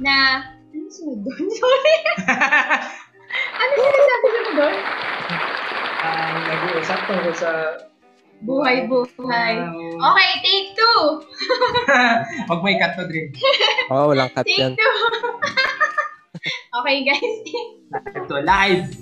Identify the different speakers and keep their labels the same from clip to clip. Speaker 1: na, ano yung sunod doon? Sorry. ano yung sinasabi ko doon?
Speaker 2: Ah, nag-uusap tungkol sa...
Speaker 1: Buhay, buhay.
Speaker 2: Wow.
Speaker 1: Okay, take two.
Speaker 2: Huwag may cut to dream.
Speaker 3: Oo, walang cut
Speaker 1: Take
Speaker 3: yan.
Speaker 1: two. okay, guys.
Speaker 2: Ito, live!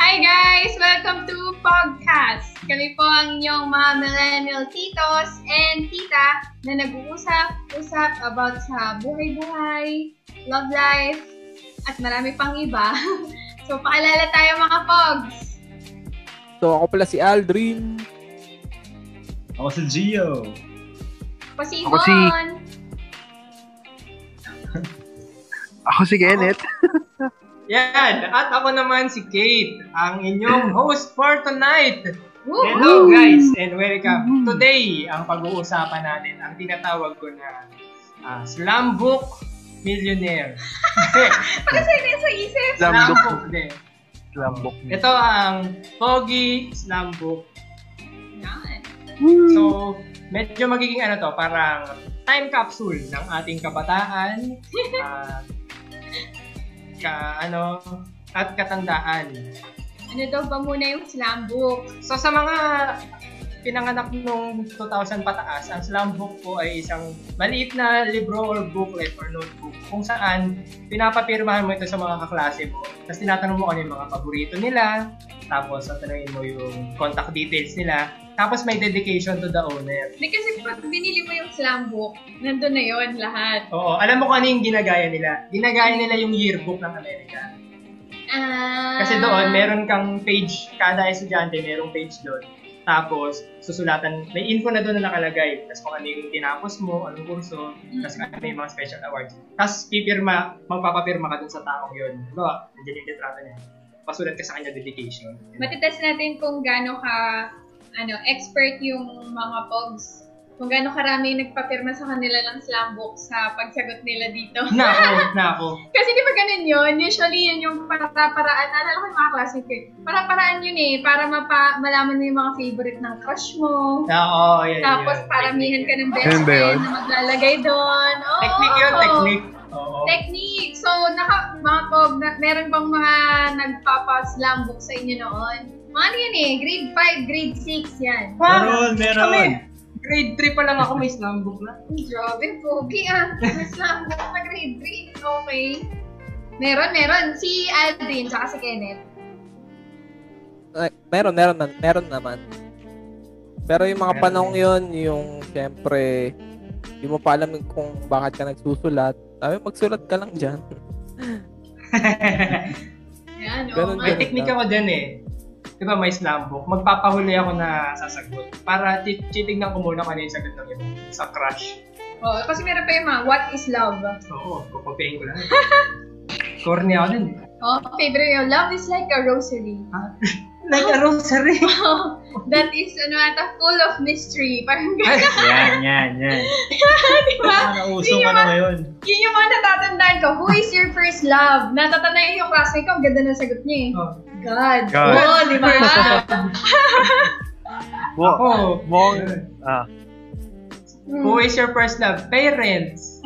Speaker 1: Hi guys! Welcome to Podcast! Kami po ang inyong mga millennial titos and tita na nag-uusap-usap about sa buhay-buhay, love life, at marami pang iba. so, pakilala tayo mga pogs!
Speaker 3: So, ako pala si Aldrin.
Speaker 2: Ako si Gio.
Speaker 1: Ako si
Speaker 4: Ako si-
Speaker 1: Yvonne!
Speaker 4: Ako si Kenneth.
Speaker 2: Yan! At ako naman si Kate, ang inyong host for tonight.
Speaker 1: Woo!
Speaker 2: Hello guys and welcome. Today, ang pag-uusapan natin, ang tinatawag ko na ah, Slam Book Millionaire.
Speaker 1: Kasi yun sa isip!
Speaker 4: Slam
Speaker 2: Slam
Speaker 4: book.
Speaker 2: Book din.
Speaker 4: Lambok niya.
Speaker 2: Ito ang Pogi Slam Book
Speaker 1: Yan.
Speaker 2: So, medyo magiging ano to, parang time capsule ng ating kabataan, ah, ka, ano, at katandaan.
Speaker 1: Ano daw ba muna yung slam book?
Speaker 2: So, sa mga pinanganak nung 2000 pataas, ang slam book po ay isang maliit na libro or booklet or notebook kung saan pinapapirmahan mo ito sa mga kaklase mo. Tapos tinatanong mo kung ano yung mga paborito nila, tapos tatanungin mo yung contact details nila, tapos may dedication to the owner.
Speaker 1: Hindi kasi pag binili mo yung slam book, nandun na yon lahat.
Speaker 2: Oo, alam mo kung ano yung ginagaya nila? Ginagaya nila yung yearbook ng Amerika.
Speaker 1: Ah,
Speaker 2: Kasi doon, meron kang page, kada estudyante, merong page doon. Tapos, susulatan, may info na doon na nakalagay. Tapos kung ano yung tinapos mo, anong kurso, tapos kung ano yung mga special awards. Tapos pipirma, magpapapirma ka doon sa taong yun. Diba, nandiyan yung litrato niya. Pasulat ka sa kanya dedication.
Speaker 1: matitest natin kung gaano ka ano expert yung mga pogs. Kung gaano karami yung nagpapirma sa kanila ng slam book sa pagsagot nila dito.
Speaker 2: Nako, nako.
Speaker 1: Kasi di ba ganun yun? Usually yun yung para-paraan. Naalala ko yung mga classmates ko eh. Para-paraan yun eh. Para mapa- malaman mo yung mga favorite ng crush mo.
Speaker 2: Oo, yan,
Speaker 1: Tapos
Speaker 2: yun.
Speaker 1: paramihan ka ng best
Speaker 4: Ganun ba yun?
Speaker 1: friend na maglalagay doon. Oo.
Speaker 2: Technique yun, technique. Oo.
Speaker 1: Technique. So, naka, mga pog, na, meron bang mga nagpapaslam book sa inyo noon? Mga ano yan eh, grade 5, grade 6 yan.
Speaker 2: Wow,
Speaker 5: meron.
Speaker 2: kami, grade 3 pa lang ako, may slam book na.
Speaker 1: Grabe, pogi ah. May slam book na grade 3. Okay. Meron, meron. Si Aldrin, tsaka si Kenneth.
Speaker 3: Ay, meron, meron, na- meron naman. Pero yung mga
Speaker 2: Meron
Speaker 3: panahon yun, yung siyempre, hindi mo pa alam kung bakit ka nagsusulat. Sabi, magsulat ka lang dyan.
Speaker 1: Yan, oh oo
Speaker 3: Ganun
Speaker 1: nga.
Speaker 2: May
Speaker 3: Ganun
Speaker 2: technique
Speaker 3: lang.
Speaker 2: ako dyan eh. Di ba may slam book? Magpapahuli ako na sasagot. Para ti- titignan ko muna kung ano yung sagot ng iba. Sa crush.
Speaker 1: Oo, Oh, kasi meron pa yung mga, what is love?
Speaker 2: Oo, kukupihin ko lang. Corny ako dun. eh.
Speaker 1: Oh, favorite yung love is like a rosary.
Speaker 2: Like a rosary.
Speaker 1: That is, ano ata, full of mystery. Parang ganun,
Speaker 5: Yan, yan, yan.
Speaker 1: di ba?
Speaker 5: Ano usong
Speaker 1: Yung
Speaker 5: ano
Speaker 1: mga-
Speaker 5: ngayon?
Speaker 1: Yun yung mga natatandaan ko. Who is your first love? Natatandaan yung classmate ko. Ang ganda ng sagot niya eh.
Speaker 2: Oh.
Speaker 1: God.
Speaker 4: God.
Speaker 1: Oo, di ba?
Speaker 4: Wo-
Speaker 2: Oh.
Speaker 4: Mong. Ah.
Speaker 1: Hmm.
Speaker 2: Who is your first love? Parents.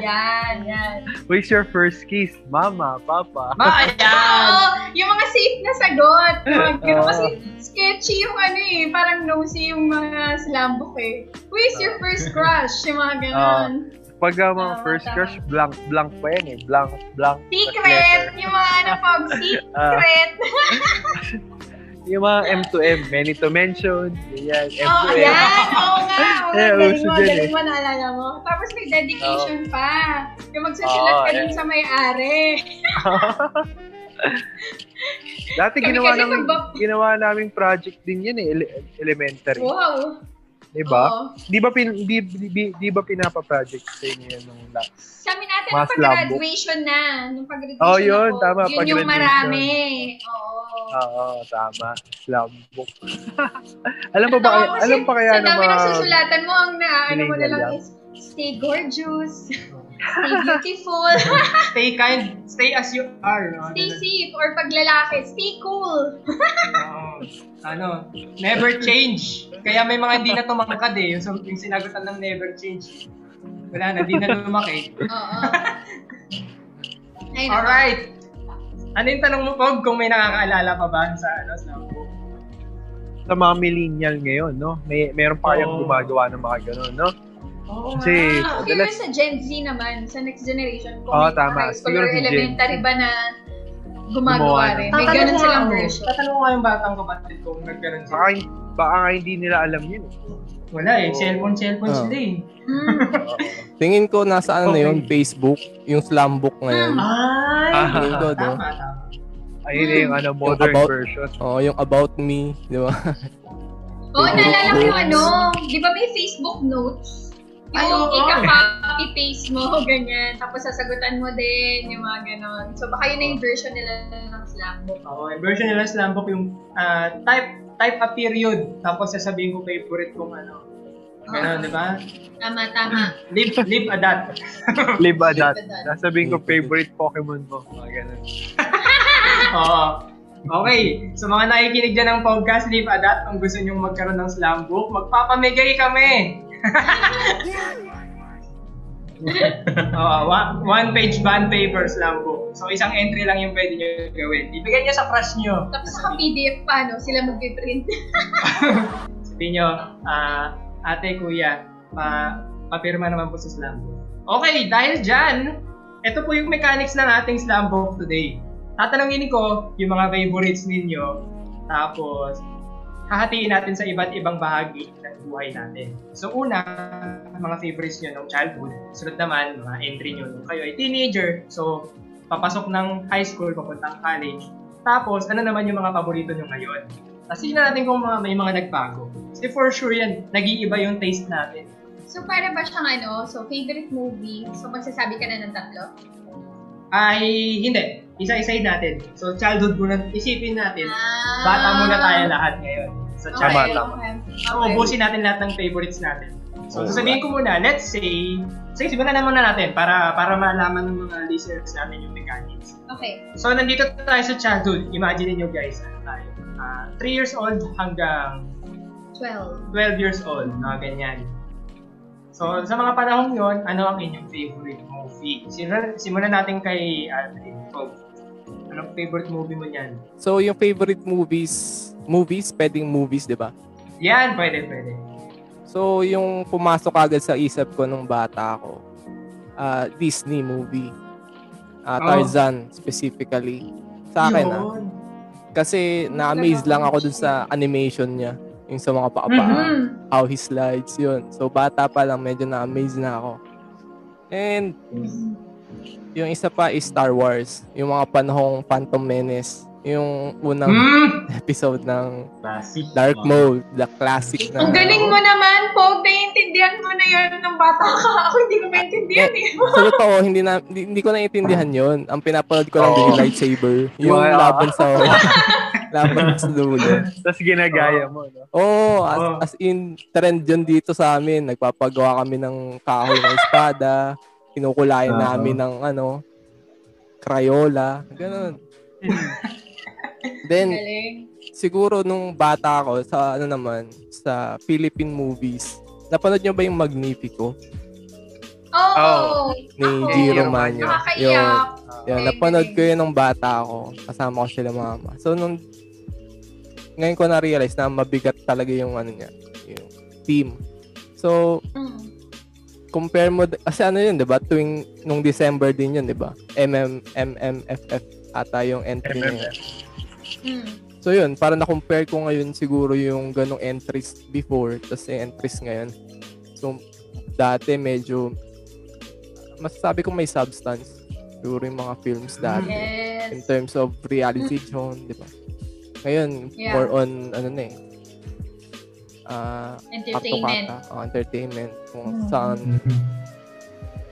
Speaker 1: yan, yan.
Speaker 4: Who is your first kiss? Mama, papa.
Speaker 2: Ma, ayan.
Speaker 1: Oo, yung mga safe na sagot. Mga ganun.
Speaker 3: Oo.
Speaker 1: Kasi sketchy yung ano eh. Parang nosy yung mga slam book eh. Who is your first crush? Yung mga ganun.
Speaker 4: Pag ah, mga
Speaker 1: Tama,
Speaker 4: first
Speaker 1: tama.
Speaker 4: crush, blank, blank pa yan eh. Blank, blank.
Speaker 1: Secret! Yung mga ano pag
Speaker 4: Ah.
Speaker 1: secret.
Speaker 4: Yung mga M2M, many to mention. Ganyan,
Speaker 1: Oo,
Speaker 4: M2M.
Speaker 1: yan. Oh, Oo nga. Oo,
Speaker 4: Yeah,
Speaker 1: galing
Speaker 4: uso
Speaker 1: mo,
Speaker 4: dyan eh.
Speaker 1: galing mo, naalala mo. Tapos may dedication pa. Yung magsusulat
Speaker 4: Oo,
Speaker 1: ka dun
Speaker 4: yeah.
Speaker 1: sa may-ari.
Speaker 4: Dati
Speaker 1: Kami
Speaker 4: ginawa
Speaker 1: kasi
Speaker 4: namin,
Speaker 1: magbab-
Speaker 4: ginawa namin project din yan eh, ele- elementary.
Speaker 1: Wow.
Speaker 4: Di ba?
Speaker 1: Oo.
Speaker 4: Di ba, pin, di, di, di- di ba pinapa-project sa inyo yan nung la-
Speaker 1: Sabi natin,
Speaker 4: Mas
Speaker 1: nung pag-graduation na. Nung pag-graduation
Speaker 4: Oo, yun,
Speaker 1: ako,
Speaker 4: tama,
Speaker 1: Yun yung
Speaker 4: pag-graduation. Ah,
Speaker 1: marami. Oo.
Speaker 4: Oo, tama. Lambok. alam pa ba,
Speaker 1: Totoo kasi
Speaker 4: alam pa kaya
Speaker 1: sa
Speaker 4: ng
Speaker 1: dami
Speaker 4: mga...
Speaker 1: ng susulatan mo, ang naano mo na
Speaker 4: Millennial
Speaker 1: lang
Speaker 4: lang.
Speaker 1: is, stay gorgeous, stay beautiful,
Speaker 2: Stay kind. Stay as you are. Ano,
Speaker 1: stay safe, or paglalaki, stay cool.
Speaker 2: Oo. ano, never change. Kaya may mga hindi na tumangkad eh. Yung, yung sinagutan ng never change. Wala na, hindi na lumaki.
Speaker 1: Oo. oh. Ay, nako.
Speaker 2: Alright. Ano yung tanong mo, Pog, kung may nakakaalala pa ba sa, ano, sa book?
Speaker 4: Sa mga millennial ngayon, no? May, meron pa kayang
Speaker 2: Oo.
Speaker 4: gumagawa ng mga ganun, no?
Speaker 2: Oo nga.
Speaker 4: Kasi,
Speaker 1: Ah,
Speaker 4: madalas,
Speaker 1: Pero sa Gen Z naman, sa next generation, kung
Speaker 4: Oo,
Speaker 1: may
Speaker 4: tama.
Speaker 1: high school or
Speaker 4: Siguro si Gen
Speaker 1: elementary ba na
Speaker 4: Gumawa
Speaker 1: gumagawa
Speaker 4: ng-
Speaker 1: rin. May ganun silang version.
Speaker 2: Tatanong ko yung batang kapatid ko kung nagkaroon
Speaker 4: baka,
Speaker 2: sila.
Speaker 4: baka nga hindi nila alam yun. eh.
Speaker 2: Wala eh, cellphone, cellphone
Speaker 3: Oo.
Speaker 2: sila eh.
Speaker 1: Mm.
Speaker 4: Oo.
Speaker 3: Tingin ko nasa ano
Speaker 2: Okay.
Speaker 3: yun, Facebook, yung slam book ngayon.
Speaker 2: Ay!
Speaker 4: Ah,
Speaker 3: Tingin ko, no?
Speaker 2: Tama, tama.
Speaker 4: Ayun na yung ano, modern
Speaker 3: about-
Speaker 4: version.
Speaker 3: Oo, yung about me, di ba?
Speaker 1: Oo, naalala ko yung
Speaker 3: Notes.
Speaker 1: ano, di ba may Facebook notes?
Speaker 2: Ay,
Speaker 1: Yung
Speaker 2: oo.
Speaker 1: ika-copy-paste mo, ganyan. Tapos sasagutan mo din, yung mga ganon. So baka yun na yung version nila ng Slack book.
Speaker 2: Oo, yung version nila sa Lambok yung ah, type type a period tapos sasabihin ko favorite kong ano. Ganun, di ba?
Speaker 1: Tama, tama.
Speaker 2: Live, live a dot.
Speaker 4: Live a
Speaker 1: Live a dot.
Speaker 4: dot. Nasabihin ko, favorite Pokemon mo. Mga ganun.
Speaker 2: Oo. Okay, sa mga nakikinig dyan ng podcast, leave a dot. Kung gusto nyong magkaroon ng slam book, magpapamigay kami. Oo, wa- one page bond paper slam book. So isang entry lang yung pwede nyo gawin. Ibigay nyo sa crush nyo.
Speaker 1: Tapos sa PDF pa, no? Sila magpiprint.
Speaker 2: Sabihin nyo, ah, ate, kuya, pa papirma naman po sa slam book. Okay, dahil dyan, ito po yung mechanics ng ating slam book today. Tatanungin ko yung mga favorites ninyo, tapos hahatiin natin sa iba't ibang bahagi ng buhay natin. So una, mga favorites nyo nung childhood. Sunod naman, mga entry nyo nung kayo ay teenager. So, papasok ng high school, papuntang college. Tapos, ano naman yung mga paborito nyo ngayon? Tapos tingnan natin kung mga, may mga nagbago. Kasi for sure yan, nag-iiba yung taste natin.
Speaker 1: So para ba siyang ano, so favorite movie, so magsasabi ka na ng tatlo?
Speaker 2: Ay, hindi. Isa-isahin natin. So, childhood muna, isipin natin.
Speaker 1: Ah.
Speaker 2: Bata muna tayo lahat ngayon. So,
Speaker 1: Okay,
Speaker 4: Tama,
Speaker 2: child.
Speaker 4: tama.
Speaker 1: okay.
Speaker 2: So,
Speaker 1: Okay.
Speaker 2: ubusin natin lahat ng favorites natin. So,
Speaker 4: Alright.
Speaker 2: sasabihin ko muna, let's say, sige, simulan na muna natin para para malaman ng mga listeners natin yung mechanics.
Speaker 1: Okay.
Speaker 2: So, nandito tayo sa childhood. Imagine niyo guys, ano tayo? 3 years old hanggang
Speaker 1: 12.
Speaker 2: 12 years old, mga ganyan. So, sa mga panahon yon, ano ang inyong favorite movie? Simulan, simulan natin kay Aldrin. So, anong favorite movie mo niyan?
Speaker 3: So, yung favorite movies, movies, pwedeng movies, di ba?
Speaker 2: Yan, pwede, pwede.
Speaker 3: So, yung pumasok agad sa isip ko nung bata ako, ah, Disney movie. Ah,
Speaker 2: Oh.
Speaker 3: Tarzan, specifically. Sa akin, ah.
Speaker 2: Yun.
Speaker 3: Kasi na-amaze lang ako dun sa animation niya. Yung sa mga paa
Speaker 2: Mm-hmm.
Speaker 1: Mhm.
Speaker 3: how he slides, yun. So, bata pa lang, medyo na-amaze na ako. And, yung isa pa is Star Wars. Yung mga panahong Phantom Menace. Yung unang
Speaker 2: Hmm!
Speaker 3: episode ng
Speaker 2: Classic.
Speaker 3: Dark Mode, the classic na...
Speaker 1: Ang galing mo naman, Pog. Naiintindihan mo na yun nung bata ka. Ako hindi ko maintindihan eh.
Speaker 3: Sa totoo, hindi, na, hindi, hindi ko naiintindihan yun. Ang pinapanood ko lang din yung
Speaker 4: Oo.
Speaker 3: lightsaber. Yung
Speaker 4: Wow.
Speaker 3: laban sa... laban sa dulo.
Speaker 4: Tapos ginagaya mo, no?
Speaker 3: Oo, oh, as,
Speaker 2: Oo.
Speaker 3: as in, trend yun dito sa amin. Nagpapagawa kami ng kahoy ng espada. Kinukulayan
Speaker 4: Oo.
Speaker 3: namin ng, ano, Crayola. Ganun. Then,
Speaker 1: Galing.
Speaker 3: siguro nung bata ako sa ano naman sa Philippine movies. Napanood nyo ba yung Magnifico
Speaker 1: Oh!
Speaker 4: Oh.
Speaker 3: ni
Speaker 1: Ako.
Speaker 3: Giro Romano?
Speaker 1: Nakakaiyak.
Speaker 3: yun, napanood ko yun nung bata ako. Kasama ko sila mama. So nung ngayon ko na-realize na mabigat talaga yung ano niya, yung team. So,
Speaker 1: Mm.
Speaker 3: compare mo, d- kasi ano yun, di ba? Tuwing, nung December din yun, di ba? MM, MMFF ata yung entry na yun.
Speaker 1: Mm.
Speaker 3: So yun, para na-compare ko ngayon siguro yung ganong entries before tapos yung entries ngayon. So dati medyo masasabi kong may substance siguro yung mga films
Speaker 1: Ah,
Speaker 3: dati in
Speaker 1: Yes.
Speaker 3: terms of realization, di ba? Ngayon,
Speaker 1: Mm-hmm. Yeah.
Speaker 3: more on ano na eh. Ah,
Speaker 1: Entertainment.
Speaker 3: kata, oh, entertainment kung
Speaker 1: Mm.
Speaker 3: saan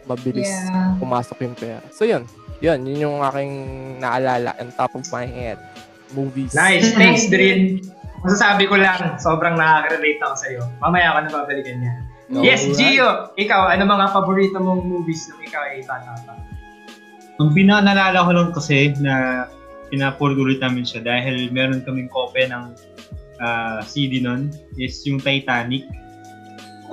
Speaker 3: mabilis
Speaker 1: Yeah.
Speaker 3: pumasok yung pera. So yun, yun, yun yung aking naalala on top of my head. Movies.
Speaker 2: Nice, thanks Drin. Masasabi ko lang, sobrang nakaka-relate ako sa'yo. Mamaya ako na babalikan niya.
Speaker 3: No,
Speaker 2: yes,
Speaker 3: right?
Speaker 2: Gio! Ikaw, ano mga paborito mong movies nung ikaw ay bata pa?
Speaker 5: Ang pinanalala ko lang kasi na pinapurgulit namin siya dahil meron kaming kopya ng ah, CD nun is yung Titanic.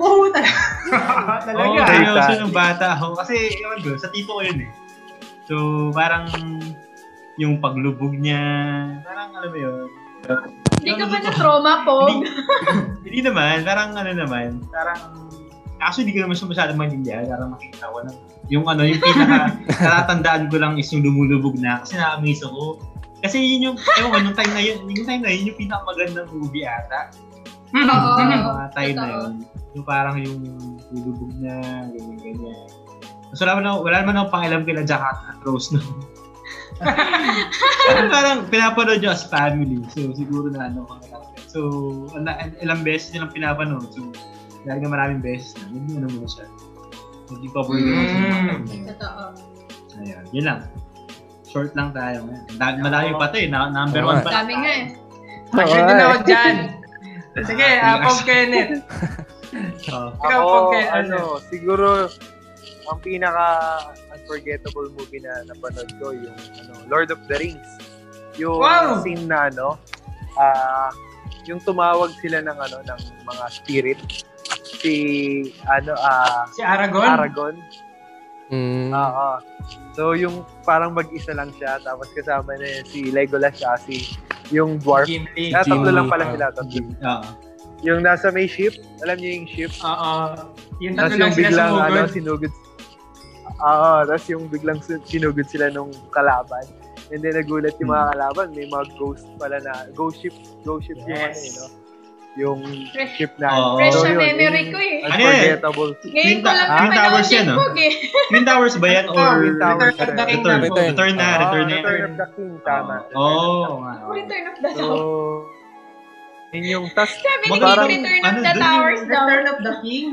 Speaker 2: Oo, talaga. talaga.
Speaker 5: Oo, kaya
Speaker 4: Titanic.
Speaker 5: siya nung bata ako. Kasi, yun, bro, sa tito ko yun eh. So, parang yung paglubog niya, parang alam mo yun.
Speaker 1: Hindi ka ba na-trauma, Pog?
Speaker 5: Hindi, hindi naman, parang ano naman, parang Kaso hindi ko naman siya masyadong maintindihan, parang makita ko lang. Yung ano, yung pinaka natatandaan ko lang is yung lumulubog na kasi na-amaze ako. Kasi yun yung, ewan ko, nung time na yun, yung time na yun, yung pinakamagandang movie ata.
Speaker 1: Oo.
Speaker 5: mga time
Speaker 1: Mm-hmm. totoo.
Speaker 5: na yun. Yung parang yung lulubog na, ganyan, ganyan. So, wala, man ako, wala naman akong pakialam kila Jack at Rose no. Pero parang pinapanood yung as family. So, siguro na ano. So, ala, ilang beses nilang pinapanood. So, dahil nga maraming beses na, hindi ano mo siya. Hindi pa boy naman
Speaker 1: Mm.
Speaker 5: sa mga time na yun.
Speaker 1: Totoo.
Speaker 5: Ayan, yun lang. Short lang tayo. ngayon. Da- Malayo pa to eh. Na- number
Speaker 3: Oo
Speaker 5: one
Speaker 3: nga.
Speaker 5: pa.
Speaker 1: Dami nga eh.
Speaker 2: Mag-shoot din ako dyan. Sige,
Speaker 5: Ah,
Speaker 2: ah, Pog Kenneth.
Speaker 5: Oo.
Speaker 2: Ikaw, Pog
Speaker 4: Ako,
Speaker 2: Kenneth.
Speaker 4: ano, siguro, ang pinaka unforgettable movie na napanood ko, yung ano, Lord of the Rings. Yung
Speaker 2: Wow!
Speaker 4: scene na, ano, ah, yung tumawag sila ng, ano, ng mga spirit. Si, ano, ah,
Speaker 2: Si Aragon.
Speaker 4: Aragon.
Speaker 3: Mm.
Speaker 4: Oo. So, yung parang mag-isa lang siya, tapos kasama niya si Legolas siya, si yung dwarf.
Speaker 2: Gimli.
Speaker 4: Ah, tatlo
Speaker 3: Gimli,
Speaker 4: lang pala
Speaker 3: ah,
Speaker 4: sila. Tatlo.
Speaker 5: Oo.
Speaker 4: Yung nasa may ship, alam niyo yung ship,
Speaker 2: Oo. Yung
Speaker 4: Tapos
Speaker 2: tatlo
Speaker 4: yung
Speaker 2: lang sila
Speaker 4: biglang ano,
Speaker 2: sumugod.
Speaker 4: sinugod. Oo, tapos yung biglang sin- sinugod sila nung kalaban. And then nagulat yung mga kalaban, may mga ghost pala na, ghost ship, ghost ship yung
Speaker 2: Yes.
Speaker 4: ano, you know, yung
Speaker 1: Fresh-
Speaker 4: ship na.
Speaker 5: Oo.
Speaker 1: Fresh
Speaker 5: Oh,
Speaker 1: na
Speaker 4: yun,
Speaker 1: memory
Speaker 4: yung
Speaker 1: ko eh.
Speaker 5: Ano yun?
Speaker 4: Unforgettable.
Speaker 1: Ngayon ko lang
Speaker 5: Twin
Speaker 1: napanood
Speaker 5: Towers yan, ah.
Speaker 1: yung
Speaker 5: no?
Speaker 1: Pog eh.
Speaker 5: Twin Towers ba yan? Or
Speaker 4: Twin Towers.
Speaker 2: Return of the King
Speaker 5: Return.
Speaker 2: na po.
Speaker 3: Return.
Speaker 5: Return na,
Speaker 4: Ah,
Speaker 5: return na yan.
Speaker 4: Return of the King, tama.
Speaker 5: Oo. nga.
Speaker 1: Oh, Return of the
Speaker 4: So,
Speaker 1: Towers.
Speaker 4: yun yung, tas
Speaker 1: Sabi ni Kiko,
Speaker 4: Parang-
Speaker 1: Return of
Speaker 5: ano,
Speaker 1: the
Speaker 5: dun yung-
Speaker 1: Towers daw.
Speaker 2: Return of the King.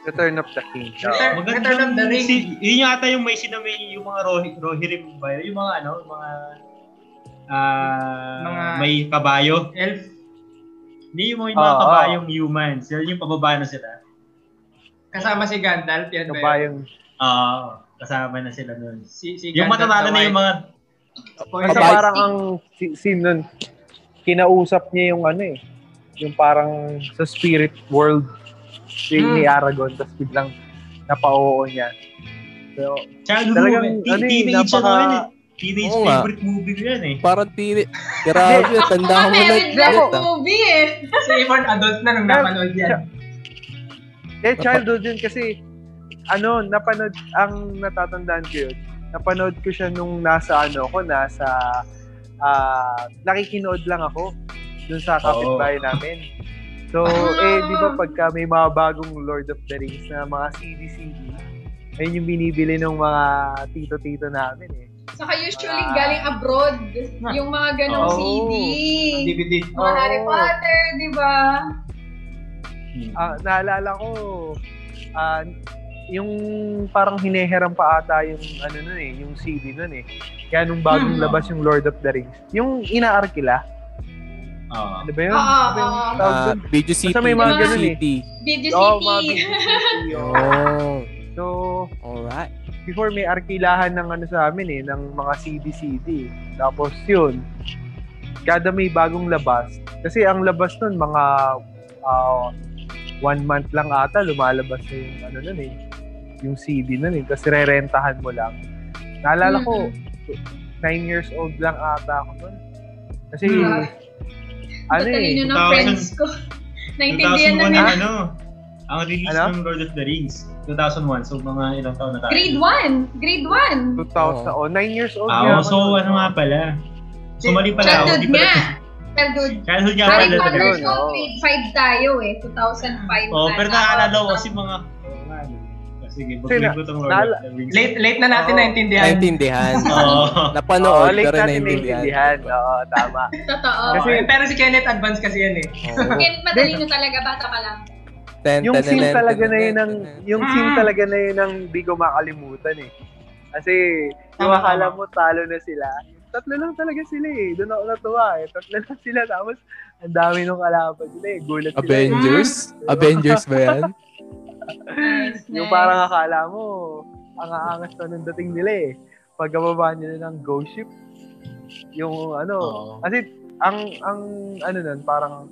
Speaker 4: Return of the King.
Speaker 2: Return-
Speaker 5: Maganda
Speaker 2: Return of the Ring.
Speaker 5: Si, yun yung ata yung may sinamay yung mga rohi, rohirim ba? yun? Yung mga ano, mga ah
Speaker 2: Mga-
Speaker 5: may kabayo.
Speaker 2: Elf.
Speaker 5: Hindi yung mga, yung mga
Speaker 4: Oo.
Speaker 5: kabayong humans. Yun yung pababa na sila.
Speaker 2: Kasama si Gandalf. Yan ba
Speaker 4: Yung
Speaker 2: yun?
Speaker 4: bayang,
Speaker 5: Oo. kasama na sila nun.
Speaker 2: Si, si
Speaker 5: Yung
Speaker 2: Gandalf
Speaker 5: matatala na
Speaker 2: white.
Speaker 5: yung mga...
Speaker 4: Kasi
Speaker 3: Kapag-
Speaker 4: parang ang si- scene nun, kinausap niya yung ano eh, yung parang sa spirit world si
Speaker 2: Hmm.
Speaker 4: ni Aragon, tapos biglang napaoo niya. So,
Speaker 5: Childhood
Speaker 4: Talagang,
Speaker 5: movie. Teen-
Speaker 4: ano eh,
Speaker 5: teenage ano
Speaker 4: napaka-
Speaker 5: yun eh. Teenage
Speaker 3: Oo nga.
Speaker 5: favorite movie ko yun eh.
Speaker 3: Parang tili. Grabe, tanda ko
Speaker 1: Mga
Speaker 3: mo na.
Speaker 1: married
Speaker 3: ulit,
Speaker 1: life
Speaker 3: ah.
Speaker 1: movie eh.
Speaker 2: Si Ivan adult na nung napanood yan.
Speaker 4: eh, childhood yun kasi, ano, napanood, ang natatandaan ko yun, napanood ko siya nung nasa ano ko, nasa, ah, nakikinood lang ako dun sa kapitbahay namin. So, eh, di ba pagka may mga bagong Lord of the Rings na mga CD-CD, ayun yung binibili ng mga tito-tito namin eh.
Speaker 1: Saka usually
Speaker 4: Ah.
Speaker 1: galing abroad yung mga ganong
Speaker 4: Oo.
Speaker 1: CD.
Speaker 2: DVD.
Speaker 1: Mga Harry
Speaker 4: Oo.
Speaker 1: Potter, di ba?
Speaker 5: Hmm.
Speaker 4: Ah, naalala ko, ah, yung parang hineheram pa ata yung ano nun eh, yung CD nun eh. Kaya nung bagong
Speaker 1: Hmm.
Speaker 4: labas yung Lord of the Rings, yung inaarkila,
Speaker 5: Oo.
Speaker 4: ano ba yun?
Speaker 1: Oo,
Speaker 4: Ano ba yung
Speaker 1: oo.
Speaker 4: tawag
Speaker 3: Ah,
Speaker 4: dun?
Speaker 3: Video City.
Speaker 4: Basta may mga
Speaker 3: Video
Speaker 4: ganun eh.
Speaker 3: City.
Speaker 1: Video
Speaker 4: Oo,
Speaker 1: City.
Speaker 4: mga BGC, oo.
Speaker 3: Oh,
Speaker 4: So,
Speaker 3: alright.
Speaker 4: before may arkilahan ng ano sa amin eh, ng mga CD-CD. Tapos yun, kada may bagong labas, kasi ang labas nun, mga ah, one month lang ata, lumalabas na yung ano nun eh, yung CD nun eh, kasi rerentahan mo lang. Naalala ko, nine years old lang ata ako nun. Kasi,
Speaker 1: Mm-hmm.
Speaker 2: Hmm.
Speaker 4: ano
Speaker 1: Tatalino
Speaker 4: eh,
Speaker 1: Diba? ng
Speaker 5: 2000
Speaker 1: friends ko. Naintindihan na
Speaker 5: 2001
Speaker 1: nila.
Speaker 5: ang ano, ang release
Speaker 4: Ano?
Speaker 5: ng Lord of the Rings, 2001. So, mga ilang taon na tayo.
Speaker 1: Grade 1. Grade 1.
Speaker 4: 2000, oh, nine years old.
Speaker 5: Ah,
Speaker 4: nga
Speaker 5: oh,
Speaker 4: ako
Speaker 5: so
Speaker 4: nun.
Speaker 5: ano nga pala. So, mali pala. ako,
Speaker 1: Childhood
Speaker 5: Hindi
Speaker 1: nga.
Speaker 5: pala.
Speaker 1: Childhood.
Speaker 5: Childhood nga
Speaker 1: Harry
Speaker 5: pala talaga.
Speaker 1: Potter
Speaker 4: yun,
Speaker 1: ko,
Speaker 4: oo.
Speaker 1: grade 5 tayo eh. 2005
Speaker 5: Oo,
Speaker 1: na.
Speaker 5: Oh, pero naaalala ko kasi mga... Ah, Sige,
Speaker 4: Sina-
Speaker 5: bag-rate ko itong Lord
Speaker 4: naala-
Speaker 5: of the Rings.
Speaker 2: Late, late na natin
Speaker 4: Oo.
Speaker 2: naintindihan.
Speaker 3: Naintindihan.
Speaker 5: Oo.
Speaker 4: Oo,
Speaker 3: Napanood,
Speaker 4: Oh. late
Speaker 3: pero
Speaker 4: natin
Speaker 3: naintindihan.
Speaker 4: naiintindihan. Oo, tama.
Speaker 1: Totoo.
Speaker 4: Kasi-
Speaker 2: Eh, pero si Kenneth advance kasi yan eh.
Speaker 3: Oo.
Speaker 1: Kaya matalino talaga, bata ka lang.
Speaker 3: Ten,
Speaker 4: yung
Speaker 3: tanan,
Speaker 4: scene
Speaker 3: tanan,
Speaker 4: talaga na yun
Speaker 3: tanan,
Speaker 4: ang
Speaker 3: tanan.
Speaker 4: yung
Speaker 2: Mm.
Speaker 4: scene talaga na yun ang di ko makalimutan eh. Kasi yung
Speaker 2: Tama,
Speaker 4: akala
Speaker 2: tama.
Speaker 4: mo talo na sila. Tatlo lang talaga sila eh. Doon ako natuwa eh. Tatlo lang sila tapos ang dami nung kalaban nila eh. Gulat sila. eh.
Speaker 3: Avengers?
Speaker 1: Mm.
Speaker 3: Avengers ba yan?
Speaker 1: Nice,
Speaker 2: Mm.
Speaker 1: nice.
Speaker 4: Yung parang akala mo ang aangas na nung dating nila eh. Pagkababa nila ng ghost ship. Yung ano.
Speaker 5: Oo.
Speaker 4: Kasi ang ang ano nun parang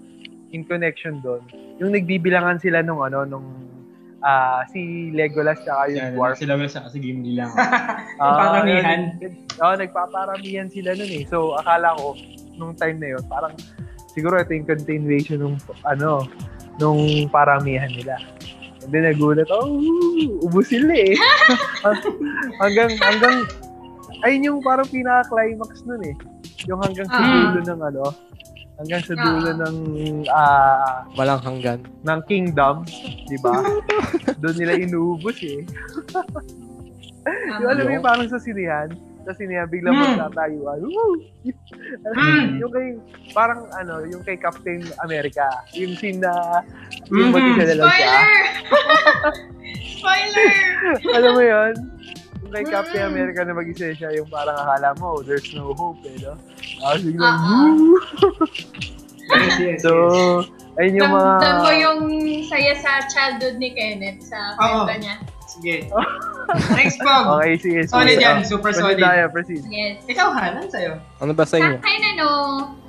Speaker 4: in connection doon. Yung nagbibilangan sila nung ano nung ah, si Legolas tsaka yung
Speaker 5: Yan,
Speaker 4: dwarf.
Speaker 5: sila wala sa kasi game nila.
Speaker 4: Ah,
Speaker 2: Paramihan.
Speaker 4: yun. Oo, nagpaparamihan sila nun eh. So, akala ko, nung time na yun, parang siguro ito yung continuation nung, ano, nung paramihan nila. And then nagulat, oh, woo, ubus sila eh. hanggang, hanggang, ayun yung parang pinaka-climax nun eh. Yung hanggang sa
Speaker 1: Ah.
Speaker 4: dulo ng ano, hanggang sa dulo ng ah,
Speaker 3: Walang hanggan.
Speaker 4: ng kingdom, di ba? Doon nila inubos eh. Yung alam mo yung parang sa sinihan, sa sinihan biglang
Speaker 2: Hmm.
Speaker 4: magtatayuan. Woo!
Speaker 2: Hmm.
Speaker 4: yung kay, parang ano, yung kay Captain America, yung scene na,
Speaker 2: Mhm.
Speaker 1: Hmm.
Speaker 4: yung mag-isa na lang siya.
Speaker 1: Spoiler! Spoiler!
Speaker 4: Alam mo yun? Yung kay Captain
Speaker 1: Mhm.
Speaker 4: America na mag-isa siya, yung parang akala mo, there's no hope eh, no? Tapos biglang,
Speaker 1: Ah, ah.
Speaker 4: woo!
Speaker 2: Yes, yes,
Speaker 4: So, ayun yung mga...
Speaker 1: Ramdam ko yung saya sa childhood ni Kenneth sa
Speaker 2: Oo.
Speaker 1: kwento niya.
Speaker 2: yes. Sige. Next pog.
Speaker 4: Okay, sige. sige.
Speaker 2: Solid yan.
Speaker 4: Oh,
Speaker 2: Super
Speaker 4: proceed
Speaker 2: solid.
Speaker 4: tayo, proceed.
Speaker 1: Yes.
Speaker 2: Ikaw, Han, ano sa'yo?
Speaker 3: Ano ba
Speaker 1: Sa
Speaker 3: sa inyo?
Speaker 1: akin ano,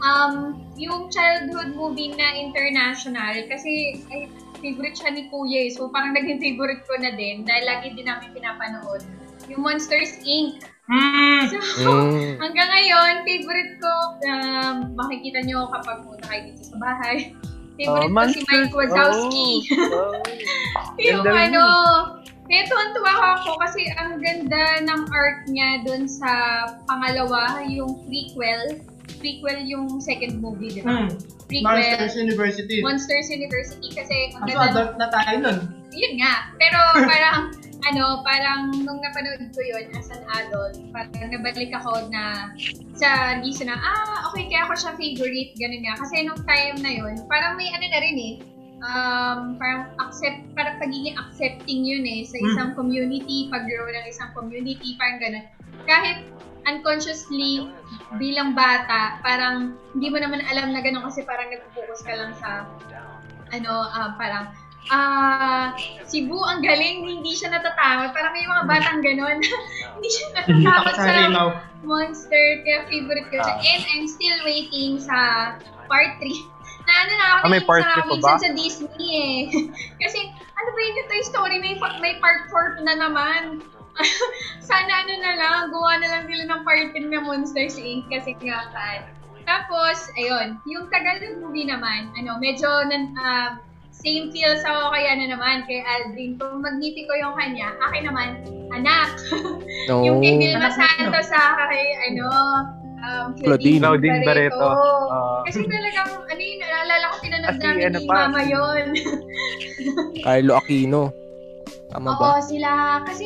Speaker 1: um, yung childhood movie na international, kasi ay, favorite siya ni Kuya eh. So parang naging favorite ko na din dahil lagi din namin pinapanood. Yung Monsters Inc.
Speaker 2: Hmm.
Speaker 1: So,
Speaker 3: Mm.
Speaker 1: hanggang ngayon, favorite ko, um, makikita nyo kapag punta kayo dito sa bahay. Favorite ko
Speaker 4: Oh,
Speaker 1: si Mike
Speaker 4: Monsters-
Speaker 1: Wazowski.
Speaker 4: Oh,
Speaker 1: Yung
Speaker 4: Ganda rin
Speaker 1: ano, eh, tuwan-tuwa ako kasi ang ganda ng art niya dun sa pangalawa, yung prequel. Prequel yung second movie, di ba?
Speaker 2: Hmm.
Speaker 1: Prequel,
Speaker 2: Monsters University.
Speaker 1: Monsters University kasi ang
Speaker 2: Kaso
Speaker 1: ganda.
Speaker 2: adult na tayo nun.
Speaker 1: Yun nga. Pero parang, ano, parang nung napanood ko yun as an adult, parang nabalik ako na sa reason na, ah, okay, kaya ako siya favorite, ganun nga. Kasi nung time na yun, parang may ano na rin eh, um, parang accept, parang pagiging accepting yun eh, sa isang community, pag-grow ng isang community, parang ganun. Kahit unconsciously, bilang bata, parang hindi mo naman alam na ganun kasi parang nag-focus ka lang sa, ano, ah, parang, ah, Cebu, ang galing, hindi siya natatakot. Parang may mga batang ganun. hindi siya natatakot
Speaker 2: Sa
Speaker 1: sa
Speaker 2: Rimaw.
Speaker 1: Monster, kaya favorite ko siya.
Speaker 4: Ah.
Speaker 1: And I'm still waiting sa part 3. Na ano na ako,
Speaker 4: Ah, may
Speaker 1: nakikinig
Speaker 4: part
Speaker 1: na ako
Speaker 4: three pa
Speaker 1: minsan
Speaker 4: ba?
Speaker 1: sa Disney eh. Kasi ano ba yun yung Toy Story, may, fa- may part 4 na naman. Sana ano na lang, gawa na lang sila ng part 3 na Monsters Inc. Kasi nga kaan. Tapos, ayun, yung Tagalog movie naman, ano, medyo nan, ah, same feels ako kay ano naman, kay Aldrin. Kung magniti ko yung kanya, akin naman, anak.
Speaker 3: No.
Speaker 1: Yung kay Vilma
Speaker 2: Anak mo,
Speaker 1: Santos sa kay, ano, um,
Speaker 3: Claudine.
Speaker 4: Claudine Barreto. Ah.
Speaker 1: Kasi talagang, ano yun, naalala ko, pinanood
Speaker 4: At si
Speaker 1: namin
Speaker 4: ano
Speaker 1: ni
Speaker 4: pa,
Speaker 1: Mama
Speaker 4: si-
Speaker 1: yun.
Speaker 3: Carlo Aquino. Tama Ano ba?
Speaker 1: Oo, sila. Kasi,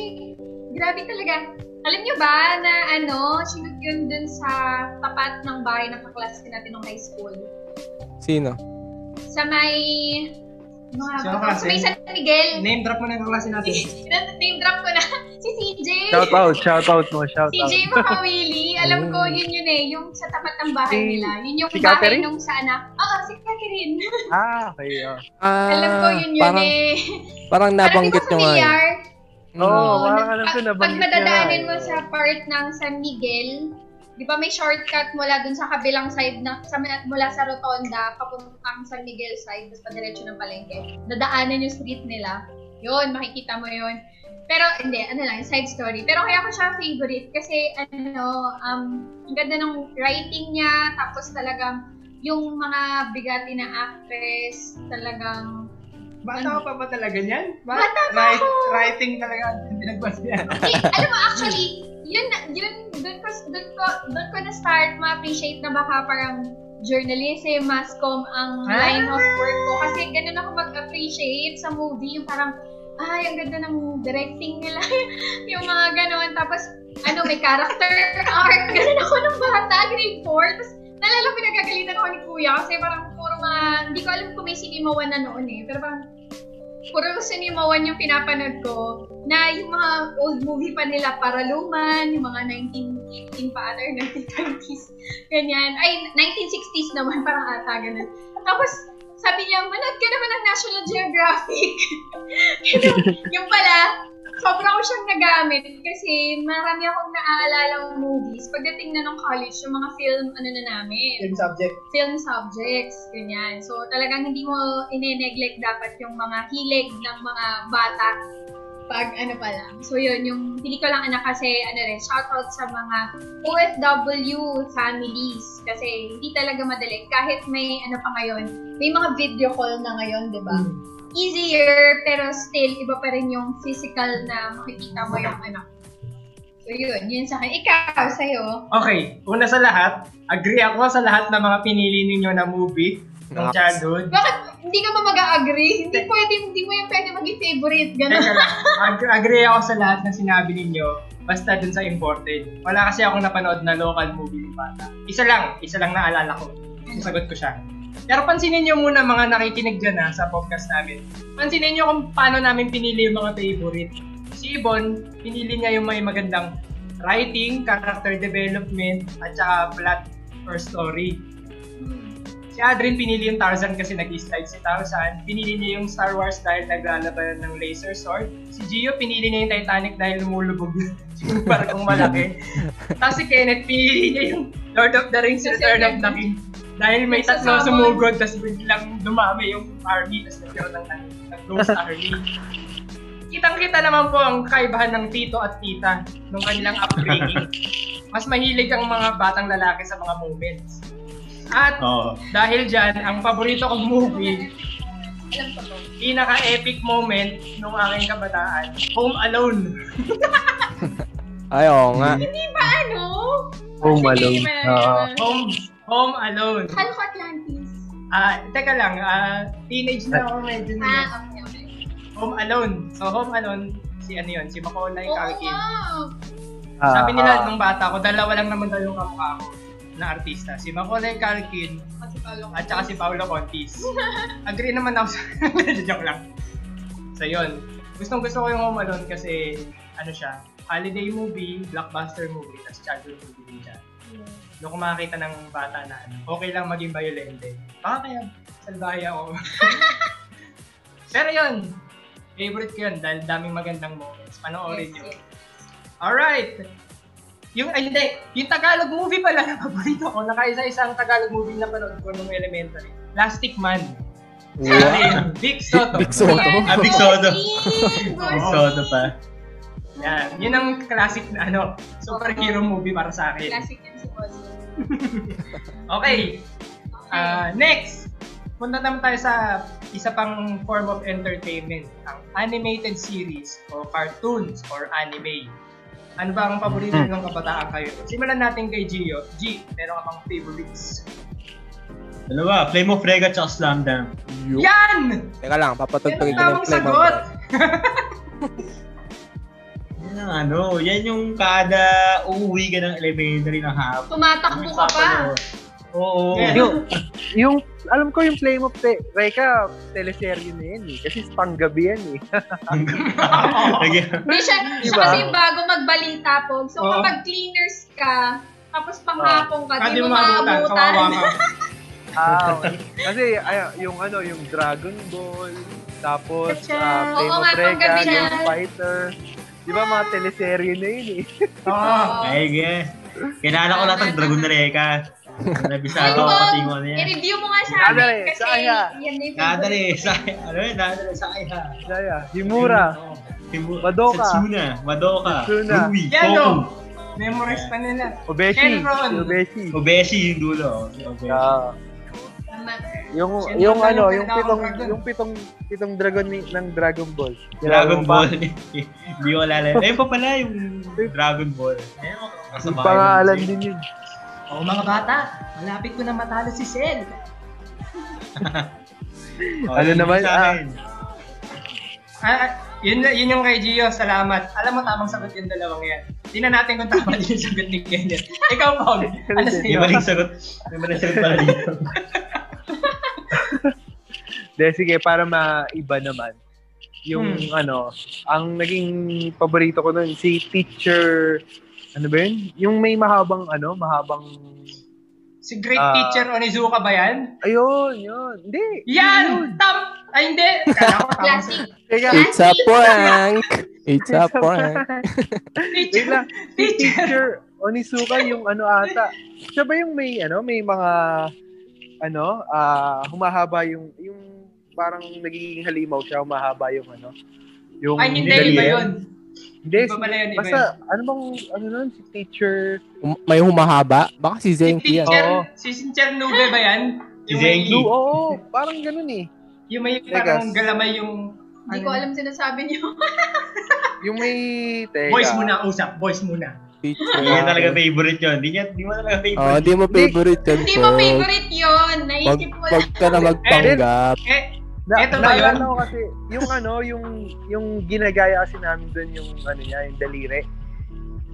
Speaker 1: grabe talaga. Alam niyo ba na ano, sinut yun dun sa tapat ng bahay ng kaklase natin nung high school.
Speaker 3: Sino?
Speaker 1: Sa may, mga,
Speaker 2: Sino
Speaker 1: sa may
Speaker 2: klase?
Speaker 1: San Miguel.
Speaker 2: Name drop mo na yung klase natin.
Speaker 1: Name drop ko na. Si CJ.
Speaker 4: Shout out, shout out mo, shout
Speaker 1: Si
Speaker 4: out.
Speaker 1: Jay Makawili, alam ko
Speaker 3: Oh.
Speaker 1: yun yun eh, yung sa tapat ng bahay
Speaker 4: Si-
Speaker 1: nila. Yun yung
Speaker 4: si
Speaker 1: bahay
Speaker 4: Catherine?
Speaker 1: nung sa anak. Oo, si Catherine.
Speaker 4: Ah, okay. Oh.
Speaker 3: Ah,
Speaker 1: alam ko yun yun
Speaker 3: parang,
Speaker 1: eh.
Speaker 3: Parang nabanggit
Speaker 1: Parang di ba
Speaker 3: nyo nga. eh.
Speaker 1: familiar?
Speaker 3: Mm.
Speaker 4: Oo,
Speaker 1: Oo,
Speaker 4: parang alam ko,
Speaker 1: pag-
Speaker 4: nabanggit
Speaker 1: Pag
Speaker 4: niya na
Speaker 1: madadaanin
Speaker 4: eh.
Speaker 1: mo sa part ng San Miguel, di ba may shortcut mula dun sa kabilang side na, sa, mula sa Rotonda, papuntang San Miguel side, tapos padiretso ng palengke. Dadaanan yung street nila. Yun, makikita mo yun. Pero hindi, ano lang, side story. Pero kaya ko siya favorite kasi ano, um, ang ganda ng writing niya, tapos talagang yung mga bigati na actress, talagang
Speaker 2: Bata ka pa ba talaga niyan? Ba-
Speaker 1: Bata pa
Speaker 2: write-
Speaker 1: ako.
Speaker 2: Writing talaga ang pinagbasa niyan.
Speaker 1: Kasi, alam mo, actually, yun, na- yun, dun ko, dun ko, dun ko na-start ma-appreciate na baka parang journalism, mass com ang
Speaker 2: Ah!
Speaker 1: line of work ko. Kasi ganun ako mag-appreciate sa movie, yung parang, ay, ang ganda ng directing nila. yung mga ganun. Tapos, ano, may character arc. Ganun ako nung bata, grade 4. Tapos, nalala ko pinagagalitan ako ni kuya kasi parang puro mga, hindi ko alam kung may sinimawan na noon eh. Pero parang, puro sinimawan yung pinapanood ko na yung mga old movie pa nila para luman, yung mga 1918 pa ata, or 1920s, ganyan. Ay, 1960s naman, parang ata, ganun. Tapos, sabi niya, manood ka naman ng National Geographic. yung, yung pala, Sobra ko siyang nagamit kasi marami akong naaalala movies. Pagdating na nung college, yung mga film, ano na namin,
Speaker 2: Yung subject.
Speaker 1: film subjects, ganyan. So talagang hindi mo ine-neglect dapat yung mga hilig ng mga bata pag ano pa lang. So yun, yung hindi ko lang anak kasi ano rin, shoutout sa mga OFW families kasi hindi talaga madali. Kahit may ano pa ngayon, may mga video call na ngayon, di ba? Easier, pero still, iba pa rin yung physical na makikita mo yung anak. So yun, yun sa akin. Ikaw, sa'yo?
Speaker 2: Okay, una sa lahat, agree ako sa lahat ng mga pinili ninyo na movie ng
Speaker 3: Naks.
Speaker 2: childhood.
Speaker 1: Bakit hindi ka ba mag-agree? Hindi pwede, hindi mo yan pwede maging favorite. Ganun.
Speaker 2: Teka lang, ag- agree ako sa lahat ng sinabi ninyo, basta dun sa imported. Wala kasi akong napanood na local movie ni Bata. Isa lang, isa lang naalala ko. Sasagot ko siya. Pero pansinin nyo muna mga nakikinig dyan ha, sa podcast namin. Pansinin nyo kung paano namin pinili yung mga favorite. Si Ibon, pinili niya yung may magandang writing, character development, at saka plot or story. Si Adrin pinili yung Tarzan kasi nag-slide si Tarzan. Pinili niya yung Star Wars dahil naglalaban ng laser sword. Si Gio pinili niya yung Titanic dahil lumulubog yung barkong malaki. Tapos si Kenneth pinili niya yung Lord of the Rings
Speaker 1: Kasi
Speaker 2: Return of
Speaker 1: ganun.
Speaker 2: the King. Dahil may
Speaker 1: Kasi
Speaker 2: tatlo
Speaker 1: sabon.
Speaker 2: sumugod, tapos biglang dumami yung army, tapos nagkaroon ng, ng ghost army. Kitang-kita naman po ang kaibahan ng tito at tita nung kanilang upbringing. Mas mahilig ang mga batang lalaki sa mga moments. At
Speaker 5: Oo.
Speaker 2: dahil dyan, ang paborito kong movie,
Speaker 1: Alam ko to.
Speaker 2: pinaka-epic moment nung aking kabataan, Home Alone.
Speaker 3: Ay, oo nga.
Speaker 1: Hindi ba ano?
Speaker 4: Home
Speaker 1: Sige,
Speaker 4: Alone.
Speaker 1: may-
Speaker 4: Oo.
Speaker 2: Home, Home Alone.
Speaker 1: Ano ko Atlantis?
Speaker 2: Ah, teka lang, ah, teenage na ako medyo
Speaker 1: Ah,
Speaker 2: na.
Speaker 1: okay, okay.
Speaker 2: Home Alone. So, Home Alone, si ano yun, si Macaulay
Speaker 1: Oo
Speaker 2: Culkin.
Speaker 1: nga.
Speaker 2: Sabi nila
Speaker 4: Ah,
Speaker 2: nung bata ko, dalawa lang naman daw yung kamukha ko na artista. Si Macaulay Culkin
Speaker 1: Kasi talo ko.
Speaker 2: at saka si Paolo Contis. Agree naman ako sa... Joke lang. So yun, gustong gusto ko yung Home Alone kasi ano siya, holiday movie, blockbuster movie, tapos childhood movie din siya. Doon ko makakita ng bata na ano, okay lang maging violente. Baka kaya salbahe ako. Pero yun, favorite ko yun dahil daming magandang moments. Panoorin
Speaker 1: Yes,
Speaker 2: yun.
Speaker 1: yes.
Speaker 2: Alright! Yung, ay hindi, yung Tagalog movie pala na paborito ko, nakaisa-isang Tagalog movie na panood ko nung elementary. Plastic Man.
Speaker 3: Wow.
Speaker 2: Wow. Big Soto.
Speaker 3: Big Soto.
Speaker 1: Yes,
Speaker 5: Ah, Big Soda.
Speaker 1: Bossing, bossing.
Speaker 5: Soda pa.
Speaker 2: Yan, yun ang classic na ano, superhero movie para sa akin.
Speaker 1: Classic yan si Bossing.
Speaker 2: Okay,
Speaker 1: Okay.
Speaker 2: ah, next! Punta naman tayo sa isa pang form of entertainment, ang animated series o cartoons or anime. Ano ba ang paborito
Speaker 4: Hmm.
Speaker 2: ng kabataan kayo? Simulan natin kay Gio. G, meron ka bang favorites?
Speaker 5: Ano ba? Flame of Rega tsaka Slam Dunk.
Speaker 3: Yo.
Speaker 2: Yan!
Speaker 3: Teka lang, papatugtog
Speaker 2: Yan
Speaker 3: din
Speaker 2: ang tamang
Speaker 3: yung play mo.
Speaker 2: sagot!
Speaker 5: Yan ang ano, yan yung kada uuwi ka ng elementary ng hapon.
Speaker 1: Tumatakbo ka pa.
Speaker 5: Oo.
Speaker 2: Yes.
Speaker 4: yung, yung, alam ko yung Flame of Te- Reka, teleserye na yan eh. Kasi panggabi yan eh.
Speaker 5: Nag-
Speaker 1: Hindi siya, siya
Speaker 4: Diba?
Speaker 1: kasi yung bago magbalita po. So
Speaker 2: Oo.
Speaker 1: kapag cleaners ka, tapos panghapon ka,
Speaker 2: Kasi
Speaker 1: di mo
Speaker 2: maabutan, kawawa
Speaker 1: maabutan.
Speaker 2: ka.
Speaker 4: Ah, okay. Kasi ay, yung ano, yung Dragon Ball, tapos
Speaker 2: Gotcha.
Speaker 4: ah, Flame
Speaker 1: Oo
Speaker 4: of
Speaker 1: nga,
Speaker 4: Reka,
Speaker 1: panggabi na.
Speaker 4: yung Fighter. Di ba mga teleserye na yun eh?
Speaker 2: Oo.
Speaker 5: Ay, ge. Kilala ko lahat ng Dragon Reka. Nabisa
Speaker 1: Ay, wag.
Speaker 5: ko, pati Ano mo na yan.
Speaker 1: I-review mo nga sa amin
Speaker 4: Nadali,
Speaker 1: kasi
Speaker 4: saya.
Speaker 1: yan na yung
Speaker 5: Nadali, sa ano yun, nadali sa kaya.
Speaker 4: Daya, Himura.
Speaker 5: Mm. Timu-
Speaker 4: Madoka.
Speaker 5: Setsuna, Madoka,
Speaker 4: Setsuna.
Speaker 5: Rui,
Speaker 2: Yan o.
Speaker 5: Koku,
Speaker 2: Memorize pa nila.
Speaker 4: Obeshi.
Speaker 2: Shenron.
Speaker 4: Si Obeshi.
Speaker 5: Obeshi yung dulo. oh, si Obeshi.
Speaker 4: Ah,
Speaker 1: Tama.
Speaker 4: yung
Speaker 2: Shenron
Speaker 4: yung
Speaker 2: na
Speaker 4: ano,
Speaker 2: yung
Speaker 4: yung
Speaker 2: pinaka-
Speaker 4: pitong
Speaker 2: dragon.
Speaker 4: yung pitong pitong dragon ni, ng Dragon Ball.
Speaker 5: Dragon
Speaker 4: Yung
Speaker 5: Ball. Hindi ko alala. Ayun pa pala yung Dragon Ball. Ayun,
Speaker 4: pa-
Speaker 5: kasama
Speaker 4: Yung
Speaker 5: yun.
Speaker 4: pangalan din yun.
Speaker 2: Oo mga bata, malapit ko na matalo si Cell.
Speaker 5: Oh,
Speaker 4: Ano
Speaker 5: yun
Speaker 4: naman,
Speaker 5: sa
Speaker 4: ah.
Speaker 5: akin.
Speaker 2: Ah, yun, yun yung kay Gio, salamat. Alam mo tamang sagot yung dalawang yan. Tingnan natin kung tama din yung sagot ni Kenneth. Ikaw, Pog, ano
Speaker 5: May
Speaker 2: sa'yo?
Speaker 5: maling sagot. May maling sagot pala dito.
Speaker 4: De, sige, para maiba naman. Yung
Speaker 2: Hmm.
Speaker 4: ano, ang naging paborito ko nun, si teacher, ano ba yun? Yung may mahabang ano, mahabang,
Speaker 2: Si Great
Speaker 4: Ah.
Speaker 2: Teacher Onizuka ba yan?
Speaker 4: ayun, yun. Hindi.
Speaker 2: Yan! Tam! Ay, hindi! Kala ko tamang
Speaker 1: Classic.
Speaker 2: sagot.
Speaker 4: Teka,
Speaker 1: Classic.
Speaker 3: It's a prank! It's a prank.
Speaker 4: Wait
Speaker 1: Teacher,
Speaker 4: lang, si teacher Onisuka yung ano ata. Siya ba yung may ano, may mga ano, ah humahaba yung yung parang nagiging halimaw siya, humahaba yung ano. Yung
Speaker 2: Ay, hindi,
Speaker 5: Hindi,
Speaker 2: iba
Speaker 5: eh.
Speaker 2: yun.
Speaker 4: Hindi,
Speaker 2: Iba pala yun, iba
Speaker 4: basta
Speaker 2: yun.
Speaker 4: ano bang ano nun si teacher
Speaker 3: Um, May humahaba? Baka si
Speaker 2: Si
Speaker 3: Zenki yan.
Speaker 2: teacher,
Speaker 4: Oo.
Speaker 2: si teacher Nube ba yan?
Speaker 5: Si
Speaker 2: Yung may-
Speaker 5: Zenki.
Speaker 4: Blue, oo, oo, parang ganun eh.
Speaker 2: Yung may
Speaker 4: Vegas.
Speaker 2: parang galamay yung...
Speaker 1: hindi
Speaker 5: Ano?
Speaker 1: ko alam sinasabi niyo.
Speaker 4: Yung may teka.
Speaker 2: Boys muna, usap. Boys muna.
Speaker 3: Teacher.
Speaker 5: Hindi niya
Speaker 3: Ah.
Speaker 5: talaga favorite yun. Hindi niya, hindi mo talaga
Speaker 3: Oh,
Speaker 5: favorite.
Speaker 3: di mo favorite yun
Speaker 1: Hindi
Speaker 3: po.
Speaker 1: mo favorite yon
Speaker 3: Wag,
Speaker 1: Naisip ko
Speaker 3: wag
Speaker 1: lang.
Speaker 3: ka na magpanggap.
Speaker 2: Eh,
Speaker 4: Na,
Speaker 2: Eto ba
Speaker 4: naalala
Speaker 2: yun?
Speaker 4: ko kasi yung ano, yung yung ginagaya kasi namin doon yung ano niya, yung daliri.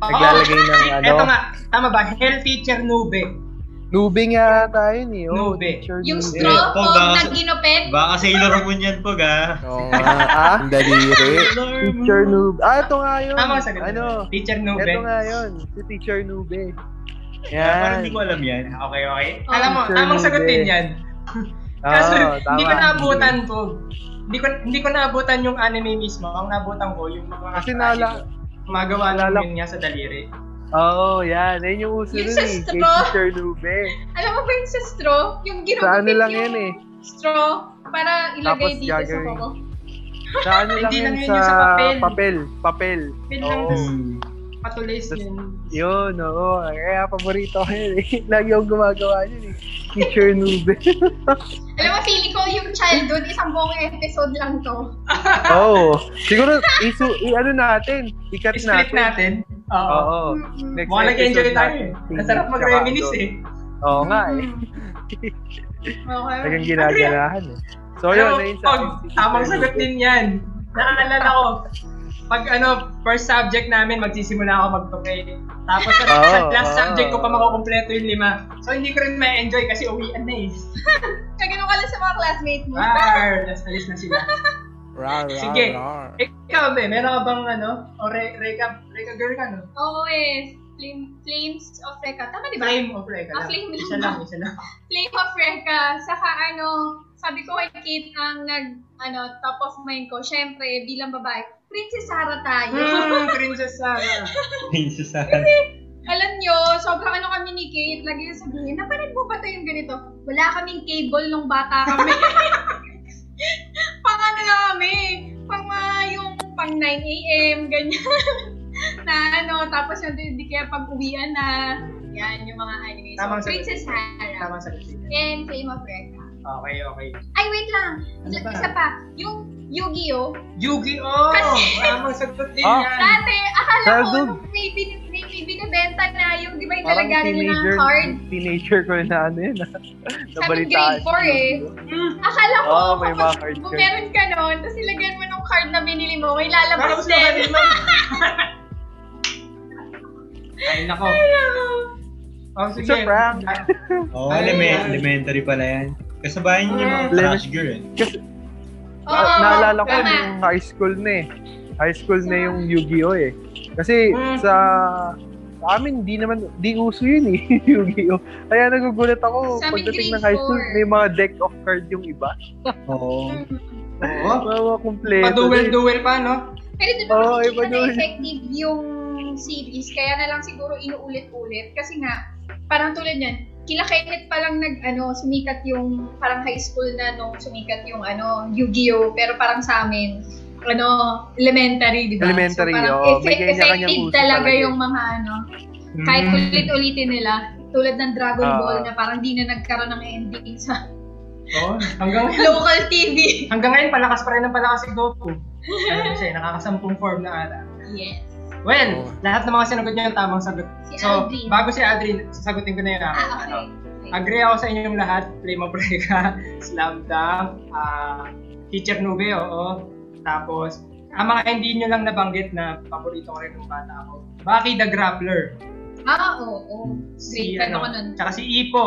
Speaker 4: Naglalagay ng ano.
Speaker 2: eto nga. Tama ba? Hell teacher Nube.
Speaker 4: Nubing yata yun eh. Oh,
Speaker 2: Nube.
Speaker 4: teacher
Speaker 1: Yung
Speaker 4: nube.
Speaker 1: straw
Speaker 5: Oh,
Speaker 1: pog na
Speaker 5: baka-
Speaker 1: ginupit.
Speaker 5: Baka Sailor Moon yan po, ga.
Speaker 3: Oo nga.
Speaker 4: Ah,
Speaker 3: Ang daliri.
Speaker 5: Sailor Moon.
Speaker 4: teacher nube. Ah, ito nga yun.
Speaker 2: Tama sa
Speaker 4: Ano,
Speaker 2: Teacher
Speaker 4: ito
Speaker 2: Nube.
Speaker 4: nga yun. Si teacher nube.
Speaker 5: Parang hindi
Speaker 4: Yan.
Speaker 5: ko alam yan.
Speaker 2: Okay, okay.
Speaker 1: Oh.
Speaker 2: Alam mo,
Speaker 4: Teacher
Speaker 2: tamang
Speaker 4: Nube.
Speaker 2: sagutin yan. Kaso,
Speaker 4: Ah,
Speaker 2: hindi ko
Speaker 4: tama.
Speaker 2: naabutan po. Hindi ko, hindi ko naabutan yung anime mismo. Ang naabutan ko, yung mga
Speaker 4: Kasi nala-
Speaker 2: magawa lang
Speaker 4: naalala-
Speaker 2: yun niya sa daliri.
Speaker 4: Oo, oh, yan. Yan yung uso
Speaker 1: Yung
Speaker 4: nun
Speaker 1: sa
Speaker 4: eh. Kay
Speaker 1: straw.
Speaker 4: teacher nube.
Speaker 1: Alam mo ba yung sa straw? Yung ginupit
Speaker 4: Sa ano lang
Speaker 1: yung
Speaker 4: yan eh.
Speaker 1: straw para ilagay
Speaker 4: Tapos
Speaker 1: dito
Speaker 4: gagawin.
Speaker 1: sa kuko.
Speaker 4: Sa ano lang
Speaker 2: Hindi
Speaker 4: yan,
Speaker 2: lang yun
Speaker 4: sa,
Speaker 2: yung sa papel.
Speaker 4: papel. Papel.
Speaker 2: Papel lang
Speaker 4: Oo.
Speaker 2: tas- Patuloy yun.
Speaker 4: Yun, oo. Kaya paborito ko yun eh. Lagi akong gumagawa yun eh. Teacher Nube.
Speaker 1: Alam mo, feeling ko yung childhood, isang buong episode lang to.
Speaker 4: Oo. Siguro, isu, i- ano natin? Ikat
Speaker 2: Split
Speaker 4: natin.
Speaker 2: natin. Oo.
Speaker 4: Oo.
Speaker 1: Mm-mm.
Speaker 4: Next
Speaker 2: Mukhang nag-enjoy
Speaker 4: episode
Speaker 2: tayo eh.
Speaker 4: natin.
Speaker 2: Ang sarap mag-reminisce eh.
Speaker 4: Oo nga eh.
Speaker 1: Mm. Okay.
Speaker 4: Talagang ginagalahan eh. So yun,
Speaker 2: Pero
Speaker 4: na yun sa
Speaker 2: Ano pag
Speaker 4: akin, si
Speaker 2: tamang
Speaker 4: Teacher
Speaker 2: sagot
Speaker 4: Nube.
Speaker 2: din yan. Naalala ko, pag ano, first subject namin, magsisimula ako magtukoy. Tapos sa,
Speaker 4: Oo,
Speaker 2: sa last
Speaker 4: oo.
Speaker 2: subject ko pa makukompleto yung lima. So hindi ko rin ma-enjoy kasi uwian na eh.
Speaker 1: Kagano ka lang sa mga classmate mo.
Speaker 2: Rar, nas alis na sila.
Speaker 3: Rar, rar,
Speaker 2: Sige.
Speaker 3: rar.
Speaker 2: Ikaw be, meron ka bang ano, o re reka, reka girl ka no?
Speaker 1: Oo eh. Flame, flames of Reka. Tama di ba?
Speaker 2: Flame of reka
Speaker 1: Ah,
Speaker 2: lang.
Speaker 1: flame
Speaker 2: Isa
Speaker 1: lang.
Speaker 2: lang, isa lang.
Speaker 1: Flame of Reka. Saka ano, sabi ko kay Kate ang nag, ano, top of mind ko. Siyempre, bilang babae, Princess Sarah tayo.
Speaker 2: Hmm, Princess Sarah.
Speaker 5: Jesus.
Speaker 1: Alam nyo, sobrang ano kami ni Kate, lagi yung sabihin, napanood mo ba ito yung ganito? Wala kaming cable nung bata kami. pang ano lang kami, pang ah, yung pang 9 a.m., ganyan. na ano, tapos yun, hindi kaya pag-uwian na. Yan, yung mga anime. So,
Speaker 2: Tamang sagot.
Speaker 1: Princess Hannah.
Speaker 2: Tama sagot din.
Speaker 1: And Flame of Reka.
Speaker 2: Okay, okay.
Speaker 1: Ay, wait lang.
Speaker 2: Ano
Speaker 1: Isa-
Speaker 2: ba?
Speaker 1: Isa pa, yung Yu-Gi-Oh!
Speaker 2: Yu-Gi-Oh!
Speaker 1: Kasi-
Speaker 2: Tamang sagot din
Speaker 4: Ah.
Speaker 2: yan.
Speaker 1: Dati, akala ko
Speaker 4: Childhood.
Speaker 1: may, bin, may, may binibenta na yung, di ba yung
Speaker 4: Parang
Speaker 1: talaga nila
Speaker 4: teenager,
Speaker 1: ng card?
Speaker 4: teenager ko na ano yun.
Speaker 1: Sabi grade 4 eh.
Speaker 2: Hmm.
Speaker 1: Akala ko,
Speaker 4: Oo, may mga
Speaker 1: kapag
Speaker 4: card
Speaker 1: kung
Speaker 4: ka.
Speaker 1: meron ka nun, tapos ilagyan mo nung card na binili mo, may lalabas
Speaker 2: Tapos na
Speaker 1: din.
Speaker 2: kanina. Ay, nako. Oh, sige.
Speaker 4: It's a prank.
Speaker 2: Ah,
Speaker 5: Oh,
Speaker 2: Ay,
Speaker 5: elemen-
Speaker 2: ay.
Speaker 5: elementary pala yan. Kasabayan niyo yung mga
Speaker 4: Mm.
Speaker 5: trash girl. eh.
Speaker 1: Oo,
Speaker 4: ah, naalala ko
Speaker 1: tama.
Speaker 4: yung high school na eh. High school na yung Yu-Gi-Oh eh. Kasi
Speaker 2: Mm.
Speaker 4: sa sa amin, di naman, di uso yun eh, Yu-Gi-Oh. Kaya nagugulat ako,
Speaker 1: Sa amin,
Speaker 4: pagdating ng
Speaker 1: grade
Speaker 4: high school,
Speaker 1: four.
Speaker 4: may mga deck of cards yung iba.
Speaker 5: Oo.
Speaker 2: Oo.
Speaker 4: Mga kompleto. eh.
Speaker 2: Pa-duel-duel pa, no?
Speaker 1: Pero di
Speaker 4: Oo,
Speaker 1: ba
Speaker 4: Ah, iba
Speaker 1: nakikita na
Speaker 4: dun.
Speaker 1: effective yung series, kaya na lang siguro inuulit-ulit. Kasi nga, parang tulad yan, kila Kenneth pa lang nag, ano, sumikat yung, parang high school na nung sumikat yung, ano, Yu-Gi-Oh! Pero parang sa amin, ano, elementary, di ba?
Speaker 4: Elementary,
Speaker 1: so, parang
Speaker 4: oo. May
Speaker 1: effe-
Speaker 4: kanya-kanyang
Speaker 1: effective
Speaker 4: uso
Speaker 1: talaga
Speaker 4: talaga. Mm.
Speaker 1: yung mga, ano, kahit ulit-ulitin nila, tulad ng Dragon
Speaker 4: Ah.
Speaker 1: Ball na parang di na nagkaroon ng ending sa
Speaker 2: Oo. Hanggang
Speaker 1: local TV.
Speaker 2: Hanggang ngayon, palakas pa rin ng palakas si Goku. Ano kasi, nakakasampung form na ata.
Speaker 1: Yes.
Speaker 2: Well,
Speaker 3: Oo.
Speaker 2: lahat ng mga sinagot niyo yung tamang sagot.
Speaker 1: Si
Speaker 2: So,
Speaker 1: Aldrin.
Speaker 2: bago si Aldrin, sasagutin ko na yun. ako.
Speaker 1: Ah,
Speaker 2: Ano,
Speaker 1: okay. okay.
Speaker 2: Agree ako sa inyong lahat. Flame of Reka, Slam Dunk, ah, Teacher Nube, oo. Tapos, ang mga hindi nyo lang nabanggit na paborito ko rin ng bata ako. Baki the Grappler.
Speaker 1: Ah, oo. oo. Great fan
Speaker 4: ano,
Speaker 1: ako ano nun.
Speaker 2: Tsaka si Ipo.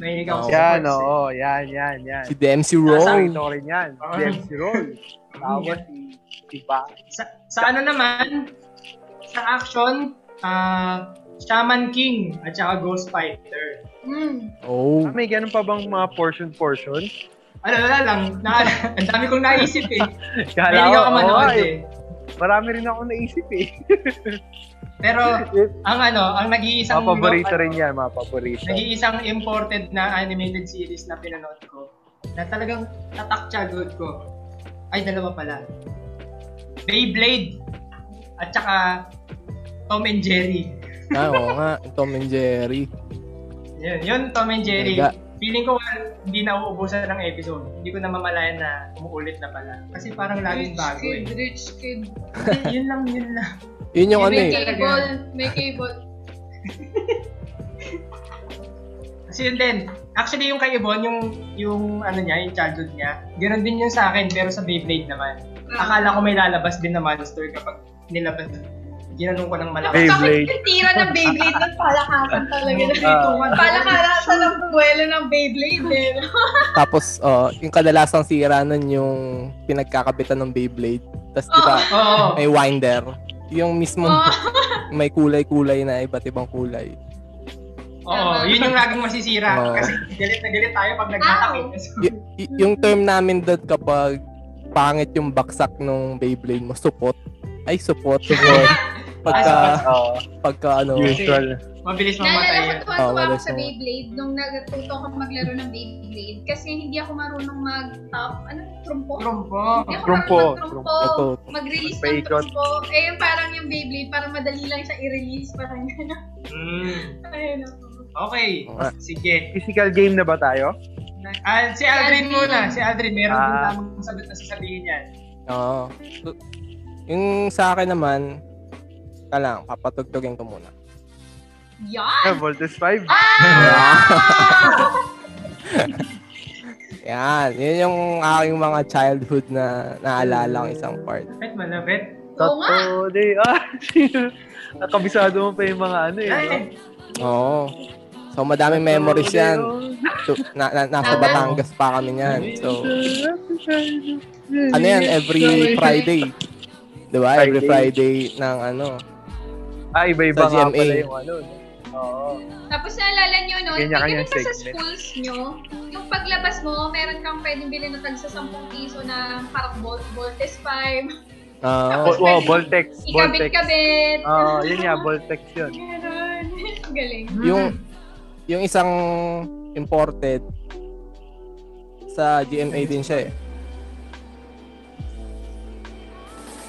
Speaker 2: Mahilig ako sa
Speaker 4: Yan,
Speaker 2: sports,
Speaker 4: oo, yan, yan, yan.
Speaker 3: Si DMC
Speaker 4: Sabi
Speaker 3: Roll.
Speaker 4: ko rin yan,
Speaker 2: Oo.
Speaker 4: si MC Roll. Tapos si, si Ba.
Speaker 2: eh. Sa, sa ano naman, sa action, ah, Shaman King at saka Ghost Fighter.
Speaker 1: Mm.
Speaker 3: Oh.
Speaker 4: Ah, May ganun pa bang mga portion-portion?
Speaker 2: Ano na lang, na, ang dami kong naisip eh.
Speaker 4: Kala
Speaker 2: Mahilig ako
Speaker 4: ko, oo,
Speaker 2: manood
Speaker 4: ay,
Speaker 2: eh.
Speaker 4: Marami rin ako naisip eh.
Speaker 2: Pero ang ano, ang nag-iisang
Speaker 4: Mga paborito
Speaker 2: ano,
Speaker 4: rin yan, mga paborito.
Speaker 2: Nag-iisang imported na animated series na pinanood ko na talagang tatak childhood ko. Ay, dalawa pala. Beyblade at saka Tom and Jerry.
Speaker 3: Ah, oo nga. Tom and Jerry.
Speaker 2: Yun, yun Tom and Jerry.
Speaker 3: Ganda.
Speaker 2: Feeling ko well, hindi na uubusan ng episode. Hindi ko na mamalayan na umuulit na pala. Kasi parang
Speaker 1: Rich
Speaker 2: laging bago
Speaker 1: kid,
Speaker 2: eh.
Speaker 1: rich kid.
Speaker 2: yun lang, yun lang.
Speaker 3: Yun yung ano
Speaker 1: may
Speaker 3: eh.
Speaker 1: cable, may cable.
Speaker 2: Kasi yun din. Actually, yung kay Ibon, yung, yung ano niya, yung childhood niya, ganoon din yun sa akin, pero sa Beyblade naman.
Speaker 1: Mm.
Speaker 2: Akala ko may lalabas din na monster kapag nilabas. Ginanong ko ng malakas.
Speaker 4: Hey.
Speaker 1: Beyblade.
Speaker 4: Beyblade.
Speaker 1: Bakit tira ng Beyblade ng palakasan talaga na?
Speaker 4: Ah.
Speaker 1: palakasan ng buwelo ng Beyblade eh. no?
Speaker 3: Tapos, oh, yung kadalasang sira nun yung pinagkakabitan ng Beyblade. Tapos, di ba,
Speaker 2: Oo.
Speaker 3: may winder. Yung mismo,
Speaker 1: Oo.
Speaker 3: may kulay-kulay na iba't ibang kulay.
Speaker 2: Oo. Yun yung laging masisira.
Speaker 3: Oo.
Speaker 2: Kasi galit na galit tayo pag nagtatakip.
Speaker 3: Y- y- yung term namin doon kapag pangit yung baksak ng Beyblade mo, supot. Ay, supot, supot. pagka,
Speaker 4: Oo,
Speaker 3: pagka ano,
Speaker 4: usual.
Speaker 2: Mabilis mamatay
Speaker 1: Naalala ko
Speaker 2: yun.
Speaker 1: tuwa tuwa
Speaker 3: Oo,
Speaker 1: ako
Speaker 3: Ah, wala
Speaker 1: sa
Speaker 3: sa-
Speaker 1: Beyblade nung natuto ko maglaro ng Beyblade kasi hindi ako marunong mag-top. Ano? Trumpo?
Speaker 2: Trumpo.
Speaker 1: Hindi ako
Speaker 4: Trumpo,
Speaker 1: marunong Trumpo.
Speaker 3: Ito,
Speaker 1: Mag-release ng
Speaker 4: Paikot.
Speaker 1: trumpo. Eh, yung parang yung Beyblade, parang madali lang siya i-release. Parang gano'n.
Speaker 2: Mm.
Speaker 1: Ayun oh. ako.
Speaker 2: Okay.
Speaker 3: Oo.
Speaker 2: Sige.
Speaker 4: Physical game na ba tayo?
Speaker 2: Ah, si
Speaker 1: Aldrin.
Speaker 2: Aldrin muna. Si Aldrin, meron din
Speaker 4: Ah.
Speaker 2: tamang sagot na sasabihin yan.
Speaker 3: Oo. So, yung sa akin naman, ka lang, papatugtugin ko muna.
Speaker 1: Yan!
Speaker 4: Ah, Voltes 5?
Speaker 3: Yan, yun yung aking mga childhood na naalala ang isang part.
Speaker 2: Malapit, malapit.
Speaker 1: Oo nga!
Speaker 4: Totoo, di. Ah, nakabisado mo pa yung mga ano eh. no?
Speaker 2: Ay,
Speaker 3: Oo. So, madaming memories
Speaker 4: Totoo,
Speaker 3: yan. So, na, na, nasa
Speaker 1: Tama.
Speaker 3: Batangas pa kami niyan. So,
Speaker 4: di, oh.
Speaker 3: ano yan, every Friday. Di ba? Every Friday ng ano.
Speaker 4: Ah, iba-iba
Speaker 3: Sa
Speaker 4: nga
Speaker 3: GMA.
Speaker 4: pala yung ano. no? Oo.
Speaker 1: Tapos naalala nyo nun,
Speaker 4: Ganyan-ganyan
Speaker 1: ganyan pa sa
Speaker 4: segment.
Speaker 1: schools nyo, yung paglabas mo, meron kang pwedeng bilhin na tag sa 10 piso na parang Vol Voltes 5.
Speaker 3: ah,
Speaker 4: Oh, oh, Voltex. Voltex.
Speaker 1: Ikabit-kabit.
Speaker 4: Oo, yun nga, Voltex yun.
Speaker 1: Ganun. Galing.
Speaker 3: yung, yung isang imported sa GMA din siya eh.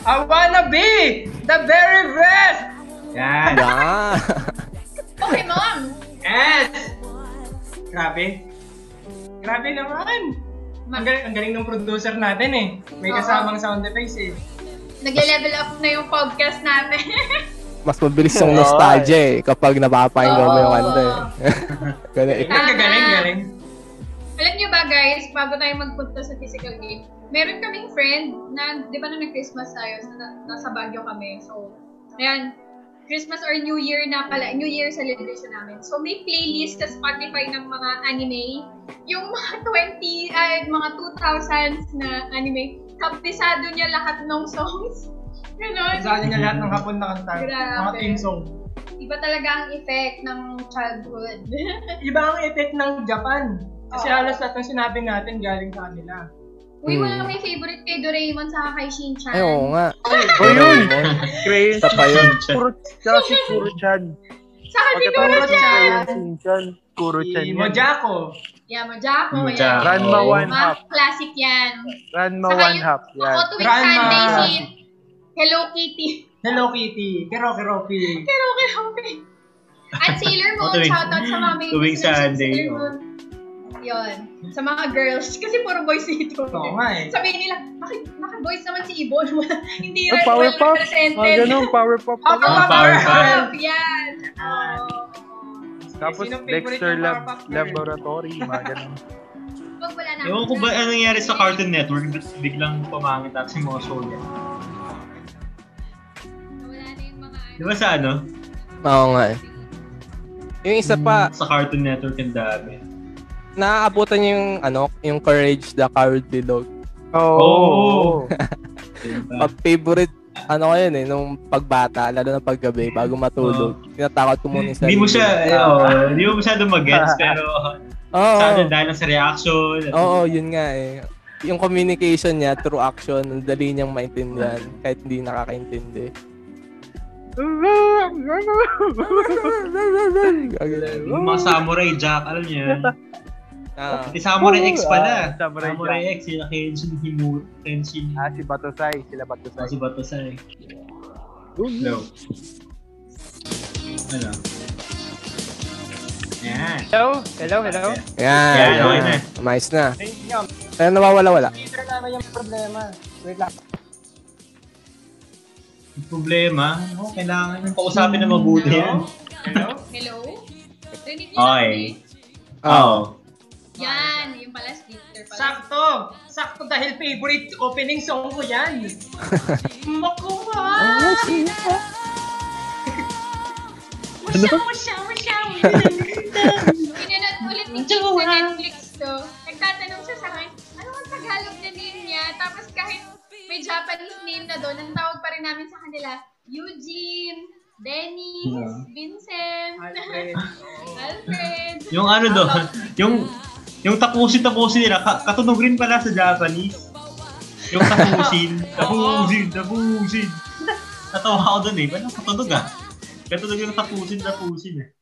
Speaker 2: I wanna be the very best!
Speaker 5: Yan.
Speaker 3: Yan.
Speaker 1: Pokemon!
Speaker 2: Yes! Grabe. Grabe naman. Ang galing, ang galing ng producer natin eh. May
Speaker 1: Oo.
Speaker 2: kasamang sound effects eh.
Speaker 1: Nagle-level up na yung podcast natin.
Speaker 3: Mas mabilis yung nostalgia eh kapag napapakinggan mo yung
Speaker 1: Oo.
Speaker 3: kanta eh. Ganun eh.
Speaker 1: Tama.
Speaker 2: Ang galing, galing.
Speaker 1: Alam niyo ba guys, bago tayo magpunta sa physical game, meron kaming friend na, di ba nung nag-Christmas tayo, na, nasa Baguio kami. So, ayan, Christmas or New Year na pala, New Year celebration namin. So, may playlist sa Spotify ng mga anime. Yung mga 20, ay, mga 2000s na anime, kapisado niya lahat ng songs. Ganon.
Speaker 2: Sali niya lahat ng hapon na kanta. Mga
Speaker 1: Grabe.
Speaker 2: theme song.
Speaker 1: Iba talaga ang effect ng childhood.
Speaker 2: Iba ang effect ng Japan. Kasi
Speaker 1: Oo.
Speaker 2: halos lahat ng sinabi natin galing sa kanila.
Speaker 1: Uy, wala
Speaker 3: Hmm.
Speaker 1: may favorite kay Doraemon sa kay Shinchan.
Speaker 3: Ay, Eh, oo nga.
Speaker 4: Oh, yun!
Speaker 3: Doraemon.
Speaker 4: Crayon
Speaker 3: Isa pa yun.
Speaker 4: Kuro, tsaka si Kuro-chan.
Speaker 1: Sa kay
Speaker 4: Pagkatapos si
Speaker 1: Dora-chan!
Speaker 4: Crayon-chan, Kuro-chan
Speaker 2: Si
Speaker 4: yun.
Speaker 2: Mojako.
Speaker 1: Yeah, Mojako.
Speaker 5: Mojako.
Speaker 1: Yan.
Speaker 4: Ranma
Speaker 3: Oo.
Speaker 4: 1
Speaker 1: Mga
Speaker 4: half.
Speaker 1: classic yan.
Speaker 4: Ranma
Speaker 1: Saka
Speaker 4: 1
Speaker 1: yun-
Speaker 4: half. Yan.
Speaker 1: Ako tuwing
Speaker 2: Ranma.
Speaker 1: Sunday si Hello Kitty.
Speaker 2: Hello Kitty. Kero Kero Kitty.
Speaker 1: Pero okay, okay. At Sailor Moon,
Speaker 5: O, tuwing-
Speaker 1: shoutout sa mga may
Speaker 5: tuwing
Speaker 1: gusto ng
Speaker 5: Sunday,
Speaker 1: Sailor
Speaker 5: oh.
Speaker 1: Moon. Yun. Sa mga girls. Kasi puro boys dito.
Speaker 2: Oo nga eh.
Speaker 1: Sabihin nila, bakit naka-boys naman si Ibon? Hindi rin
Speaker 4: Ay,
Speaker 1: well
Speaker 4: Powerpuff. Oh, Mga
Speaker 1: represented.
Speaker 4: ganun, Powerpuff.
Speaker 1: Ah,
Speaker 2: Ako
Speaker 5: Oh,
Speaker 2: pa
Speaker 5: Powerpuff.
Speaker 1: Powerpuff, Yan. Oh.
Speaker 4: Tapos
Speaker 2: Sinong favorite
Speaker 4: Dexter
Speaker 2: yung
Speaker 4: Lab
Speaker 2: Powerpuff girl?
Speaker 4: Laboratory, mga ganun.
Speaker 1: Pag wala na.
Speaker 5: Ewan ko ba ano nangyari sa Cartoon Network, ba't biglang pumangit at si mga soldier.
Speaker 1: Wala na yung mga...
Speaker 5: Di ba sa ano?
Speaker 3: Oo nga eh. Yung isa pa,
Speaker 5: Sa Cartoon Network ang dami.
Speaker 3: naaabutan niyo yung ano, yung Courage the Cowardly Dog. Oh.
Speaker 4: Oo.
Speaker 5: Diba?
Speaker 3: Pag favorite ano ko yun eh, nung pagbata, lalo na paggabi, bago matulog. Tinatakot ko muna yung
Speaker 5: Hindi mo
Speaker 3: sarili.
Speaker 5: siya, eh, oo, hindi mo masyado mag-gets, pero
Speaker 3: Oo,
Speaker 5: sa atin dahil lang sa reaction.
Speaker 3: oo, yun nga eh. yung communication niya through action, ang dali niyang maintindihan kahit hindi nakakaintindi. Ganun.
Speaker 5: Yung mga samurai jack, alam niyo yun.
Speaker 3: Ah,
Speaker 5: Hindi samurai X pala.
Speaker 4: Ah, Samurai
Speaker 5: samurai, X, yung Kenshin Himura. Kenshin.
Speaker 4: Ah, si Batosai. Sila Batosai.
Speaker 5: Kasi ba to sa eh?
Speaker 4: No.
Speaker 5: Ano? Yan.
Speaker 2: Hello? Hello? Hello?
Speaker 3: Yan.
Speaker 5: Yan, okay
Speaker 3: yan.
Speaker 5: na.
Speaker 3: Nice na.
Speaker 2: Ayun nga,
Speaker 3: Ayun, nawawala-wala.
Speaker 2: Twitter namin yung problema. Wait lang.
Speaker 5: Yung problema, no, kailangan yung kausapin na mabuti.
Speaker 2: Hello? Hello?
Speaker 1: Hello? Rinig niyo
Speaker 5: Oy.
Speaker 1: ako eh.
Speaker 3: Ah.
Speaker 5: Oo.
Speaker 1: Yan, yung pala speaker pala.
Speaker 2: Sakto! Sakto dahil favorite opening song ko yan. Makuha! Musyaw, musyaw, musyaw!
Speaker 1: Ano Pinanood ulit ni Jake sa Netflix to. Nagtatanong siya sa akin, ano ang Tagalog na name niya? Tapos kahit may Japanese name na doon, ang tawag pa rin namin sa kanila, Eugene, Dennis,
Speaker 5: Yeah.
Speaker 1: Vincent,
Speaker 2: Alfred.
Speaker 1: Alfred.
Speaker 5: Yung ano do, yung yung tapusin tapusin nila, ka, katunog rin pala sa Japanese. Yung tapusin, tapusin, tapusin. Natawa ako dun eh, paano katunog ah? Katunog yung tapusin, tapusin eh.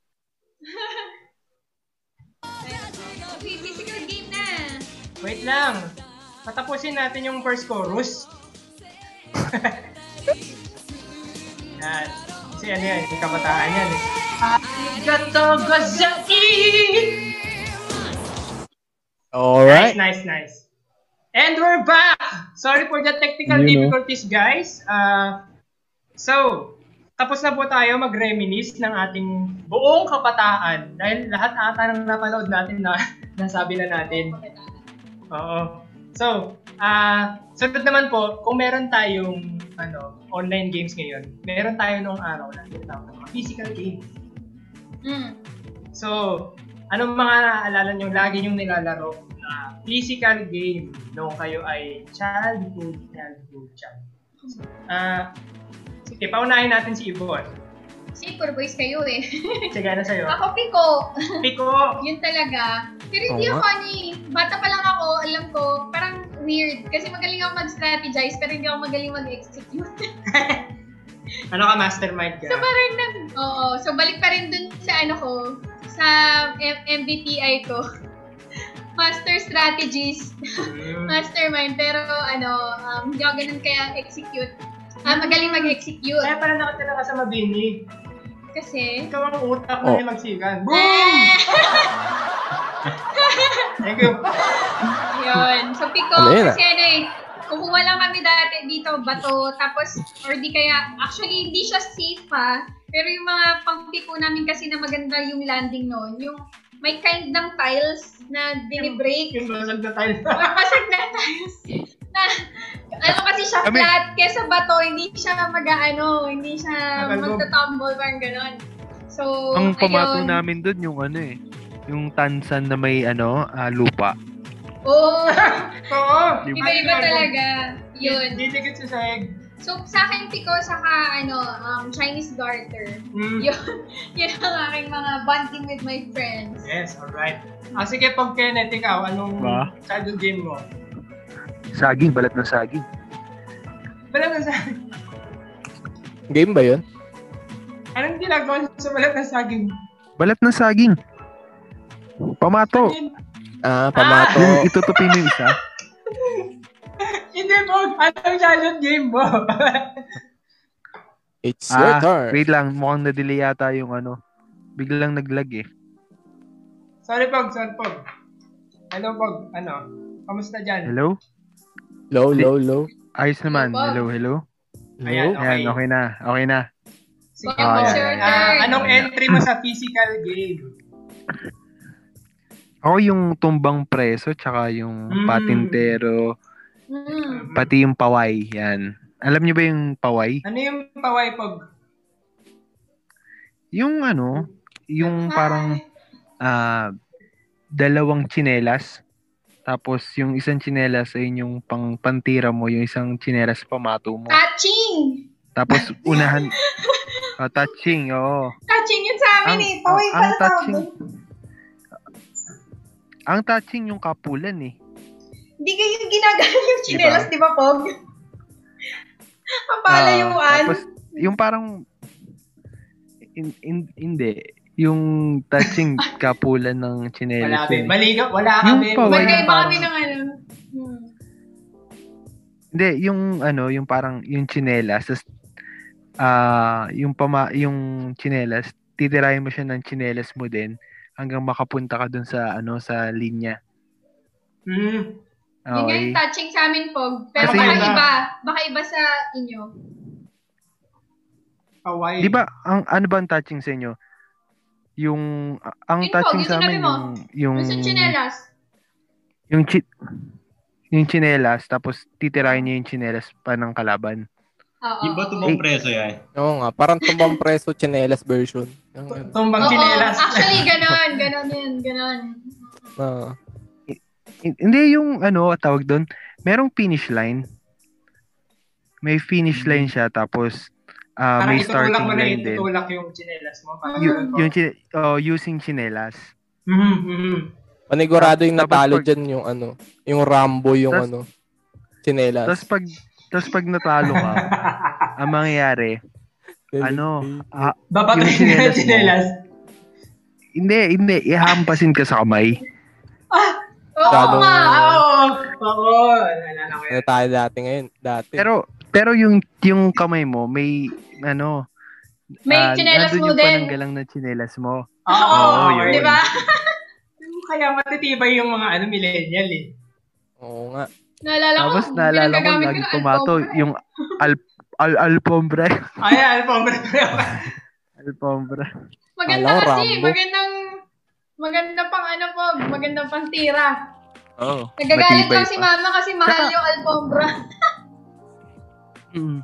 Speaker 1: Okay, physical game na.
Speaker 2: Wait lang. Patapusin natin yung first chorus. At, kasi ano yan, yung kabataan yan eh. Arigato gozaki! Nice,
Speaker 3: Alright.
Speaker 2: nice, nice. And we're back! Sorry for the technical
Speaker 3: You know.
Speaker 2: difficulties, guys. Uh, so, tapos na po tayo mag-reminis ng ating buong kabataan. Dahil lahat ata ng napanood natin na nasabi na natin. Oo. So, ah, sunod naman po, kung meron tayong ano, online games ngayon, meron tayo nung araw na tinatawag na mga physical games.
Speaker 1: Mm.
Speaker 2: So, anong mga naaalala nyo lagi nyong nilalaro na physical game nung kayo ay childhood, childhood, childhood? Ah, sige, paunahin natin si Yvonne.
Speaker 1: Shaper boys kayo eh.
Speaker 2: Sige, ano sa'yo?
Speaker 1: ako, Pico.
Speaker 2: Pico!
Speaker 1: Yun talaga. Pero hindi ako
Speaker 3: Oo nga.
Speaker 1: funny. Bata pa lang ako, alam ko, parang weird. Kasi magaling ako mag-strategize, pero hindi ako magaling mag-execute.
Speaker 2: Ano ka, mastermind ka?
Speaker 1: so parang nag... Oo. So balik pa rin dun sa ano ko, sa M- MBTI ko. Master strategist,
Speaker 2: Mm.
Speaker 1: mastermind, pero ano, um, hindi ako ganun kaya execute. Ah, magaling
Speaker 2: Kaya
Speaker 1: mag-execute.
Speaker 2: pala nakatira ka sa Mabini.
Speaker 1: Kasi,
Speaker 2: Ikaw ang utak
Speaker 3: Oh.
Speaker 2: mo na magsigan. Boom! Thank you.
Speaker 1: Yun. So, Pico,
Speaker 3: Ano yun,
Speaker 1: kasi ano eh, kukuha lang kami dati dito, bato, tapos, or di kaya, actually, hindi siya safe pa, pero yung mga pang-pico namin kasi na maganda yung landing noon, yung may kind ng tiles na dinibreak,
Speaker 2: Yung basag na tayo.
Speaker 1: or pasag na tiles, na, ano kasi siya
Speaker 4: Kami-
Speaker 1: flat, kesa bato, hindi siya mag-ano, hindi siya
Speaker 2: Nakalgob.
Speaker 1: magta-tumble, parang ganon. So,
Speaker 6: Ang pamato
Speaker 1: ayun.
Speaker 6: namin doon yung ano eh, yung tansan na may ano, ah, lupa.
Speaker 1: Oo,
Speaker 2: Oo!
Speaker 1: iba-iba talaga. Yun.
Speaker 2: Didikit sa sahig.
Speaker 1: So, sa akin, Pico, saka, ano, um, Chinese garter.
Speaker 2: Mm.
Speaker 1: Yun, yun ang aking mga bonding with my friends.
Speaker 2: Yes, alright. Ah, sige, pag Kenneth, ikaw, anong
Speaker 6: Ba?
Speaker 2: childhood game mo?
Speaker 6: Saging, balat ng saging.
Speaker 2: Balat ng saging.
Speaker 3: Game ba yun?
Speaker 2: Anong ginagawa niyo sa balat ng saging?
Speaker 6: Balat ng saging.
Speaker 4: Oh.
Speaker 6: Pamato.
Speaker 2: Yun,
Speaker 3: Ah, pamato.
Speaker 6: Yung itutupin mo yung isa.
Speaker 2: Hindi po, anong childhood game mo?
Speaker 3: It's
Speaker 4: Ah,
Speaker 3: your turn.
Speaker 6: Ah, wait lang, mukhang na-delay yata yung ano. Biglang naglag eh.
Speaker 2: sorry, Pog, sorry, Pog. Hello, Pog, ano? Kamusta dyan?
Speaker 6: Hello?
Speaker 3: Low, low, low.
Speaker 6: Ayos naman.
Speaker 1: Hello, Bob.
Speaker 6: Hello, hello.
Speaker 2: Ayan,
Speaker 3: Low.
Speaker 4: oh.
Speaker 2: okay.
Speaker 6: Ayan, okay na. Okay na.
Speaker 2: Sige,
Speaker 1: Pog,
Speaker 2: Pog.
Speaker 6: it's
Speaker 1: your
Speaker 2: Ah,
Speaker 1: turn.
Speaker 2: anong entry mo sa physical game?
Speaker 6: Ako yung tumbang preso, tsaka yung
Speaker 2: Mm.
Speaker 6: patintero,
Speaker 1: Mm.
Speaker 6: pati yung paway. Yan. Alam niyo ba yung paway?
Speaker 2: Ano yung paway, Pog?
Speaker 6: Yung ano, yung parang ah, dalawang tsinelas. Tapos yung isang tsinelas ay yung pang pantira mo, yung isang tsinelas pamato mo.
Speaker 1: Ah. Touching!
Speaker 6: Tapos unahan Ah, touching, oo.
Speaker 1: Touching yun sa amin eh. Paway
Speaker 6: ang
Speaker 1: pala tawag
Speaker 6: touching
Speaker 1: doon.
Speaker 6: Ang touching yung kapulan eh.
Speaker 1: Hindi kayo ginagawa yung chinelas, di ba, Pog? Ang pala
Speaker 4: Ah,
Speaker 1: yung ano? an.
Speaker 4: Tapos, yung parang, in, in- hindi, yung touching kapulan ng
Speaker 2: Wala
Speaker 4: chinelas.
Speaker 2: kami.
Speaker 4: yun eh.
Speaker 2: Mali ka, wala
Speaker 4: Yung
Speaker 2: kami.
Speaker 4: pa, wala.
Speaker 1: Magkaiba
Speaker 2: Parang-
Speaker 1: kami ng ano. Hmm.
Speaker 4: Hindi, yung ano, yung parang, yung chinelas, tas, ah, yung pama, yung chinelas, titirahin mo siya ng chinelas mo din hanggang makapunta ka dun sa, ano, sa linya.
Speaker 2: Hmm.
Speaker 1: Yun nga
Speaker 4: Ah,
Speaker 1: yung
Speaker 4: Okay.
Speaker 1: touching sa amin, Pog. Pero
Speaker 4: Kasi
Speaker 1: baka
Speaker 2: yun na-
Speaker 1: iba. Baka iba sa inyo.
Speaker 2: Kawaii.
Speaker 4: Di ba, ang, ano ba ang touching sa inyo? Yung, ang
Speaker 1: Yun po,
Speaker 4: touching
Speaker 1: yung
Speaker 4: sa
Speaker 1: sinabi
Speaker 4: amin,
Speaker 1: mo.
Speaker 4: yung,
Speaker 1: Yung sa
Speaker 4: yung,
Speaker 1: chinelas.
Speaker 4: yung, chi- yung chinelas, tapos titirahin niya yung chinelas pa ng kalaban.
Speaker 1: Oo.
Speaker 5: Di ba tumong preso yan?
Speaker 3: Oo nga, parang tumbang preso chinelas version. Yung,
Speaker 1: Oo,
Speaker 2: Tumbang
Speaker 1: Ah.
Speaker 2: chinelas.
Speaker 4: Ah,
Speaker 1: Actually, ganon. Ganon yun. Ganon.
Speaker 3: ah,
Speaker 4: Hin- Hindi yung ano, tawag doon, merong finish line. May finish
Speaker 1: Hmm.
Speaker 4: line siya tapos
Speaker 2: Parang
Speaker 4: ah, may
Speaker 2: itutulak
Speaker 4: starting
Speaker 2: mo na
Speaker 4: line
Speaker 2: yun,
Speaker 4: din.
Speaker 2: itutulak yung chinelas mo. Parang
Speaker 1: Yu-
Speaker 2: ganun po.
Speaker 4: Yung chi- oh, using chinelas.
Speaker 2: Mhm, mhm.
Speaker 3: panigurado yung
Speaker 4: Tapos
Speaker 3: natalo
Speaker 4: pag-
Speaker 3: dyan yung ano, yung Rambo yung
Speaker 4: Tas-
Speaker 3: ano, chinelas.
Speaker 4: Tapos pag tapos pag natalo ka, ang mangyayari, ano, ah,
Speaker 2: Babatayin
Speaker 4: Yung
Speaker 2: ka
Speaker 4: chinelas
Speaker 2: yung
Speaker 4: mo.
Speaker 2: chinelas.
Speaker 4: hindi, hindi, ihampasin ka sa kamay.
Speaker 1: Oo
Speaker 3: Ganon.
Speaker 1: nga.
Speaker 2: Oo,
Speaker 1: Oo.
Speaker 2: oo, naalala ko
Speaker 3: Ano
Speaker 2: yan.
Speaker 3: tayo dati ngayon? Dati.
Speaker 4: Pero pero yung yung kamay mo may ano,
Speaker 1: May
Speaker 4: ah,
Speaker 1: chinelas
Speaker 4: nandun
Speaker 1: mo
Speaker 4: yung
Speaker 1: din. Diba?
Speaker 4: pananggalang na chinelas mo.
Speaker 2: Oo,
Speaker 4: Oo,
Speaker 2: oo,
Speaker 4: yun.
Speaker 1: Di ba?
Speaker 2: Kaya matitibay yung mga ano millennial eh.
Speaker 3: Oo nga.
Speaker 1: Naalala ko.
Speaker 4: Tapos naalala ko
Speaker 1: ginagamit
Speaker 4: lagi
Speaker 1: ng
Speaker 4: tumato
Speaker 1: alcohol.
Speaker 4: yung al al alpombra,
Speaker 2: Ayan, pobre ko.
Speaker 4: alpombra.
Speaker 1: Maganda
Speaker 4: ano,
Speaker 3: Alam,
Speaker 1: kasi.
Speaker 3: Rambo.
Speaker 1: Magandang... Maganda pang ano po, maganda pang tira.
Speaker 4: Oh,
Speaker 1: Nagagalit lang si mama kasi mahal yung alfombra.
Speaker 4: Mm.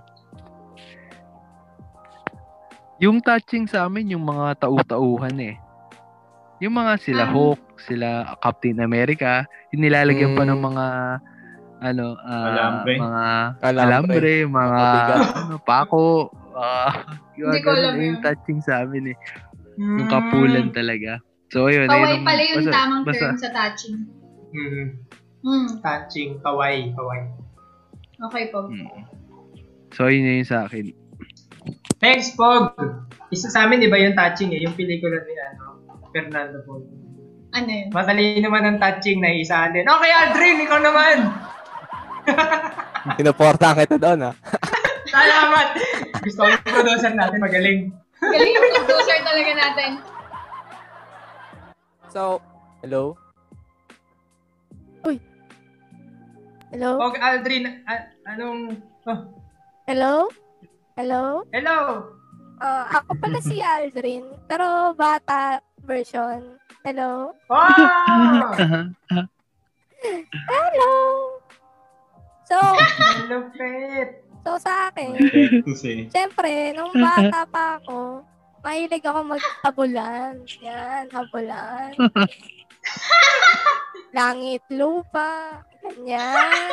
Speaker 4: Yung touching sa amin, yung mga tau-tauhan eh. Yung mga
Speaker 1: Ah.
Speaker 4: sila Hulk, sila Captain America, yung nilalagyan pa ng
Speaker 3: Mm.
Speaker 4: mga ano, ah,
Speaker 5: Alambre.
Speaker 4: mga
Speaker 3: Alambre.
Speaker 4: alambre, mga
Speaker 3: Mabigat.
Speaker 4: ano, pako. ah,
Speaker 1: Ah,
Speaker 4: yung,
Speaker 1: Hindi ko
Speaker 4: ganun
Speaker 1: alam
Speaker 4: yung
Speaker 1: yun.
Speaker 4: touching sa amin eh. Yung kapulan talaga. So, yun.
Speaker 1: Kaway
Speaker 4: ayun ang-
Speaker 1: pala yung
Speaker 4: basta-
Speaker 1: tamang
Speaker 4: basta-
Speaker 1: term sa touching.
Speaker 2: Mm,
Speaker 1: Hmm,
Speaker 2: touching, kawaii, kawaii.
Speaker 1: okay po.
Speaker 4: Mm. So, yun yun sa akin.
Speaker 2: Thanks, Pog! Isa sa amin, di ba yung touching eh, yung pelikula ni ano, Fernando Pog.
Speaker 1: Ano yun?
Speaker 2: Madali naman ang touching na isa din. Okay, Aldrin, ikaw naman!
Speaker 3: Sinuportahan kita doon ah.
Speaker 2: Salamat! Gusto ko yung producer natin, magaling.
Speaker 1: Galing yung producer talaga natin.
Speaker 3: So, hello?
Speaker 7: Hello?
Speaker 2: Pog, Aldrin, a- anong... oh,
Speaker 7: Hello? Hello?
Speaker 2: hello!
Speaker 7: Ah, ako pala si Aldrin, pero bata version. Hello?
Speaker 2: Wow!
Speaker 7: Hello! So,
Speaker 2: Ang lupit!
Speaker 7: so sa akin,
Speaker 5: Texas eh.
Speaker 7: syempre, nung bata pa ako, mahilig ako maghabulan. Yan, habulan. Langit, lupa, ganyan.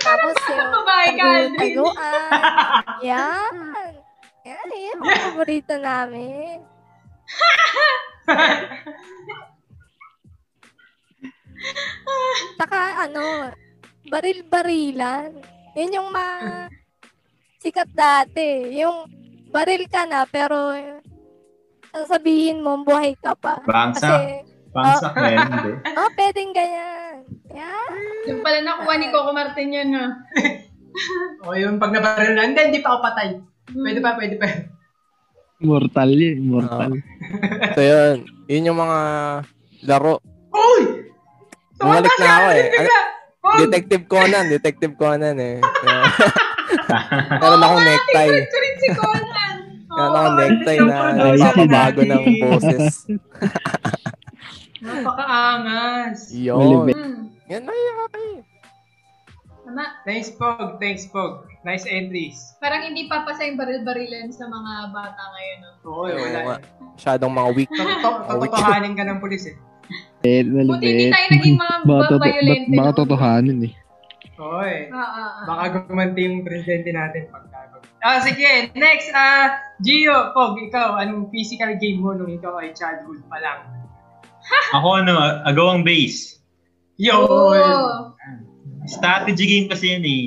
Speaker 7: Tapos eh, yung
Speaker 1: Babae ka, Aldrin.
Speaker 7: tagu-taguan. Yan. Yan, yan. Ang paborito namin. Saka ano, baril-barilan. Yun yung mga sikat dati. Yung baril ka na, pero sasabihin mo, buhay ka pa.
Speaker 5: Bangsa.
Speaker 7: Kasi,
Speaker 5: Pangsak na yan, hindi.
Speaker 7: oh, pwedeng ganyan. Yan.
Speaker 1: Yung pala nakuha ni Coco Martin yun, no?
Speaker 2: O Oh, yung pag nabaril na, hindi, hindi pa ako patay. Pwede pa, pwede pa.
Speaker 4: Mortal yun,
Speaker 1: Ah.
Speaker 4: mortal.
Speaker 3: So yun, yun yung mga laro.
Speaker 2: Uy!
Speaker 3: Bumalik na ako eh. Ano-
Speaker 2: Pog!
Speaker 3: Detective Conan, Detective Conan eh. Meron akong necktie.
Speaker 1: Ito rin si Conan.
Speaker 3: Meron akong
Speaker 1: Oo.
Speaker 3: necktie na nagpapabago ng boses.
Speaker 2: Napakaangas!
Speaker 3: Yun.
Speaker 1: Hmm,
Speaker 3: Yan na yun, okay.
Speaker 1: Tama.
Speaker 2: Thanks, Pog. Thanks, Pog. Nice entries.
Speaker 1: Parang hindi papasa yung baril-barilan sa mga bata ngayon, no?
Speaker 2: Oo,
Speaker 3: Oo nga.
Speaker 2: wala. eh.
Speaker 3: Masyadong mga weak.
Speaker 2: Toto- Tototohanin ka ng pulis eh.
Speaker 1: Buti hindi
Speaker 8: eh.
Speaker 1: tayo naging mga violente. Mga
Speaker 4: totohanin eh.
Speaker 2: Oo eh.
Speaker 1: Oo, oo.
Speaker 2: Baka gumanti yung presidente natin pag nagod. Ah, sige. Next, ah, Gio, Pog, ikaw, anong physical game mo nung ikaw ay childhood pa lang?
Speaker 5: Ako ano, agawang base.
Speaker 2: Yo!
Speaker 8: Oh,
Speaker 1: Oh. Oo.
Speaker 5: Strategy game kasi yun eh.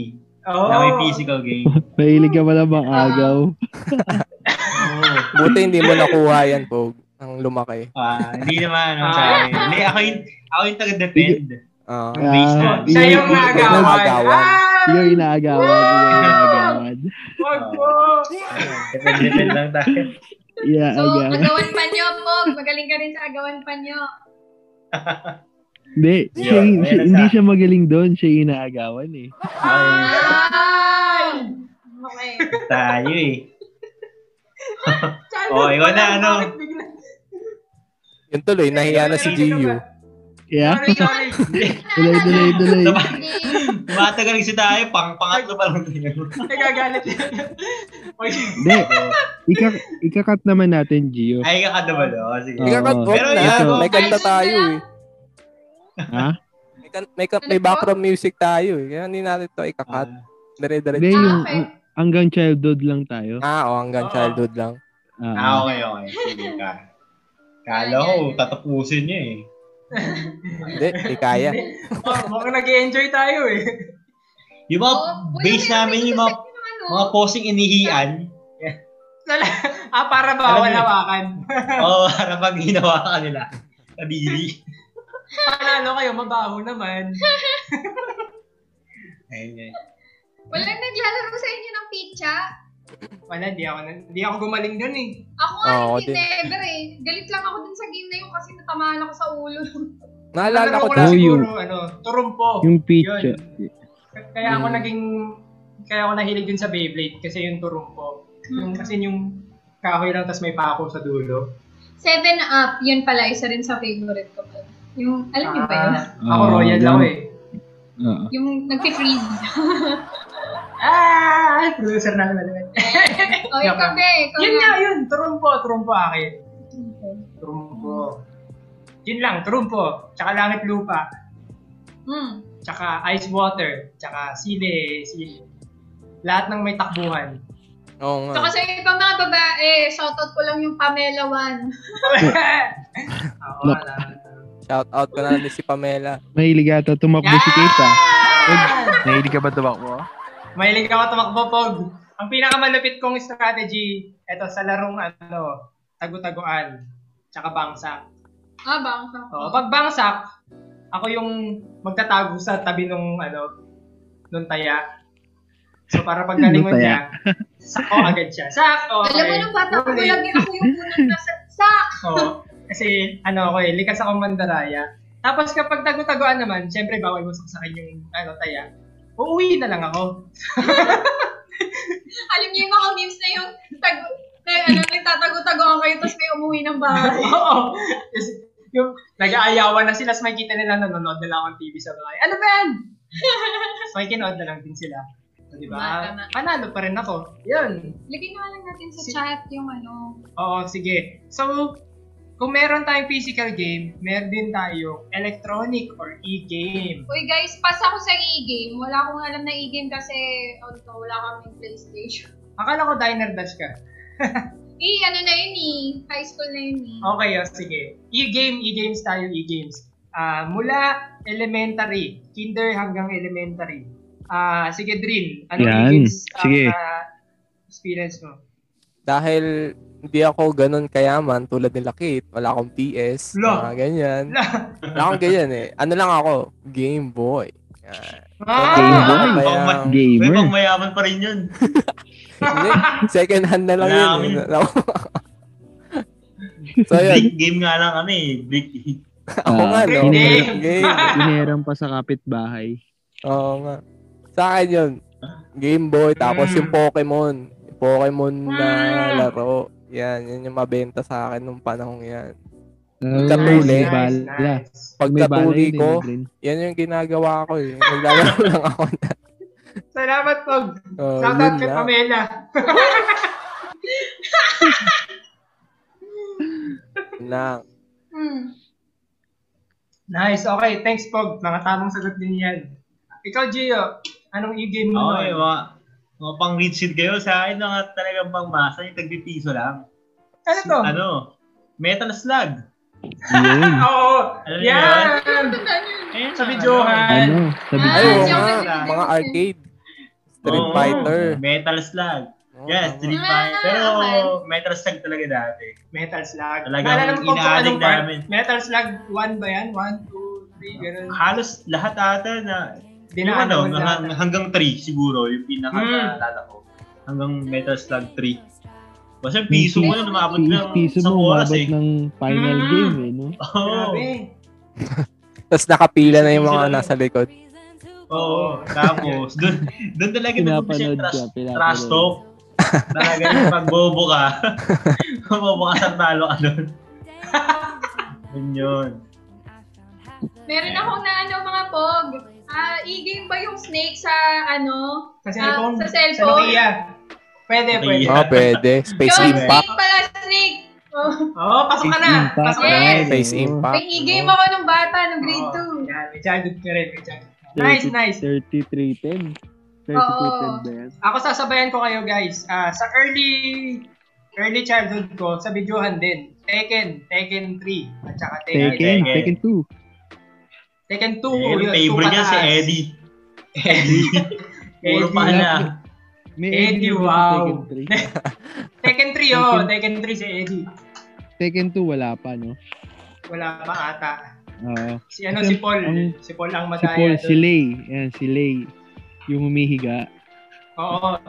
Speaker 2: Oh.
Speaker 5: Na may physical game.
Speaker 8: Mahilig ka ba na
Speaker 1: Ah.
Speaker 8: bang agaw?
Speaker 5: Oo.
Speaker 3: Buti hindi mo nakuha yan, Pog. Ang lumaki.
Speaker 5: Ah, hindi naman ang
Speaker 2: Ah.
Speaker 5: sa akin. Hindi, ako yung, ako yung taga-depend.
Speaker 3: Ah.
Speaker 8: Ah,
Speaker 5: Based on-
Speaker 8: yun-
Speaker 2: Oh, Siya yung
Speaker 3: Yung
Speaker 2: nagawan.
Speaker 3: nagawan.
Speaker 2: Ah!
Speaker 8: Yung inaagawan. Yung inaagawan.
Speaker 2: Wag mo.
Speaker 5: Depend-depend lang tayo.
Speaker 8: Yeah,
Speaker 1: So, ano?
Speaker 8: agaw.
Speaker 1: agawan pa nyo, Pog. Magaling ka rin sa agawan pa nyo.
Speaker 8: Hindi,
Speaker 5: Yun,
Speaker 8: siya, siya-
Speaker 5: meron
Speaker 8: hindi
Speaker 5: sa-
Speaker 8: siya magaling doon. Siya yung inaagawan eh.
Speaker 1: Ay! Okay.
Speaker 5: Tayo eh.
Speaker 2: Childhood
Speaker 5: Oh, ikaw
Speaker 2: pa
Speaker 5: na,
Speaker 2: lang,
Speaker 5: ano?
Speaker 2: bakit bigla-
Speaker 3: Yun tuloy, nahiya na si GU.
Speaker 8: Kaya,
Speaker 2: Sorry, sorry.
Speaker 8: tuloy, tuloy, tuloy.
Speaker 5: Tuma-
Speaker 1: Sige.
Speaker 5: Tumatagal kasi tayo, pang pangatlo pa lang tayo.
Speaker 2: Nagagalit yan. Uy,
Speaker 8: Hindi, ika, ikakat naman natin, Gio.
Speaker 5: Ay, kakadabalo. oh, Sige.
Speaker 8: Oo.
Speaker 3: Ikakat, wag
Speaker 5: Pero
Speaker 3: na.
Speaker 5: yun,
Speaker 3: May
Speaker 5: okay.
Speaker 3: kanta tayo eh.
Speaker 8: Ha?
Speaker 3: May, kan- may, kan- may background music tayo eh. Kaya hindi natin ito
Speaker 5: Ah,
Speaker 3: ikakat.
Speaker 8: Ah. Hindi,
Speaker 3: Dire-diretso.
Speaker 8: yung
Speaker 1: okay.
Speaker 8: ang- hanggang childhood lang tayo.
Speaker 3: Ah, o, hanggang
Speaker 2: Oo.
Speaker 3: childhood lang.
Speaker 5: Ah,
Speaker 8: Ah,
Speaker 5: okay, okay. Sige ka. Kala ko, tatapusin niya eh.
Speaker 3: Hindi, hindi kaya.
Speaker 2: oh, mukhang nag-enjoy tayo eh.
Speaker 5: Yung mga
Speaker 1: Oo. Uy,
Speaker 5: base
Speaker 1: may-
Speaker 5: namin,
Speaker 1: may
Speaker 5: yung mga,
Speaker 1: suspect ng ano.
Speaker 5: mga posing inihian.
Speaker 2: ah, para bawal
Speaker 5: Alam mo-
Speaker 2: hawakan.
Speaker 5: Oo, oh, para pag ginawa ka nila. Nabili.
Speaker 2: Panalo kayo, mabaho naman.
Speaker 5: Ayun, ayun.
Speaker 1: Walang naglalaro sa inyo ng pitcha?
Speaker 2: Wala, di ako, na- di ako gumaling dun eh.
Speaker 1: Ako nga,
Speaker 3: Oo,
Speaker 1: hindi
Speaker 3: din.
Speaker 1: never eh. Galit lang ako dun sa game na yun kasi natamaan ako sa ulo.
Speaker 3: Naalala ko
Speaker 2: ko
Speaker 3: din.
Speaker 2: lang
Speaker 8: Oh, yun.
Speaker 2: siguro, ano, turumpo.
Speaker 8: yung picture.
Speaker 2: Kaya ako
Speaker 3: Hmm.
Speaker 2: naging, kaya ako nahilig dun sa Beyblade kasi yung turumpo.
Speaker 3: Hmm.
Speaker 2: Yung, kasi yung kahoy lang tas may pako sa dulo.
Speaker 1: Seven Up, yun pala, isa rin sa favorite ko pala. Yung, alam niyo ba yun?
Speaker 2: Ah, ako royal
Speaker 8: Ah,
Speaker 2: ako
Speaker 8: yan.
Speaker 2: eh.
Speaker 8: Oo.
Speaker 1: Yung nagpi-freeze.
Speaker 2: Ah, producer na naman.
Speaker 1: o, yung
Speaker 2: Yuck.
Speaker 1: kape,
Speaker 2: yun nga yun, turumpo, turumpo akin. Trumpo. Yun lang, trumpo. Tsaka langit lupa.
Speaker 1: Hmm.
Speaker 2: Tsaka ice water. Tsaka sili, sili. Lahat ng may takbuhan.
Speaker 3: Oo
Speaker 2: Oh.
Speaker 1: So,
Speaker 3: nga.
Speaker 1: kasi ibang mga babae, shoutout ko lang yung Pamela Wan.
Speaker 2: Ako, wala.
Speaker 3: Shout out ko na ni si Pamela.
Speaker 8: Mahilig ata tumakbo si Kate ah.
Speaker 6: Nahilig ka ba tumakbo?
Speaker 2: Mahilig ako tumakbo, Pog. Ang pinakamalupit kong strategy, eto sa larong ano, tagutaguan. Tsaka bangsak.
Speaker 1: Ah, bangsa ko.
Speaker 2: Oo, pag bangsak, ako yung magtatago sa tabi nung ano, nung taya. So para pagkalingon
Speaker 8: Nung
Speaker 2: niya, sako agad siya. Sako!
Speaker 1: Alam mo, nung bata ko, lagi ako yung unang nasa sak.
Speaker 2: Oo. Kasi ano ako eh, likas ako mandaraya. Tapos kapag tago-tagoan naman, syempre bawal mo saksakin yung ano, taya. Uuwi na lang ako.
Speaker 1: Alam niyo yung mga memes na yung tag na ano, nagtatago-tagoan kayo tapos may umuwi ng bahay.
Speaker 2: Oo. Is- yung nag-aayawan na sila, tapos makikita nila nanonood na lang ang TV sa bahay. Ano ba yan? so, kinood na lang din sila. So, di ba?
Speaker 1: Tama, tama.
Speaker 2: Panalo pa rin ako. Yun.
Speaker 1: Lagyan nga lang natin sa
Speaker 2: Si-
Speaker 1: chat yung ano.
Speaker 2: Oo, sige. So, kung meron tayong physical game, meron din tayong electronic or e-game.
Speaker 1: Uy guys, pass ako sa e-game. Wala akong alam na e-game kasi although wala kaming PlayStation.
Speaker 2: Akala ko diner dash ka.
Speaker 1: Eh, ano na yun eh. High school na yun eh.
Speaker 2: Okay, oh, sige. E-game, e-games tayo, e-games. Ah, mula elementary, kinder hanggang elementary. Ah, sige, Dream. Ano
Speaker 8: Yan.
Speaker 2: e-games ang
Speaker 8: Sige.
Speaker 2: ah, experience mo?
Speaker 3: Dahil hindi ako ganun kayaman tulad nila Kate. Wala akong PS.
Speaker 2: Lo.
Speaker 3: Mga ganyan. Wala akong ganyan eh. Ano lang ako? Game Boy. Yan.
Speaker 8: Game
Speaker 2: Ah!
Speaker 8: Boy.
Speaker 3: Ano ba yung-
Speaker 5: Pang May
Speaker 8: Gamer.
Speaker 5: pang mayaman pa rin yun.
Speaker 3: Hindi. Second hand na lang
Speaker 5: Wala
Speaker 3: yun.
Speaker 5: kami.
Speaker 3: eh. so yun.
Speaker 5: Big game nga lang ano eh. Big hit.
Speaker 8: Ah,
Speaker 3: Ako nga, no?
Speaker 2: Game.
Speaker 3: Game. Game.
Speaker 8: Inerang pa sa kapitbahay.
Speaker 3: Oo nga. Sa akin yun. Game Boy. Tapos
Speaker 2: Mm.
Speaker 3: yung Pokemon. Yung Pokemon na
Speaker 2: Mm.
Speaker 3: laro. Yan. Yan yung mabenta sa akin nung panahong yan.
Speaker 8: Uh,
Speaker 3: Katuli.
Speaker 8: May bala.
Speaker 2: nice.
Speaker 8: May bala
Speaker 3: Pagkatuli
Speaker 8: yun,
Speaker 3: ko,
Speaker 8: eh, Green.
Speaker 3: yan yung ginagawa ko eh. Naglalaro lang ako na.
Speaker 2: Salamat, Pog.
Speaker 3: Oh,
Speaker 2: Shoutout kay
Speaker 3: yun lang.
Speaker 2: Pamela.
Speaker 3: Yun lang.
Speaker 1: Hmm.
Speaker 2: Nice, okay. Thanks, Pog. Mga tamang sagot din yan. Ikaw, Gio, anong e-game mo?
Speaker 5: Oo, yung mga, mga pang rich shit kayo. Sa akin, mga talagang pang masa. Yung tagpipiso lang.
Speaker 2: ano to? Ah,
Speaker 5: Ano? Metal Slug.
Speaker 8: Yun.
Speaker 2: Oo!
Speaker 5: Alam niyo
Speaker 2: Yan!
Speaker 5: Ayun
Speaker 2: Sa
Speaker 5: ang
Speaker 2: videohan!
Speaker 8: Ano? Sabi
Speaker 1: Ah,
Speaker 3: Ay, oo
Speaker 1: yung
Speaker 3: nga,
Speaker 1: ganun.
Speaker 3: mga arcade.
Speaker 5: ano.
Speaker 3: Street
Speaker 5: Oo,
Speaker 3: Fighter.
Speaker 5: Metal Slug.
Speaker 3: Oo,
Speaker 5: Yes,
Speaker 3: tama.
Speaker 5: Street Fighter. Pero
Speaker 1: okay.
Speaker 5: Metal Slug talaga dati.
Speaker 2: Metal Slug.
Speaker 5: Talagang
Speaker 2: Naalala mo kung
Speaker 5: inaadik
Speaker 2: anong part?
Speaker 5: namin.
Speaker 2: Metal Slug 1 ba yan? 1, 2, 3, ganun.
Speaker 5: Halos lahat ata na ano, Yung
Speaker 2: Dinaan
Speaker 5: ano,
Speaker 2: mo
Speaker 5: hang-
Speaker 2: lahat.
Speaker 5: hanggang 3 siguro, yung pinaka
Speaker 2: Mm.
Speaker 5: naalala ko. Hanggang Metal Slug 3. Basta piso mo na umabot ng
Speaker 8: Piso
Speaker 5: isang
Speaker 8: mo
Speaker 5: oras
Speaker 8: umabot
Speaker 5: eh.
Speaker 8: ng final
Speaker 2: Mm.
Speaker 8: game eh, no?
Speaker 5: Oo.
Speaker 2: Grabe.
Speaker 3: Tapos nakapila na yung mga
Speaker 5: Sila-
Speaker 3: nasa likod.
Speaker 5: Oo. Tapos, doon doon talaga nag-umpisa yung
Speaker 8: Pinapanood
Speaker 5: trust,
Speaker 8: ka,
Speaker 5: trust
Speaker 8: pinapanood.
Speaker 5: talk. Talaga yung pagbobo ka. Bobo ka sa talo ka doon. Yun yun.
Speaker 1: Meron akong na ano mga pog. Ah, i-game ba yung snake sa ano?
Speaker 2: Sa cellphone.
Speaker 1: sa cellphone?
Speaker 2: Sa Nokia. Pwede,
Speaker 5: Nokia.
Speaker 2: pwede.
Speaker 3: Oo, Ah, pwede. Space
Speaker 1: Yun,
Speaker 3: Impact.
Speaker 1: snake pala, snake. Oh,
Speaker 2: Oo, pasok ka na.
Speaker 8: Impact.
Speaker 2: Pasok ka na.
Speaker 1: Yes.
Speaker 3: Space
Speaker 8: Ah,
Speaker 3: Impact.
Speaker 1: may i-game ako nung bata, nung grade
Speaker 2: Oo,
Speaker 1: 2.
Speaker 2: Yan, Oh, may jagged ka rin. May jagged. Nice, nice.
Speaker 8: 3310.
Speaker 1: Oo.
Speaker 8: 3310 ba yan?
Speaker 2: Ako sasabayan ko kayo guys. Ah, sa early early childhood ko, sa videohan din. Tekken, Tekken 3, at saka Tekken.
Speaker 8: Tekken,
Speaker 5: Tekken.
Speaker 8: Tekken 2.
Speaker 2: Tekken 2,
Speaker 5: Eh, yung
Speaker 2: yun,
Speaker 5: favorite
Speaker 2: two
Speaker 5: niya si
Speaker 2: pataas.
Speaker 5: Eddie. Eddie. Puro
Speaker 2: Eddie.
Speaker 5: pa na.
Speaker 8: May
Speaker 2: Eddie,
Speaker 8: Eddie ba sa
Speaker 2: wow.
Speaker 8: Tekken three?
Speaker 2: Tekken 3, oh. Tekken 3 si Eddie.
Speaker 8: Tekken 2 wala pa, no?
Speaker 2: Wala pa ata.
Speaker 8: Oo.
Speaker 2: Si ano,
Speaker 8: Kasi
Speaker 2: si Paul.
Speaker 8: ang-
Speaker 2: si Paul ang
Speaker 8: si
Speaker 2: madaya.
Speaker 8: Paul,
Speaker 2: doon.
Speaker 8: si Lay. Ayan, si Lay. Yung humihiga.
Speaker 2: Oo.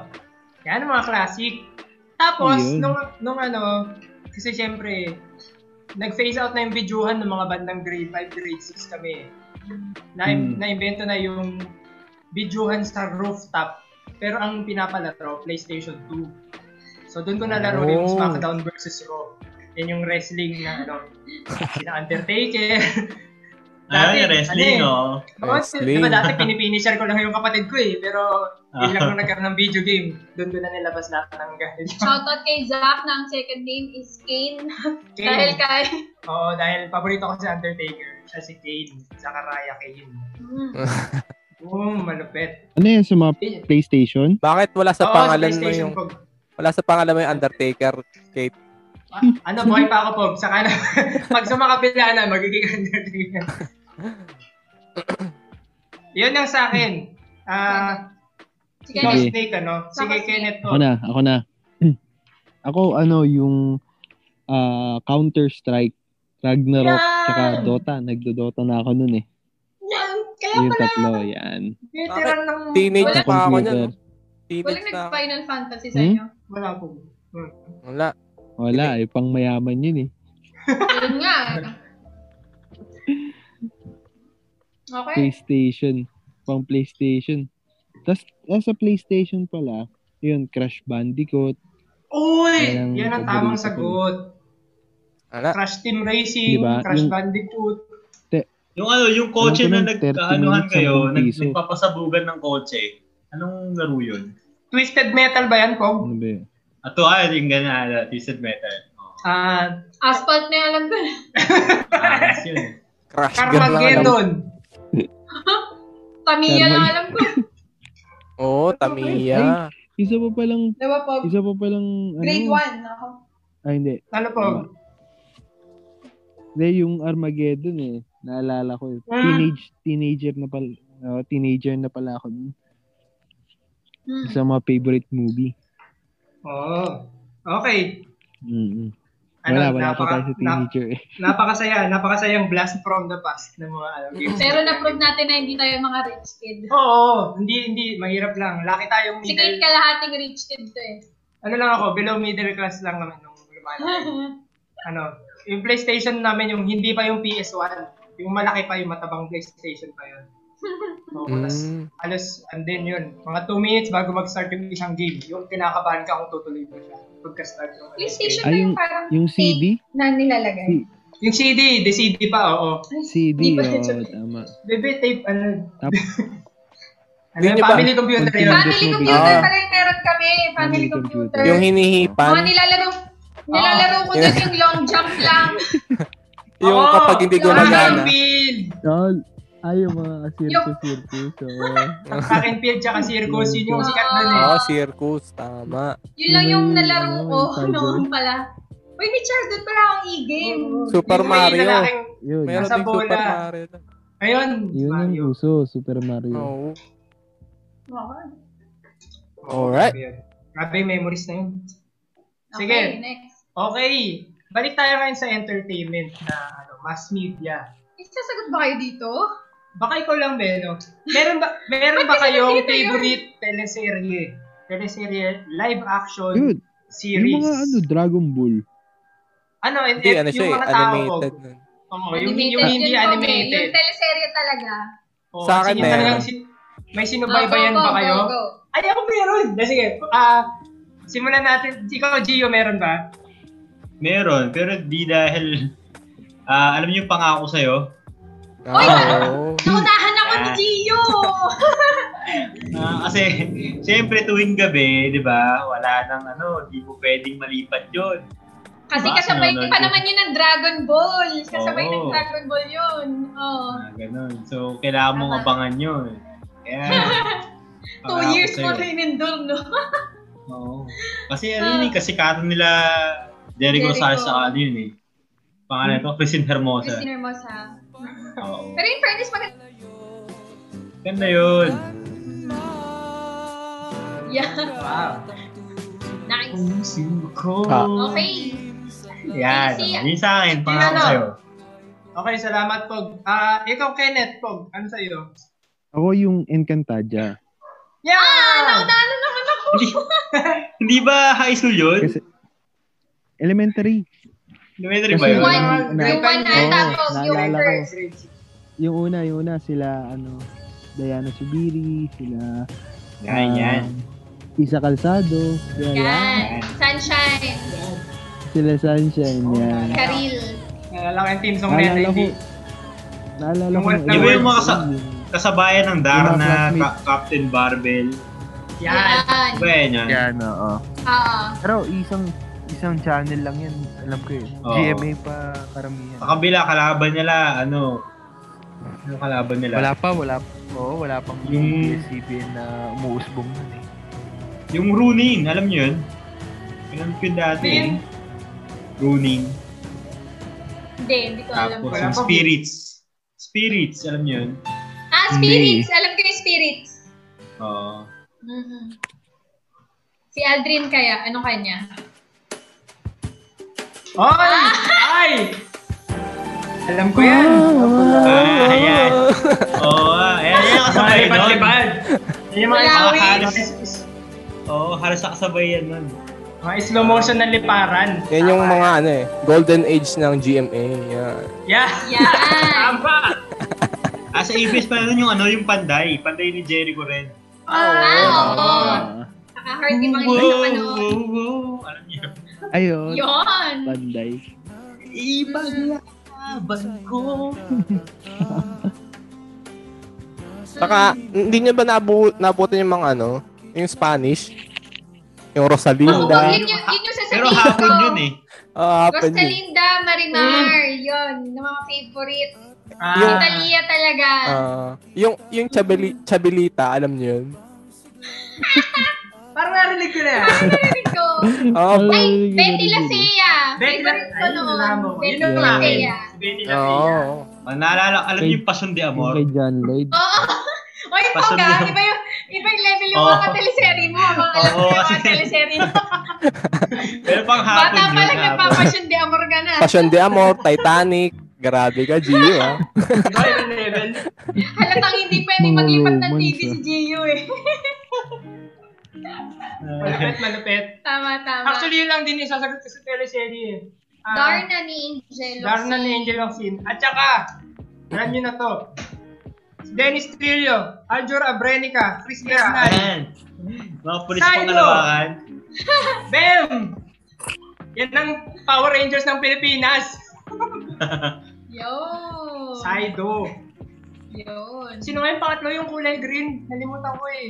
Speaker 2: Yan ang mga classic. Tapos,
Speaker 8: Yun.
Speaker 2: nung, nung ano, kasi syempre, nag-phase out na yung videohan ng mga bandang grade 5, grade 6 kami. Na,
Speaker 8: Hmm.
Speaker 2: Na-invento na yung videohan sa rooftop. Pero ang pinapalaro, PlayStation 2. So, doon ko nalaro yung
Speaker 3: Oh.
Speaker 2: SmackDown versus Raw. Yan yung wrestling na ano, sina Undertaker.
Speaker 5: Ah,
Speaker 2: Dati,
Speaker 5: yung wrestling,
Speaker 2: ano eh.
Speaker 5: oh.
Speaker 2: Oo,
Speaker 3: Wrestling.
Speaker 2: diba dati pinipinisher ko lang yung kapatid ko eh, pero hindi lang nung nagkaroon ng video game, doon ko na nilabas lahat ng galit.
Speaker 1: Shoutout kay Zach na ang second name is Kane. Dahil kay...
Speaker 2: Kane. Oo, dahil paborito ko si Undertaker, siya si Kane, saka Raya Kane.
Speaker 1: Hmm.
Speaker 2: Boom, malupit.
Speaker 8: Ano yan sa mga
Speaker 2: Eh,
Speaker 8: PlayStation?
Speaker 3: Bakit wala
Speaker 2: oo,
Speaker 3: sa pangalan mo
Speaker 2: PlayStation
Speaker 3: yung
Speaker 2: Pog.
Speaker 3: wala sa pangalan mo yung Undertaker, Kate?
Speaker 2: Ah, ano, buhay pa ako, Pog. Saka na, pag sa makapila na, ano, magiging Undertaker. Yun ang sa akin. Ah,
Speaker 1: Sige,
Speaker 2: ikaw
Speaker 8: Sige.
Speaker 2: snake, ano? Sige,
Speaker 1: Ako,
Speaker 2: Kenneth
Speaker 8: Ako
Speaker 2: po.
Speaker 8: na, ako na. ako, ano, yung ah, Counter-Strike, Ragnarok,
Speaker 2: Yan!
Speaker 8: tsaka Dota. Nagdo-Dota na ako nun eh.
Speaker 1: Yan, kaya
Speaker 8: Yung
Speaker 1: pala.
Speaker 8: tatlo, yan.
Speaker 2: Veteran ng...
Speaker 3: Teenage
Speaker 1: Wala.
Speaker 3: pa ako niyan.
Speaker 8: Computer.
Speaker 3: no? Teenage
Speaker 1: Walang
Speaker 3: na. ako.
Speaker 1: nag-Final Fantasy sa
Speaker 8: Hmm?
Speaker 1: inyo.
Speaker 2: Wala po. Hmm.
Speaker 3: Wala.
Speaker 8: Wala eh, pang mayaman yun eh.
Speaker 1: Yun nga. Okay.
Speaker 8: PlayStation. Pang PlayStation. Tapos, sa PlayStation pala, yun, Crash Bandicoot.
Speaker 2: Uy!
Speaker 8: Yan ang
Speaker 2: Yan ang
Speaker 8: paborito
Speaker 2: tamang
Speaker 8: ko.
Speaker 2: sagot.
Speaker 3: Wala.
Speaker 2: Crash Team Racing,
Speaker 8: Diba?
Speaker 2: Crash
Speaker 8: Yung-
Speaker 2: Bandicoot.
Speaker 5: Yung ano, yung kotse
Speaker 8: Alam ko
Speaker 5: na
Speaker 8: nung 30
Speaker 5: nagkaanuhan
Speaker 8: minutes
Speaker 5: kayo,
Speaker 8: ang
Speaker 5: nag,
Speaker 8: piso.
Speaker 5: nagpapasabugan ng kotse. Anong laro yun?
Speaker 2: Twisted Metal ba yan, Pong?
Speaker 8: Ano ba yun?
Speaker 5: Ato ah, yung ganyan na, Twisted Metal. Oh,
Speaker 8: Mm.
Speaker 2: Ah,
Speaker 1: Asphalt na yung alam ko.
Speaker 5: ayos yun. eh.
Speaker 3: Crash Girl lang alam. ko.
Speaker 2: Carmageddon.
Speaker 1: Tamiya lang alam ko.
Speaker 3: Oo, Tamiya.
Speaker 8: Isa pa palang,
Speaker 1: Diba po?
Speaker 8: isa pa palang, ano?
Speaker 1: Grade 1 ako.
Speaker 8: Ay, hindi.
Speaker 2: Ano po?
Speaker 8: Diba? Hindi, yung Armageddon eh. Naalala ko eh.
Speaker 2: Ah.
Speaker 8: Teenage, teenager na pala. oh, teenager na pala ako. nun.
Speaker 1: Hmm.
Speaker 8: Isa mga favorite movie.
Speaker 2: Oo. Okay.
Speaker 8: Mm-mm.
Speaker 2: Ano,
Speaker 8: Wala, wala
Speaker 2: napaka-
Speaker 8: pa tayo sa teenager eh.
Speaker 2: nap- napakasaya. Napakasayang blast from the past ng mga ano, games.
Speaker 1: Mm. Pero na-prove natin na hindi tayo mga rich kid.
Speaker 2: Oo, hindi, hindi. Mahirap lang. Laki tayong
Speaker 1: Si Kate
Speaker 2: middle.
Speaker 1: kalahating rich kid to eh.
Speaker 2: Ano lang ako, below middle class lang naman nung lumalaki. ano, yung PlayStation namin yung hindi pa yung PS1. Yung malaki pa yung matabang PlayStation pa yun. So, tas,
Speaker 3: Mm.
Speaker 2: alos, and then yun. Mga 2 minutes bago mag-start yung isang game. Yung kinakabahan ka kung tutuloy mo siya. Pagka-start yung
Speaker 1: PlayStation
Speaker 8: Ay,
Speaker 1: na yung
Speaker 8: yung-
Speaker 1: parang
Speaker 8: Yung
Speaker 1: fake
Speaker 8: CD?
Speaker 1: na nilalagay.
Speaker 2: Yung CD, the CD pa, oo.
Speaker 8: CD,
Speaker 1: Di ba
Speaker 8: oh,
Speaker 1: yun sabi-
Speaker 8: tama.
Speaker 2: Bebe tape, ano, ano
Speaker 8: Tap-
Speaker 2: yung
Speaker 3: Yun yung
Speaker 2: family computer
Speaker 8: Konti
Speaker 2: yun.
Speaker 8: lang.
Speaker 1: Family
Speaker 8: Yung
Speaker 1: computer
Speaker 3: computer.
Speaker 1: pala yung meron kami. Family
Speaker 8: Ah. Family
Speaker 1: computer.
Speaker 8: computer.
Speaker 3: Yung
Speaker 1: Mga
Speaker 3: hinihipan.
Speaker 1: nilalaro, nilalaro
Speaker 2: Ah.
Speaker 1: ko
Speaker 3: Yeah.
Speaker 1: dyan yung long jump lang.
Speaker 3: Yung
Speaker 2: Oo,
Speaker 3: kapag hindi
Speaker 1: yung
Speaker 3: gumagana.
Speaker 2: Track and field!
Speaker 8: Oh, ay, yung mga
Speaker 1: Yung-
Speaker 8: asirte-sirte. So, eh.
Speaker 2: Track and field tsaka circus, yun yung
Speaker 3: Ah,
Speaker 2: sikat nun eh.
Speaker 3: Oo, circus. Tama.
Speaker 1: Yun lang yung
Speaker 8: Yun,
Speaker 1: nalaro
Speaker 8: yun,
Speaker 1: ko
Speaker 8: yun, yun.
Speaker 1: noon pala. Uy, Uy, may childhood pala akong e-game.
Speaker 3: Super
Speaker 2: Yung may
Speaker 3: Mario.
Speaker 2: lalaking-
Speaker 8: Yun.
Speaker 3: Meron
Speaker 2: Nasa
Speaker 3: ding Super
Speaker 2: bola.
Speaker 3: Mario. na-
Speaker 2: Ayun,
Speaker 8: Yun
Speaker 2: Mario.
Speaker 8: yung uso, Super Mario.
Speaker 3: Oo.
Speaker 1: Oo.
Speaker 3: Alright.
Speaker 2: Grabe, memories na yun. Sige.
Speaker 1: Okay, next.
Speaker 2: Okay. Balik tayo ngayon sa entertainment na ano, mass media.
Speaker 1: Eh, sasagot ba kayo dito?
Speaker 2: Baka ikaw lang, Beno. Meron ba, meron ba
Speaker 1: Ba't kasi
Speaker 2: kayong
Speaker 1: nakita yun?
Speaker 2: favorite teleserye? Teleserye, live action
Speaker 8: Yun.
Speaker 2: series.
Speaker 8: Yung mga ano, Dragon Ball.
Speaker 2: Ano, and,
Speaker 3: Hindi, ano
Speaker 2: yung
Speaker 3: siya eh,
Speaker 2: mga tao.
Speaker 3: animated. nun.
Speaker 2: Oo, yung, yung hindi
Speaker 1: Yun, Kobe,
Speaker 2: animated.
Speaker 1: Yung teleserye talaga.
Speaker 2: Oo,
Speaker 3: Sa akin
Speaker 2: sige, talagang
Speaker 3: meron.
Speaker 2: si-
Speaker 1: Ah,
Speaker 2: may
Speaker 1: Go,
Speaker 2: sinubaybayan
Speaker 1: go,
Speaker 2: ba
Speaker 1: go,
Speaker 2: kayo?
Speaker 1: go.
Speaker 2: Ay, ako meron! Na, sige, ah, simulan natin. Ikaw, Gio, meron ba?
Speaker 5: Meron, pero di dahil... ah, alam niyo yung pangako sa'yo?
Speaker 3: Ah, Oo.
Speaker 1: Naunahan ako ni
Speaker 5: Ah.
Speaker 1: Gio!
Speaker 5: Ah, kasi, siyempre tuwing gabi, di ba, wala nang ano, di mo pwedeng malipat yun.
Speaker 1: Kasi
Speaker 5: Diba?
Speaker 1: kasabay
Speaker 5: Ano,
Speaker 1: pa
Speaker 5: ano,
Speaker 1: naman yun ng Dragon Ball. Kasabay
Speaker 5: Oo.
Speaker 1: ng Dragon Ball yun. Oh. Oo.
Speaker 5: Ah, ganun. So, kailangan mong
Speaker 1: Tama.
Speaker 5: abangan yun. Kaya,
Speaker 1: Two
Speaker 5: pangako
Speaker 1: years
Speaker 5: sa'yo.
Speaker 1: mo rinindol, no?
Speaker 5: Oo. Kasi ano yun eh, kasi kato nila
Speaker 1: Ah. Jericho.
Speaker 5: Jericho Rosales sa ano yun eh. Pangalan ito, Christine Hermosa.
Speaker 1: Christine Hermosa.
Speaker 5: Oo.
Speaker 1: Pero in fairness, maganda.
Speaker 5: Ganda yun.
Speaker 1: Yeah.
Speaker 2: Wow.
Speaker 1: Nice.
Speaker 5: Pusin ko.
Speaker 3: Ah.
Speaker 1: Okay.
Speaker 5: Yan.
Speaker 1: Kasi-
Speaker 5: Yun sa akin,
Speaker 2: Yun
Speaker 5: pangako
Speaker 2: ano?
Speaker 5: sa'yo.
Speaker 2: Okay, salamat, Pog. Ah, ikaw, Kenneth, Pog, ano sa'yo?
Speaker 8: Ako yung Encantadia. Oh.
Speaker 2: Yeah!
Speaker 1: Ah, naunahan naman ako.
Speaker 5: Hindi ba high school yun?
Speaker 8: Kasi- Elementary.
Speaker 5: Elementary ba
Speaker 8: kasi-
Speaker 5: yun?
Speaker 1: Yung one,
Speaker 8: Na-
Speaker 1: yung one na
Speaker 8: Oo,
Speaker 1: tapos, yung
Speaker 8: naalala ko.
Speaker 1: first.
Speaker 8: Yung una, yung una, sila, ano, Diana Subiri, sila, um,
Speaker 5: Yan, yan.
Speaker 8: Isa Calzado, sila, yan.
Speaker 1: Yan. Sunshine.
Speaker 8: sila Sunshine,
Speaker 2: Oo,
Speaker 8: yan.
Speaker 2: naalala.
Speaker 1: Karil.
Speaker 2: Naalala ko Oh, yung team song na yan,
Speaker 8: Naalala ko,
Speaker 2: hindi.
Speaker 8: naalala ko.
Speaker 2: Yung-
Speaker 8: nung
Speaker 5: Iba yung mga
Speaker 8: elementary,
Speaker 5: sa-
Speaker 8: yun.
Speaker 5: Kasabayan ng Darna,
Speaker 8: Ah. Yung mga
Speaker 5: Ka- Captain Barbell.
Speaker 2: Yan.
Speaker 1: Yan. Ah.
Speaker 5: Iba yan yan.
Speaker 6: Yan, oo.
Speaker 1: Oo.
Speaker 6: Pero isang isang channel lang yan. Alam ko eh.
Speaker 5: Oo.
Speaker 6: GMA pa karamihan.
Speaker 5: Sa kabila, kalaban nila, ano, ano kalaban nila?
Speaker 6: Wala pa, wala pa. Oo, wala pang
Speaker 5: Yung-
Speaker 6: ABS-CBN na umuusbong nun eh.
Speaker 5: Yung Runing, alam nyo yun? Alam ko yun dati. eh.
Speaker 2: Runing?
Speaker 5: Runing.
Speaker 1: Hindi, hindi ko alam.
Speaker 5: Tapos
Speaker 2: Wala
Speaker 5: yung
Speaker 2: pa.
Speaker 5: Spirits. Spirits, alam nyo yun?
Speaker 1: Ah, spirits. Alam ko yung spirits.
Speaker 5: Oo.
Speaker 1: Mhm. Si Aldrin kaya, ano kanya?
Speaker 2: Ay!
Speaker 1: Ah!
Speaker 2: Ay! Alam ko yan.
Speaker 5: ah, ayan. Oo, ah, ayan. Ayan yung kasabay nun.
Speaker 2: Malipad-lipad. Yung mga,
Speaker 1: Wala.
Speaker 5: Mga
Speaker 1: Awit.
Speaker 5: halos. Oo, halos sa kasabay yan nun.
Speaker 2: mga slow motion na liparan.
Speaker 3: Yan yung mga ano eh, golden age ng GMA. Yan.
Speaker 2: Yeah.
Speaker 1: Yan.
Speaker 2: Tama.
Speaker 5: Ah, sa ABS pa nun yung ano, yung Panday. Panday ni Jericho rin.
Speaker 1: Ah, oo.
Speaker 8: Ah,
Speaker 1: Nakaka-hurt yung mga ibang ano.
Speaker 5: wow,
Speaker 1: kapanood.
Speaker 5: wow. Alam nyo yun?
Speaker 8: Ayun,
Speaker 1: Yun.
Speaker 8: Panday.
Speaker 5: Ibang laban ko.
Speaker 3: Saka, hindi niya ba nabu nabutan yung mga ano? Yung Spanish?
Speaker 1: Oo,
Speaker 3: Yung
Speaker 5: Linda.
Speaker 3: Rosalinda?
Speaker 1: yun, yun, yun yung sasabihin
Speaker 5: Pero
Speaker 1: ko.
Speaker 5: hapon yun eh.
Speaker 3: Ah, hapon yun.
Speaker 1: Rosalinda Marimar, yun, yung mga favorite. Si
Speaker 2: Ah,
Speaker 1: Talia talaga.
Speaker 3: Ah, yung yung Chabeli, Chabelita, alam niyo yun?
Speaker 2: parang narinig ko na yan.
Speaker 1: Favorite ko.
Speaker 3: Ah,
Speaker 1: Ay,
Speaker 8: Alam mo,
Speaker 1: Betty
Speaker 8: yun, yun.
Speaker 1: Lasea.
Speaker 2: Betty La-
Speaker 1: Favorite ko
Speaker 2: Ay,
Speaker 1: noon.
Speaker 2: alam mo.
Speaker 1: Betty
Speaker 2: Yun yung akin.
Speaker 1: Lasea.
Speaker 5: Benny
Speaker 3: oo.
Speaker 5: Lafayette. Ah, naalala, alam niyo yung Pasyon de
Speaker 8: Yung
Speaker 5: Amor?
Speaker 8: kay John Lloyd.
Speaker 1: Oo. Oy,
Speaker 5: Pasok
Speaker 1: Poga,
Speaker 5: yun.
Speaker 1: iba yung, iba yung level yung mga
Speaker 5: Oo.
Speaker 1: teleserye mo. Mga alam mo
Speaker 5: Oo,
Speaker 1: yung mga
Speaker 5: kasi-
Speaker 1: teleserye mo.
Speaker 5: Pero pang hapon
Speaker 1: Bata pa
Speaker 5: yun.
Speaker 1: lang
Speaker 5: hapon.
Speaker 1: nagpapasyon de amor ka na.
Speaker 3: Passion de Amor, Titanic, grabe ka, Gio, ah.
Speaker 2: Iba yung level.
Speaker 1: Halatang hindi pwedeng
Speaker 8: Mga
Speaker 1: maglipat ng
Speaker 8: romance,
Speaker 1: TV si
Speaker 8: ah.
Speaker 1: Gio eh.
Speaker 2: Malupet, malupet.
Speaker 1: tama, tama.
Speaker 2: Actually, yun lang din yung sasagot ko sa teleserye eh. Ah,
Speaker 1: Darna ni Angel.
Speaker 2: Darna ni Angel Locsin. At saka, alam nyo na to. Dennis Trillo, Aljur Abrenica, Chris Bernal,
Speaker 5: Ayan. Mga pulis
Speaker 2: Tayo.
Speaker 5: pang alawakan.
Speaker 2: Bem! Yan ang Power Rangers ng Pilipinas.
Speaker 1: Yo.
Speaker 2: Saido.
Speaker 1: Yun.
Speaker 2: Sino nga yung pangatlo yung kulay green? Nalimutan ko eh.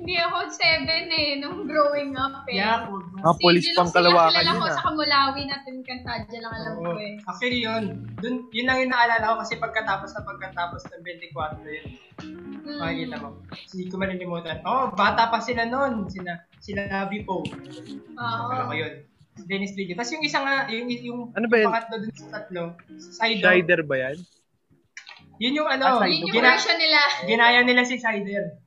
Speaker 1: Hindi ako seven eh, nung growing up eh.
Speaker 2: Yeah, cool.
Speaker 4: Mga polis
Speaker 1: Angel
Speaker 4: pang
Speaker 1: Locsin lang
Speaker 4: kalawakan
Speaker 1: Kilala
Speaker 4: yun
Speaker 1: ko
Speaker 4: ah.
Speaker 1: sa Kamulawi natin kantadya lang alam ko eh.
Speaker 2: Actually Oh, yun, dun, yun lang yung naalala ko kasi pagkatapos na pagkatapos ng 24 yun.
Speaker 1: Hmm.
Speaker 2: Makikita mo. Hindi ko malilimutan. Oh, bata pa sila nun. Sina, sila Bipo.
Speaker 1: Oo.
Speaker 2: Alam ko yun. Dennis Lillo. Tapos yung isang, nga, yung, yung,
Speaker 4: Ano ba yun?
Speaker 2: pangatlo dun sa tatlo, Sider.
Speaker 4: Shider ba yan?
Speaker 2: Yun yung
Speaker 4: Ah,
Speaker 2: ano,
Speaker 4: Sider.
Speaker 1: Yun yung
Speaker 2: gina,
Speaker 1: version nila.
Speaker 2: ginaya nila si Sider.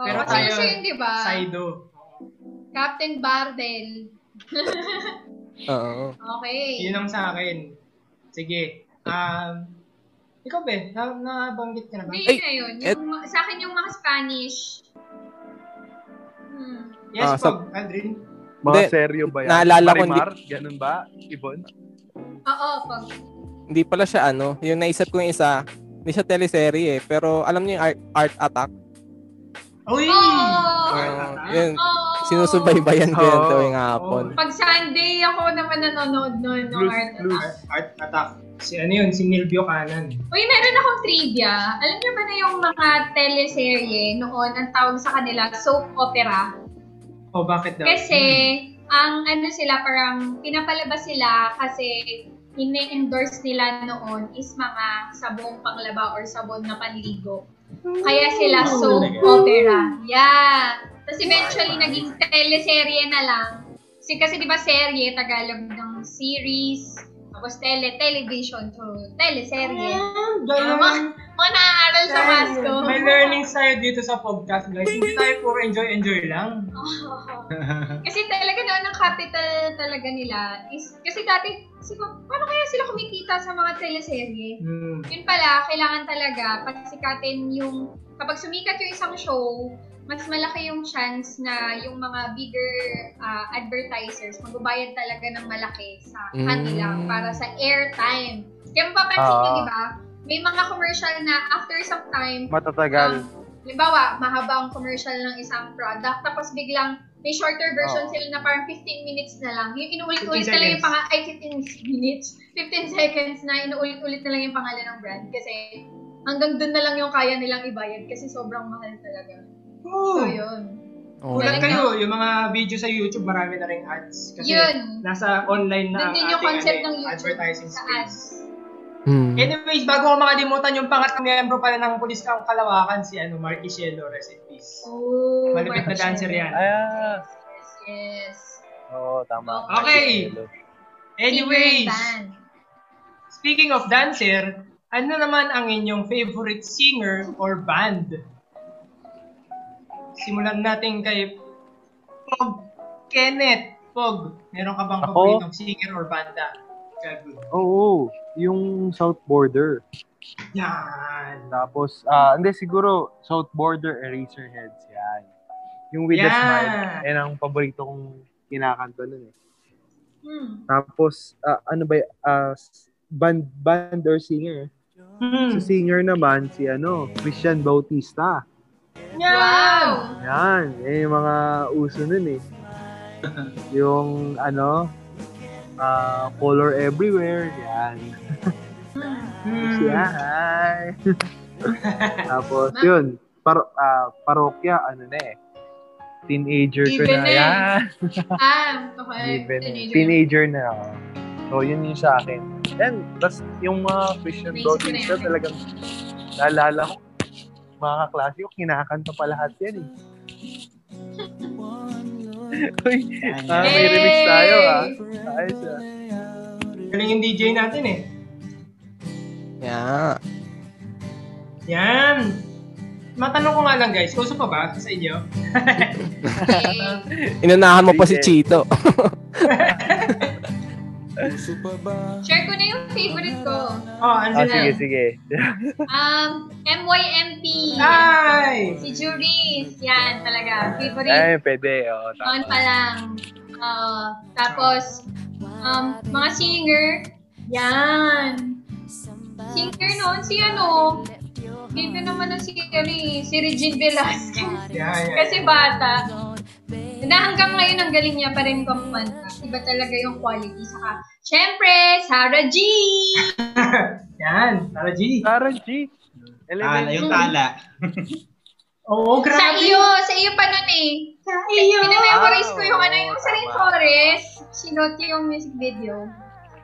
Speaker 1: Oh,
Speaker 2: Pero
Speaker 1: kasi
Speaker 2: tayo-
Speaker 1: siya yun, di ba?
Speaker 2: Sido.
Speaker 1: Captain Bardel.
Speaker 3: Oo.
Speaker 1: Okay.
Speaker 2: Yun ang sa akin. Sige. Um, ikaw be, na, nabanggit ka na ba?
Speaker 1: Hindi yun
Speaker 3: Ay,
Speaker 1: na yun.
Speaker 3: et-
Speaker 1: Yung, ma- sa akin yung mga Spanish. Hmm.
Speaker 2: Yes,
Speaker 3: Ah, sa-
Speaker 2: Pog, Aldrin.
Speaker 4: Mga
Speaker 3: Hindi.
Speaker 4: seryo ba yan?
Speaker 3: Naalala ko,
Speaker 4: Marimar? Ganun ba? Ibon?
Speaker 1: Oo, pag
Speaker 3: Hindi pala siya ano. Yung naisip ko yung isa, hindi siya teleserye eh. Pero alam niyo yung Art, art Attack?
Speaker 1: Oo!
Speaker 2: Uy!
Speaker 3: Yung-
Speaker 2: Attack?
Speaker 3: yun,
Speaker 1: Oo!
Speaker 3: sinusubaybayan ko yan
Speaker 4: Oo.
Speaker 3: tuwing hapon.
Speaker 2: Oo.
Speaker 1: Pag Sunday ako naman nanonood noon ng
Speaker 4: Blues,
Speaker 1: Art
Speaker 4: blues.
Speaker 1: Attack.
Speaker 2: Art Attack. Si ano yun, si Milvio Canan.
Speaker 1: Uy, meron akong trivia. Alam niyo ba na yung mga teleserye noon, ang tawag sa kanila, soap opera?
Speaker 2: O, Oh, bakit daw?
Speaker 1: Kasi,
Speaker 2: Mm.
Speaker 1: ang ano sila, parang pinapalabas sila kasi ini-endorse nila noon is mga sabong panglaba or sabon na panligo. Kaya sila soap
Speaker 2: Mm. Oh, Talaga?
Speaker 1: opera. Yeah. Tapos eventually, naging teleserye na lang. Kasi, kasi di ba serye, Tagalog ng series, tapos tele, television, so teleserye.
Speaker 2: Ang
Speaker 1: Ah, mga,
Speaker 2: galing.
Speaker 1: mga naaaral sa Vasco.
Speaker 2: May learning side dito sa podcast, guys. Hindi tayo puro enjoy-enjoy lang.
Speaker 1: Oo. kasi talaga noon ang capital talaga nila is kasi dati kasi pa- paano kaya sila kumikita sa mga teleserye?
Speaker 2: Hmm.
Speaker 1: Yun pala, kailangan talaga pasikatin yung kapag sumikat yung isang show, mas malaki yung chance na yung mga bigger ah, advertisers magbabayad talaga ng malaki sa
Speaker 3: Mm.
Speaker 1: kanila para sa airtime. Kaya mapapansin nyo,
Speaker 4: Ah.
Speaker 1: di ba? May mga commercial na after some time,
Speaker 4: Matatagal.
Speaker 1: Halimbawa, mahaba ang commercial ng isang product, tapos biglang may shorter version
Speaker 4: Oo.
Speaker 1: sila na parang 15 minutes na lang. Yung inuulit-ulit
Speaker 2: 15
Speaker 1: na lang yung
Speaker 2: seconds.
Speaker 1: pangalan, ay 15 minutes, 15 seconds na inuulit-ulit na lang yung pangalan ng brand kasi hanggang dun na lang yung kaya nilang ibayad kasi sobrang mahal talaga. So
Speaker 2: Oh,
Speaker 1: yun.
Speaker 3: Oo.
Speaker 2: Kulat kayo, yung mga video sa YouTube, marami na rin ads. Kasi
Speaker 1: yun.
Speaker 2: nasa online
Speaker 1: Doon
Speaker 2: na ang
Speaker 1: din yung
Speaker 2: ating,
Speaker 1: concept
Speaker 2: ano,
Speaker 1: ng YouTube
Speaker 2: advertising
Speaker 1: sa
Speaker 2: space.
Speaker 1: ads.
Speaker 3: Hmm.
Speaker 2: Anyways, bago ko makalimutan yung pangatlong miyembro pala ng Pulis Kang Kalawakan, si ano, Marky Shelo, rest in peace.
Speaker 1: Oh,
Speaker 2: Malupit
Speaker 1: Mark
Speaker 2: na dancer
Speaker 1: Shelley.
Speaker 2: yan.
Speaker 4: Ah.
Speaker 1: Yes, yes.
Speaker 4: Oo, tama.
Speaker 2: Okay. Anyways,
Speaker 1: Favorite band.
Speaker 2: speaking of dancer, ano naman ang inyong favorite singer or band? Simulan natin kay Pog Kenneth. Pog, meron ka bang
Speaker 4: Ako?
Speaker 2: paboritong singer or banda? Gago.
Speaker 4: Oo, yung South Border.
Speaker 2: Yan.
Speaker 4: Tapos, ah, hindi siguro, South Border Eraserheads, yan. Yung With a
Speaker 2: Yan.
Speaker 4: Smile. Yan ang paborito kong kinakanta nun eh.
Speaker 1: Hmm.
Speaker 4: Tapos, ah, ano ba, y- ah, s- band, band or singer?
Speaker 2: Hmm.
Speaker 4: Sa singer naman, si ano, Christian Bautista.
Speaker 2: Yan!
Speaker 1: Wow!
Speaker 4: Yan, yan yung mga uso nun eh. yung ano, ah, Color Everywhere, yan.
Speaker 2: Hmm.
Speaker 4: Siya, hi. Tapos, yun. Par ah, parokya, ano na eh. Teenager ko
Speaker 1: Even
Speaker 4: na.
Speaker 1: eh.
Speaker 4: Yan.
Speaker 1: Ah, okay.
Speaker 4: Even. eh.
Speaker 1: Teenager.
Speaker 4: Teenager na ako. So, yun yung sa akin. And, tas yung mga Christian
Speaker 1: Naisip ko na
Speaker 4: Bautista
Speaker 1: yan.
Speaker 4: talagang naalala ko. Mga kaklase ko, kinakanta pa lahat yan eh. Uy, ah, may
Speaker 1: Yay!
Speaker 4: remix tayo ah. Ayos ah.
Speaker 2: Galing yung DJ natin eh.
Speaker 3: Yeah.
Speaker 2: Yan! Matanong ko nga lang guys, uso pa ba sa inyo?
Speaker 1: Okay.
Speaker 3: Inunahan mo pa si Chito.
Speaker 1: Share ko na yung favorite ko.
Speaker 2: Oh, ano
Speaker 4: Ah,
Speaker 2: na?
Speaker 4: sige, sige.
Speaker 1: Um, MYMP.
Speaker 2: Ay!
Speaker 1: Si Juris. Yan, talaga. Favorite.
Speaker 4: Ay, pwede. Oh,
Speaker 1: Noon pa
Speaker 4: tama.
Speaker 1: lang. Oo. tapos, um, mga singer. Yan. Singer noon, si ano? Ganda naman ang singer eh. Si Regine Velasquez.
Speaker 2: Yan, yan.
Speaker 1: Kasi bata. Na hanggang ngayon ang galing niya pa rin kumanta. Iba talaga yung quality. Saka, syempre, Sarah G!
Speaker 2: Yan, Tara G.
Speaker 4: Sarah G.
Speaker 5: Tala, yung tala.
Speaker 1: Sa
Speaker 2: Oo, Oh, grabe.
Speaker 1: iyo, sa iyo pa nun eh. Sa iyo. Pinememorize ko yung ano, yung sa
Speaker 4: Tama.
Speaker 1: Torres. Sinot yung music video.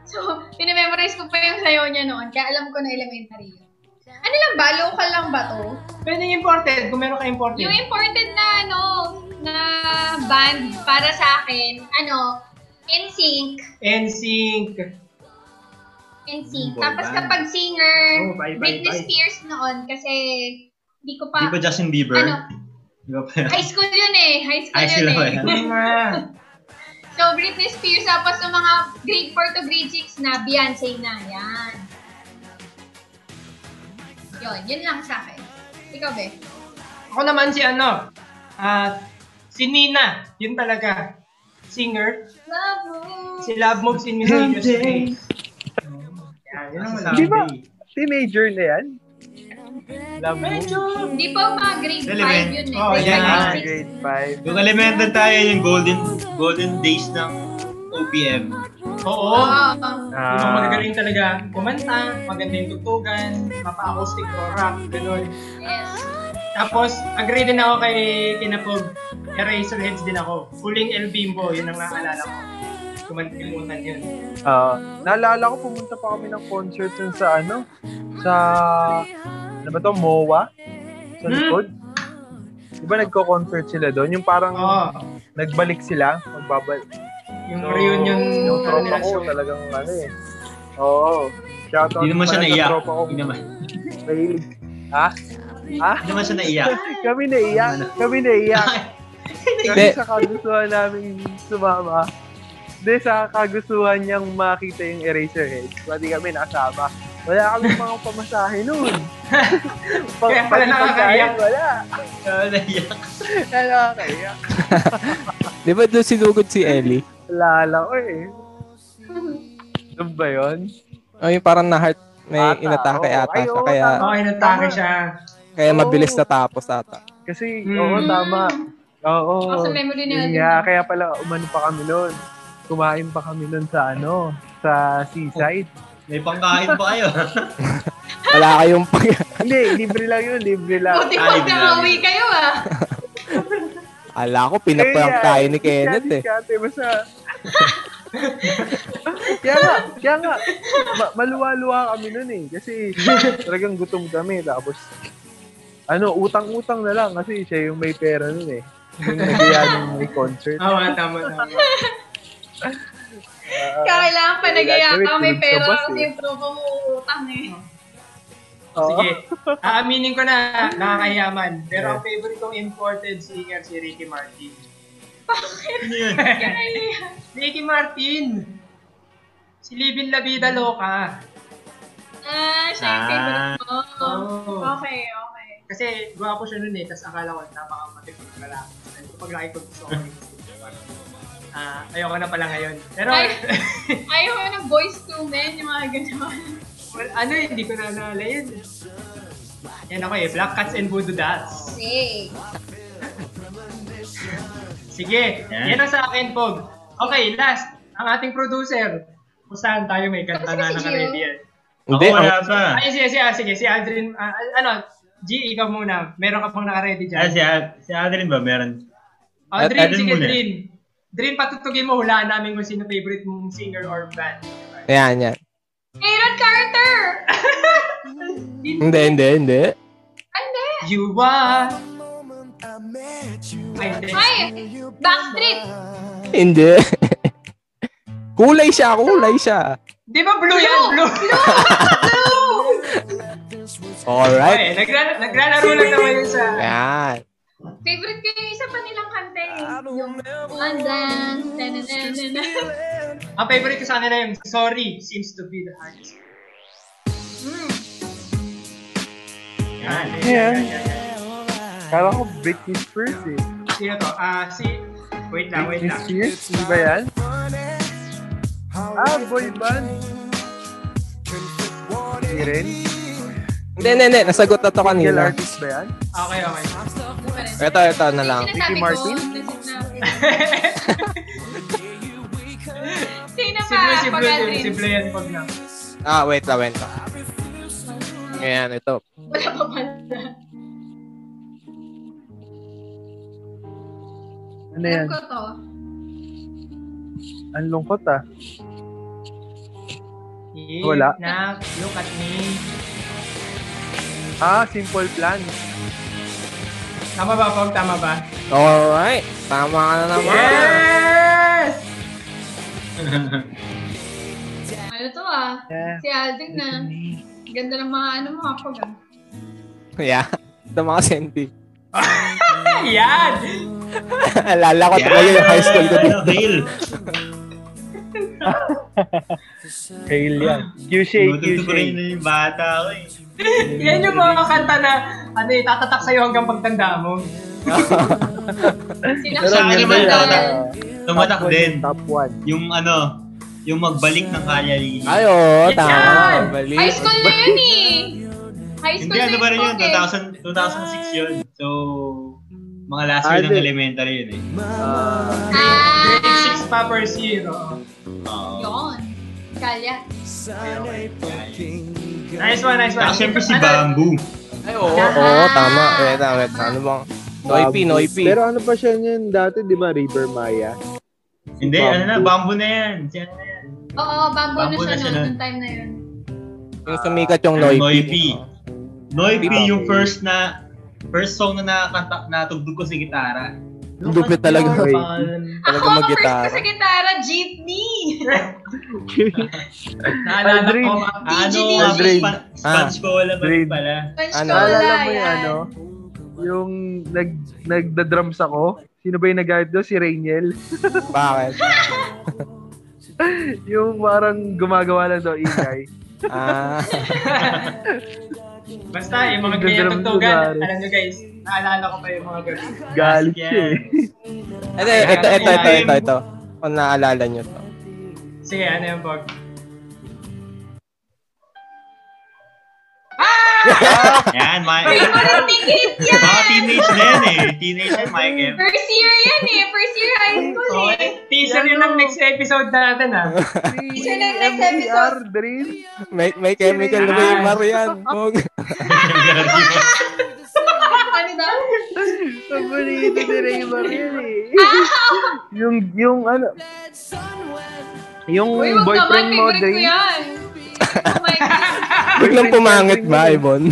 Speaker 1: So, pinememorize ko pa yung sayo niya noon. Kaya alam ko na elementary yun. Ano lang ba? Local lang ba to?
Speaker 2: Pwede yung imported, kung meron ka imported.
Speaker 1: Yung important na ano, na band para sa akin, ano, NSYNC.
Speaker 2: NSYNC.
Speaker 1: NSYNC.
Speaker 5: Boy
Speaker 1: Tapos
Speaker 5: band.
Speaker 1: kapag singer,
Speaker 2: Oh, bye, bye,
Speaker 1: Britney
Speaker 2: bye.
Speaker 1: Spears noon kasi hindi ko
Speaker 5: Di
Speaker 1: pa,
Speaker 5: ba Justin Bieber?
Speaker 1: ano,
Speaker 5: Di ba pa?
Speaker 1: high school yun eh. High school
Speaker 5: High school
Speaker 1: yun
Speaker 5: ako
Speaker 1: eh.
Speaker 5: yan.
Speaker 2: Ano Tama.
Speaker 1: So, Britney Spears, tapos sa mga grade 4 to grade 6 na, Beyonce na, yan. Yun, yun lang sa akin. Ikaw, be.
Speaker 2: Ako naman si ano, ah, si Nina, yun talaga, singer.
Speaker 1: Love you.
Speaker 2: Si Love Moves in Mysterious Ways. Yan, yun ang
Speaker 5: Di
Speaker 2: masabi.
Speaker 5: ba?
Speaker 4: Teenager na yan.
Speaker 5: Love
Speaker 2: Medyo,
Speaker 1: Hindi pa mga grade 5 yun eh.
Speaker 5: Oh,
Speaker 1: grade
Speaker 5: yan.
Speaker 4: Ah,
Speaker 1: 5, grade
Speaker 4: grade 5.
Speaker 5: Yung elemental tayo, yung golden golden days ng OPM.
Speaker 1: 6.
Speaker 2: oo.
Speaker 1: Oo.
Speaker 2: Yung
Speaker 4: Ah.
Speaker 2: mga magagaling talaga kumanta, maganda yung tutugan, mapa-acoustic or rap, ganun.
Speaker 1: Yes.
Speaker 2: Tapos, agree din ako kay Kinapog. Eraserheads din ako. Huling El Bimbo, yun ang naalala ko. Kumantilimutan yun.
Speaker 4: Ah, naalala ko pumunta pa kami ng concert dun sa ano, sa ano ba to, MOA sa
Speaker 2: Hmm.
Speaker 4: likod. Di ba nagko-concert sila doon? Yung parang
Speaker 2: Oo.
Speaker 4: nagbalik sila, magbabalik.
Speaker 2: yung
Speaker 4: So,
Speaker 2: reunion
Speaker 4: Yung
Speaker 2: yung ano
Speaker 4: tropa
Speaker 2: nila
Speaker 4: ko
Speaker 2: show.
Speaker 4: talagang ano eh. Oo. Shout out
Speaker 5: Hindi naman siya naiyak.
Speaker 4: tropa ko.
Speaker 5: Hindi naman,
Speaker 4: Mahilig. Ha? Ha?
Speaker 5: hindi naman siya naiyak.
Speaker 4: Kami naiyak.
Speaker 2: Ano?
Speaker 4: Kami naiyak. Kasi sa kagustuhan namin sumama. Hindi, sa kagustuhan niyang makita yung Eraserhead. Pati kami nakasama. Wala kami mga pamasahe noon.
Speaker 2: Kaya pala nakakaiyak.
Speaker 4: Wala.
Speaker 5: Ah, naiyak.
Speaker 4: Kaya nakakaiyak.
Speaker 3: Di ba doon sinugod si Ellie?
Speaker 4: Lala ko eh. Ano ba yun?
Speaker 3: Oh, yung parang na-heart, may
Speaker 4: Ata,
Speaker 3: inatake
Speaker 4: oo.
Speaker 3: ata
Speaker 4: Ay,
Speaker 3: siya.
Speaker 4: oo,
Speaker 3: Kaya,
Speaker 2: Oo, oh, inatake siya.
Speaker 3: kaya
Speaker 4: oo.
Speaker 3: mabilis natapos ata.
Speaker 4: Kasi,
Speaker 2: Mm.
Speaker 4: oo, tama. Oo.
Speaker 1: Ako Hmm. sa memory na
Speaker 4: Yun
Speaker 1: yun.
Speaker 4: nga, kaya pala umano pa kami noon. Kumain pa kami noon sa ano, sa seaside.
Speaker 5: May pangkain ba kayo?
Speaker 3: Wala kayong pag...
Speaker 4: Hindi, libre lang yun, libre lang.
Speaker 1: Buti ko
Speaker 5: Ay,
Speaker 1: na uwi kayo ah.
Speaker 3: Ala ko, pinaprank tayo ni Kenneth eh.
Speaker 4: Kaya basta... kaya nga, kaya nga, ma- maluwa-luwa kami nun eh. Kasi talagang gutom kami. Tapos, ano, utang-utang na lang kasi siya yung may pera nun eh. Yung nagaya nung may concert.
Speaker 2: Oo, tama, tama.
Speaker 1: Kailangan pa
Speaker 4: Kaya
Speaker 1: nagaya
Speaker 4: lahat
Speaker 1: ka, may
Speaker 4: tulog sa
Speaker 1: pera
Speaker 4: bus,
Speaker 1: kasi
Speaker 4: eh.
Speaker 1: yung tropa mo utang eh.
Speaker 4: Oo.
Speaker 2: Sige. Aaminin ko na, nakakayaman. Pero ang favorite kong imported singer si Ricky Martin.
Speaker 5: Ano yun?
Speaker 2: Ricky Martin! Si Livin La Vida Loca.
Speaker 1: Ah, siya yung favorite mo.
Speaker 2: Oo.
Speaker 1: Okay, okay.
Speaker 2: Kasi gwapo siya nun eh, tapos akala ko napakamatipid na lalaki. Sabi ko, Pag laki ko gusto ko rin. Ah, ayoko na pala ngayon. Pero
Speaker 1: Ay. Ayaw mo ng boys to men, yung mga gano'n.
Speaker 2: well, ano eh, hindi ko na naalala yun. Yan ako eh, Black Cats and Voodoo Dots.
Speaker 1: Say.
Speaker 2: Sige,
Speaker 5: Yan.
Speaker 2: yan ang sa akin, Pog. Okay, last, ang ating producer. Kung saan tayo may kanta
Speaker 1: Tapos
Speaker 2: na
Speaker 1: si Gio.
Speaker 2: ng Caribbean.
Speaker 5: Ako
Speaker 3: Hindi, ang,
Speaker 5: wala pa.
Speaker 2: Ay, sige, sige, ah, sige, si Aldrin, ah, ano, G, ikaw muna. Meron ka pang nakaready
Speaker 5: Ah,
Speaker 2: dyan.
Speaker 5: si, Ad- si Adrian ba meron?
Speaker 2: Oh, Dream,
Speaker 5: Adrian
Speaker 2: sige,
Speaker 5: muna.
Speaker 2: Dream. Dream, patutugin mo, hulaan namin kung sino favorite mong singer or band.
Speaker 3: yan, yan.
Speaker 1: Aaron Carter!
Speaker 3: Hindi, hindi, hindi.
Speaker 1: Ande!
Speaker 2: You are my
Speaker 1: Ay!
Speaker 2: destiny.
Speaker 1: Backstreet! Ano?
Speaker 3: Hindi. kulay siya, kulay siya.
Speaker 2: Di ba blue yan? Blue!
Speaker 3: Alright.
Speaker 2: Okay, nagra- naglalaro lang naman yun sa...
Speaker 3: Yan.
Speaker 1: Favorite ko yung isa pa nilang kanta eh.
Speaker 5: Ano?
Speaker 1: Yung Undance, na-na-na-na-na.
Speaker 2: Ang favorite ko sa kanila yung Sorry Seems to be the hardest.
Speaker 1: Hmm.
Speaker 2: Yan, yan,
Speaker 4: Yeah.
Speaker 2: yan, yan, yan.
Speaker 4: Kala ko Britney Spears eh.
Speaker 2: Sino to? Ah, si... Wait lang, wait
Speaker 4: Britney
Speaker 2: lang.
Speaker 4: Spears? Di ano ba yan? Ah, boy band. Hindi rin.
Speaker 3: Hindi, hindi, hindi. Nasagot na to
Speaker 4: Single
Speaker 3: kanina.
Speaker 4: artist ba yan?
Speaker 2: Okay, okay.
Speaker 1: Ano pa rin?
Speaker 3: Ito, ito na lang.
Speaker 1: Sinasabi
Speaker 4: Ricky
Speaker 1: ko,
Speaker 4: Martin?
Speaker 1: nasit na ako. Sino
Speaker 2: Si
Speaker 1: pa?
Speaker 2: Blue, si Blue, yun,
Speaker 1: Pag-Aldrin.
Speaker 2: si Blue yan pag na.
Speaker 3: Ah, wait lang, wait lang. Ayan, ito.
Speaker 1: Wala pa pala.
Speaker 4: Ano
Speaker 1: Alam
Speaker 4: yan?
Speaker 1: ko to.
Speaker 4: Ang lungkot ah.
Speaker 2: If
Speaker 4: Wala.
Speaker 2: not, look at me.
Speaker 4: Ah, Simple Plan.
Speaker 2: Tama ba, Pog? Tama ba?
Speaker 3: Alright. Tama ka na naman.
Speaker 2: Yes!
Speaker 1: Ano to ah?
Speaker 4: Yeah.
Speaker 1: Si Alden na. Ganda ng mga ano mo kapag ah.
Speaker 3: Yeah. Ito mga senti.
Speaker 2: Yan!
Speaker 3: Alala ko talaga yung high school ko dito.
Speaker 5: Fail.
Speaker 4: Fail yan. QC,
Speaker 5: Tinututo
Speaker 4: QC.
Speaker 5: ko rin na yung bata ko eh.
Speaker 2: Yan yung mga kanta na ano eh, tatatak sa'yo hanggang pagtanda mo.
Speaker 1: Sila
Speaker 5: Pero ano Sa akin naman
Speaker 1: Alden.
Speaker 5: yata. Tumatak
Speaker 4: Top one
Speaker 5: din.
Speaker 4: yung Top 1.
Speaker 5: Yung ano, yung magbalik ng kaya ni...
Speaker 3: Ay, oh. oo,
Speaker 2: Yan!
Speaker 3: tama. Balik.
Speaker 1: High school na yun eh. High school
Speaker 5: Hindi, ano ba rin yun?
Speaker 1: na yun, Coke, eh.
Speaker 5: 2000, 2006 yun. So, mga last year
Speaker 4: Ah,
Speaker 5: ng
Speaker 4: di-
Speaker 5: elementary yun eh.
Speaker 1: Ah,
Speaker 2: Grade 6 pa first year. oo.
Speaker 5: Oo.
Speaker 1: yun. Kalya.
Speaker 2: Nice one, nice one.
Speaker 5: Tapos syempre si
Speaker 2: Ano-
Speaker 5: Bamboo.
Speaker 3: Ay, oo, oo, tama. Wait na, wait na. Ano bang? Noipi, noipi.
Speaker 4: Pero ano pa siya yun dati, di ba, River Maya?
Speaker 5: Hindi, ano na, Bamboo na yan. Si ano na yan?
Speaker 1: Oo, bambo na
Speaker 5: Bambo
Speaker 1: siya
Speaker 5: na siya
Speaker 1: noon,
Speaker 5: nun.
Speaker 1: nung time na yun.
Speaker 3: Yung sumikat yung
Speaker 5: Noipi.
Speaker 3: noipi.
Speaker 5: Noy P
Speaker 4: Bamboo.
Speaker 5: yung first na, first song na nakakanta, natugtog ko sa gitara.
Speaker 3: Ang dupli talaga.
Speaker 1: Ano
Speaker 3: Talaga
Speaker 1: Ako, ang first
Speaker 3: mag-gitara.
Speaker 1: ko sa gitara, jeepney.
Speaker 2: Naalala ko. ah,
Speaker 5: Ano,
Speaker 1: DGD.
Speaker 5: ako,
Speaker 4: Drain.
Speaker 5: span- sponge ko, wala pa rin
Speaker 4: Drain.
Speaker 5: pala.
Speaker 1: Punch
Speaker 3: Ano?
Speaker 1: ko wala
Speaker 4: Naalala mo yung
Speaker 1: yan.
Speaker 4: ano? Yung nag, nagda-drums ako? Sino ba yung nag-guide doon? Si Rainiel?
Speaker 3: Bakit?
Speaker 4: yung parang gumagawa lang daw E ingay.
Speaker 3: Ah,
Speaker 2: Basta yung mga
Speaker 4: Ganda ng
Speaker 2: ganyan
Speaker 4: lugar.
Speaker 2: alam nyo guys, naalala ko pa yung mga gabi.
Speaker 4: Galit
Speaker 5: Yes.
Speaker 4: siya eh.
Speaker 3: ito, ito, ito, ito, ito, ito. Kung naalala nyo to.
Speaker 2: Sige, ano yung bug?
Speaker 5: Yan, my...
Speaker 1: Favorite ticket yan!
Speaker 5: Mga teenage na yan eh. Teenage na Mike.
Speaker 1: First year yan eh. First year high school eh.
Speaker 2: Okay, teaser yun ang next episode natin ah.
Speaker 1: Siya na yung next
Speaker 4: MDR
Speaker 1: episode.
Speaker 4: Dream.
Speaker 3: May, may chemical
Speaker 2: Yan.
Speaker 3: waver yan. Huwag.
Speaker 1: ano daw?
Speaker 4: Paborito ni Ray Barril eh.
Speaker 1: Ah!
Speaker 4: Yung, yung ano, yung
Speaker 1: Uy, wag naman.
Speaker 4: boyfriend mo,
Speaker 1: Favorite ko
Speaker 4: Dream.
Speaker 1: yan. Oh my God.
Speaker 3: Biglang pumangit ba, Ibon?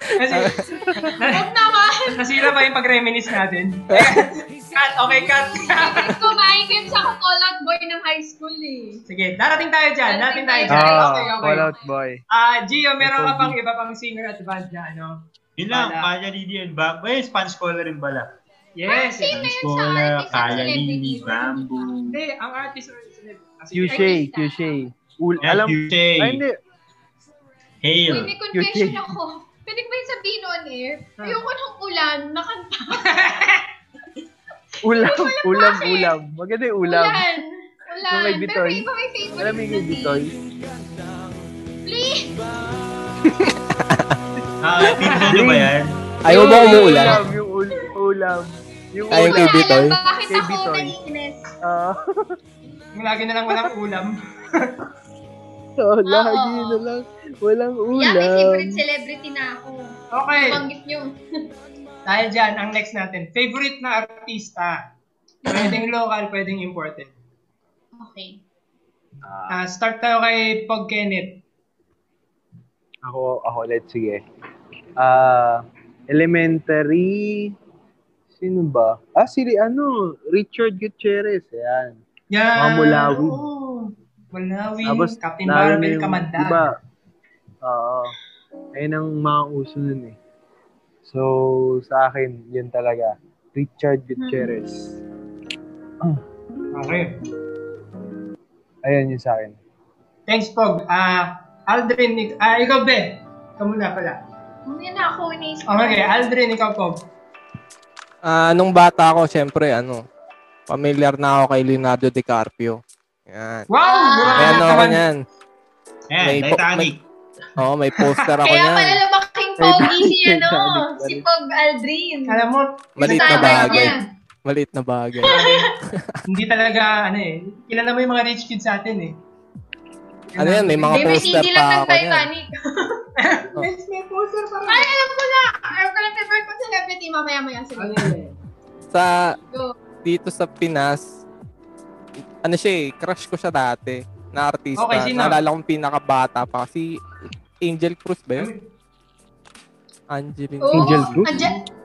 Speaker 2: Kasi
Speaker 1: Wag naman.
Speaker 2: nasira ba yung pag-reminis natin? cut, okay, cut.
Speaker 1: Favorite ko, Maikim sa Kakolat Boy ng high school eh.
Speaker 2: Sige, darating tayo dyan, darating tayo dyan.
Speaker 4: Ah,
Speaker 2: Okay, okay.
Speaker 4: Fall Out Boy.
Speaker 2: Ah, Gio, meron ka pang iba pang singer at band na ano?
Speaker 5: Yun lang,
Speaker 2: Wala.
Speaker 5: Kaya Lili and Bam. Eh, Spanish Scholar rin pala.
Speaker 2: Yes.
Speaker 1: Sino
Speaker 5: Spanish
Speaker 1: yun sa
Speaker 5: Scholar,
Speaker 1: artist at
Speaker 5: Kaya Lili,
Speaker 1: celebrity?
Speaker 5: Bamboo.
Speaker 2: Hindi, ang artist or celebrity. Ah, sige.
Speaker 4: Cushay, Cushay. Ul- alam, ay
Speaker 5: Alam,
Speaker 4: hindi.
Speaker 5: Hail.
Speaker 1: Uy, may confession ako. Pwede ko ba yung sabihin on air?
Speaker 4: Ah.
Speaker 1: Ayoko ng ulan, nakanta.
Speaker 4: Ulam,
Speaker 1: ko alam
Speaker 4: ulam,
Speaker 1: bakit.
Speaker 4: ulam. Maganda yung ulam.
Speaker 1: Ulan.
Speaker 4: Yung
Speaker 1: Ulan.
Speaker 4: may
Speaker 1: Pero
Speaker 4: bitoy.
Speaker 1: may iba may favorite
Speaker 4: Alam mo
Speaker 1: na
Speaker 4: yung
Speaker 1: din.
Speaker 4: bitoy?
Speaker 1: Please!
Speaker 5: Ah, pinsan nyo ba yan?
Speaker 3: Ayaw ba umuulan?
Speaker 4: Ulam, yung ul- ulam. Yung
Speaker 3: Ay,
Speaker 1: Wala
Speaker 3: yung kay
Speaker 4: ulam.
Speaker 3: Bitoy.
Speaker 1: alam bakit
Speaker 4: Kay
Speaker 1: ako
Speaker 4: Bitoy.
Speaker 1: naiinis.
Speaker 4: Ah,
Speaker 2: Yung lagi na lang walang ulam.
Speaker 4: oh, lagi na lang. Walang
Speaker 1: Yeah, may
Speaker 4: ulam.
Speaker 1: favorite celebrity na ako.
Speaker 2: Okay,
Speaker 1: Banggit nyo.
Speaker 2: tayo dyan. Ang next natin, favorite na artista. Pwedeng local, pwedeng imported.
Speaker 1: Okay.
Speaker 2: Ah, start tayo kay Pog Kenneth.
Speaker 4: Ako, ako ulit, sige. Ah, elementary, sino ba? Ah, si, ano, Richard Gutierrez, yan.
Speaker 2: Yan.
Speaker 4: Mga Mulawin.
Speaker 2: Oo. Mulawin,
Speaker 4: Tapos,
Speaker 2: Captain
Speaker 4: lalo na
Speaker 2: Marvel,
Speaker 4: yung-
Speaker 2: Kamandag.
Speaker 4: Diba? Oo. ayun ang mga uso nun eh. So, sa akin, yun talaga. Richard Gutierrez.
Speaker 2: Hmm. Okay.
Speaker 4: Ayan yun sa akin.
Speaker 2: Thanks, Pog. Ah, Aldrin, ik- ah, ikaw, Ben. Ikaw muna pala.
Speaker 1: Mamaya na ako inis.
Speaker 2: Okay, Aldrin, ikaw, Pog.
Speaker 3: Ah, nung bata ako, syempre, ano, familiar na ako kay Leonardo DiCaprio. Yan.
Speaker 2: Wow! grabe
Speaker 3: May ano ako
Speaker 2: naman.
Speaker 3: niyan. May
Speaker 5: Ayan,
Speaker 3: po-
Speaker 5: Titanic.
Speaker 3: Oo, may poster ako
Speaker 1: Kaya pala
Speaker 3: niyan.
Speaker 1: lumaking pogi si ano,
Speaker 4: Titanic,
Speaker 1: si Pog Aldrin.
Speaker 2: Alam mo,
Speaker 3: Maliit na
Speaker 1: Sana
Speaker 3: bagay.
Speaker 1: niya.
Speaker 3: Maliit na bagay.
Speaker 2: hindi talaga, ano eh, kilala mo yung mga rich kids sa atin eh.
Speaker 3: Ano yan, may mga
Speaker 1: Baby,
Speaker 3: poster
Speaker 1: CD
Speaker 3: pa
Speaker 1: lang ng
Speaker 3: ako niyan.
Speaker 1: Titanic.
Speaker 2: Let's may poster pa
Speaker 1: Ay, alam ko na. Alam ko na favorite ko celebrity. Mamaya-maya. Sige,
Speaker 2: Ano
Speaker 4: Ano?
Speaker 2: eh?
Speaker 3: Sa,
Speaker 1: go.
Speaker 3: dito sa Pinas, ano siya eh, crush ko siya dati na artista.
Speaker 2: Okay, sino?
Speaker 3: Naalala kong pinakabata pa. Si Angel Cruz ba yun? Angeline.
Speaker 1: Oo.
Speaker 4: Angel Cruz?
Speaker 1: Ange-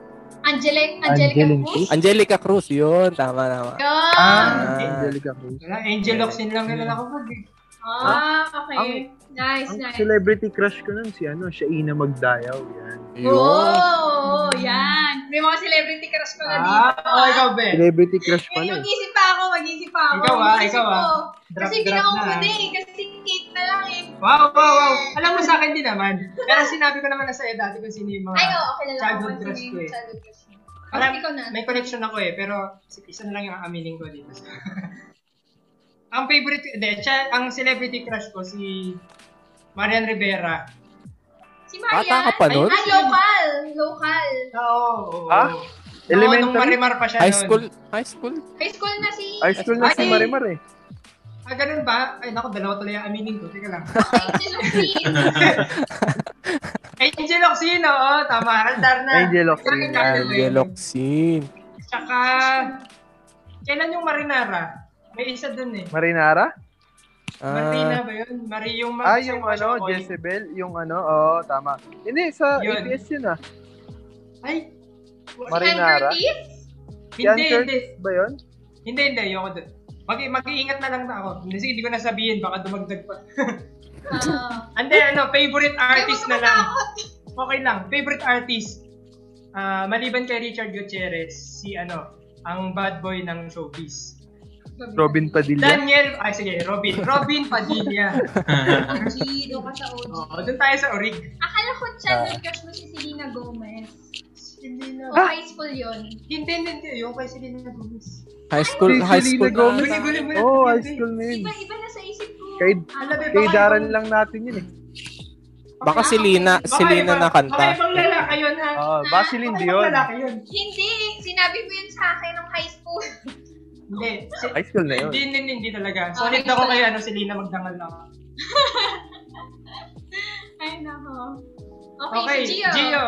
Speaker 1: Angelic, Angelica
Speaker 8: Angeline
Speaker 1: Cruz.
Speaker 3: Angelica Cruz, yun. Tama, tama.
Speaker 1: Yun.
Speaker 4: Ah,
Speaker 3: Ah.
Speaker 4: Angelica Cruz.
Speaker 2: Wala, Angel Locsin lang nila ako pag eh.
Speaker 1: Ah, okay. Nice,
Speaker 4: Ang
Speaker 1: nice.
Speaker 4: celebrity crush ko nun si ano, Shaina Magdayaw. Yan.
Speaker 1: Oh.
Speaker 3: Ah, Yun.
Speaker 1: Oo, yan. May mga celebrity crush ko na
Speaker 2: Ah,
Speaker 1: dito.
Speaker 2: oh, ikaw, Ben.
Speaker 4: Celebrity crush
Speaker 1: Eh,
Speaker 4: pala eh.
Speaker 1: mag-isip pa ako, mag-isip pa ako.
Speaker 2: Ikaw, ah,
Speaker 1: Mag-isip
Speaker 2: ikaw, ah.
Speaker 1: ko.
Speaker 2: Drop,
Speaker 1: Kasi
Speaker 2: drop
Speaker 1: ginawa
Speaker 2: na.
Speaker 1: ko
Speaker 2: ah.
Speaker 1: na eh. Kasi cake na lang eh.
Speaker 2: Wow, wow, wow. Alam mo sa akin din naman. Pero sinabi ko naman na sa'yo dati kung sino yung mga...
Speaker 1: Ay, oo, okay na lang.
Speaker 2: Ah, Childhood
Speaker 1: Sige,
Speaker 2: crush ko eh.
Speaker 1: Childhood crush.
Speaker 2: Alam,
Speaker 1: Ikaw na.
Speaker 2: may connection ako eh, pero isa na lang yung aminin ko dito. ang favorite, hindi, siya, ang celebrity crush ko si Marian Rivera.
Speaker 1: Si Marian.
Speaker 3: Bata ka pa
Speaker 1: Ay,
Speaker 3: nun?
Speaker 1: ah, local. Local.
Speaker 2: Ah, Oo. oo.
Speaker 4: Ha?
Speaker 2: Oo, Nung
Speaker 4: Elementary?
Speaker 2: marimar pa siya
Speaker 3: High
Speaker 2: nun.
Speaker 3: school, high school.
Speaker 1: High school na si...
Speaker 4: High school na si
Speaker 2: Ay!
Speaker 4: Marimar eh.
Speaker 2: Ah, ganun ba? Ay, naku, dalawa tuloy ang aminin ko. Teka lang.
Speaker 1: Angel of Sin.
Speaker 2: Angel Oxino, oo, tama. Randar na.
Speaker 4: Angel of
Speaker 2: Sa akin,
Speaker 4: Sin,
Speaker 2: Carlo
Speaker 3: Angel
Speaker 2: Bueno.
Speaker 3: Locsin.
Speaker 2: Tsaka, kailan yung Marinara? May isa dun eh.
Speaker 4: Marinara?
Speaker 2: Marina
Speaker 3: Ah,
Speaker 2: ba yun? Mari yung
Speaker 4: Ah, yung ano,
Speaker 2: oil.
Speaker 4: Jezebel, yung ano, oo, oh, tama. Hindi, sa
Speaker 2: Yun.
Speaker 4: ABS yun ah.
Speaker 2: Ay,
Speaker 4: Marinara?
Speaker 1: Si Ann Curtis?
Speaker 4: Si Ann
Speaker 2: hindi, hindi.
Speaker 4: Curtis ba yun?
Speaker 2: Hindi, hindi. Ayoko dun. Mag mag-iingat na lang na ako. Kasi hindi ko na sabihin, baka dumagdag pa.
Speaker 1: Oo.
Speaker 2: Hindi, ano, favorite artist na
Speaker 1: Ay, huwag ka
Speaker 2: lang.
Speaker 1: matakot.
Speaker 2: Okay lang, favorite artist. Ah, maliban kay Richard Gutierrez, si ano, ang bad boy ng showbiz.
Speaker 4: Robin Padilla.
Speaker 2: Daniel, ay sige, Robin. Robin Padilla.
Speaker 1: Chido ka sa OG.
Speaker 2: Oo, dun tayo sa Orig.
Speaker 1: Akala ko
Speaker 3: Ah.
Speaker 1: childhood crush mo si Selena Gomez.
Speaker 2: Hindi
Speaker 1: O
Speaker 2: na.
Speaker 1: high school yun.
Speaker 2: Hindi, hindi, hindi. Ayoko kay Selena Gomez.
Speaker 3: high school,
Speaker 4: Si
Speaker 3: high
Speaker 4: Selena
Speaker 3: school.
Speaker 4: Gomez.
Speaker 2: Guli, guli, guli.
Speaker 4: Oo, oh, high
Speaker 2: Hindi.
Speaker 4: school na yun.
Speaker 1: Iba, iba na sa isip ko. Ah,
Speaker 4: Kay-
Speaker 1: Alam mo,
Speaker 4: Kay
Speaker 2: Baka
Speaker 4: Darren
Speaker 2: ibang-
Speaker 4: lang natin yun eh.
Speaker 3: Baka si Lina, si
Speaker 2: Baka
Speaker 3: Lina
Speaker 2: iba-
Speaker 3: na
Speaker 2: Baka
Speaker 3: kanta.
Speaker 2: ibang lalaki yun, ha?
Speaker 4: Oo, Ah, Vaseline
Speaker 2: Baka ibang
Speaker 4: Dion.
Speaker 2: lalaki yun.
Speaker 1: Hindi, sinabi mo yun sa akin nung high school.
Speaker 2: Hindi. Si,
Speaker 4: High school na yun.
Speaker 2: hindi, hindi, hindi talaga. Solid
Speaker 1: Okay,
Speaker 2: ako
Speaker 1: so-
Speaker 2: kay ano, si Lina magdangal na ako.
Speaker 1: Ay, nako. Okay,
Speaker 2: Okay,
Speaker 1: si Gio.
Speaker 2: Gio.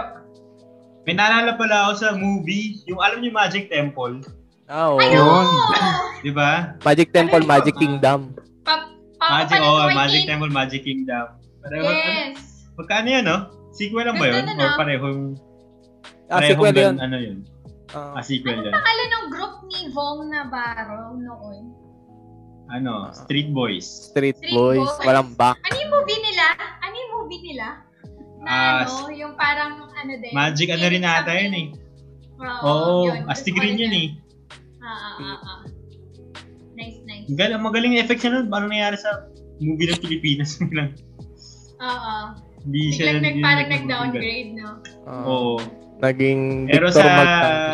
Speaker 5: May naalala pala ako sa movie, yung alam niyo Magic Temple,
Speaker 3: Ah, oo.
Speaker 1: Ayun!
Speaker 5: di ba?
Speaker 3: Magic
Speaker 2: Ano
Speaker 3: Temple,
Speaker 2: yun?
Speaker 3: Magic Kingdom.
Speaker 1: Pa-
Speaker 5: Magic,
Speaker 1: papapalit ko
Speaker 5: oh,
Speaker 1: kay
Speaker 5: Magic
Speaker 1: Kate.
Speaker 5: Temple, Magic Kingdom. Pareho,
Speaker 1: Ah, Yes.
Speaker 5: Magkano yun, no? Sequel lang ba yun?
Speaker 1: Ganda na
Speaker 5: Or
Speaker 1: lang.
Speaker 5: parehong,
Speaker 3: Ah,
Speaker 5: parehong
Speaker 3: sequel
Speaker 5: gan-
Speaker 3: yun.
Speaker 5: ano yun?
Speaker 3: Ah,
Speaker 5: Ah, sequel yun.
Speaker 1: Akala nung Ano group ni Vong Navarro noon.
Speaker 5: Ano, Street Boys.
Speaker 3: Street
Speaker 1: Street
Speaker 3: Boys,
Speaker 1: Boys.
Speaker 3: walang back.
Speaker 1: Ano yung movie nila? Ano yung movie nila? Na
Speaker 5: Ah,
Speaker 1: ano, yung parang ano din.
Speaker 5: Magic ano rin ata yun eh. Oo, Astig
Speaker 1: Ano
Speaker 5: rin yun eh.
Speaker 1: Ah, ah, ah. Nice, nice.
Speaker 5: Ang gal- ang magaling yung effects na nun. Paano nangyari sa movie ng Pilipinas? lang.
Speaker 1: Oo. Uh,
Speaker 5: Hindi siya
Speaker 1: Biglang nag,
Speaker 5: yun
Speaker 1: parang
Speaker 5: naging maganda.
Speaker 1: nag-downgrade, no?
Speaker 3: Ah,
Speaker 5: Oo.
Speaker 3: Naging
Speaker 5: Pero
Speaker 3: Victor
Speaker 5: sa...
Speaker 3: Magtang.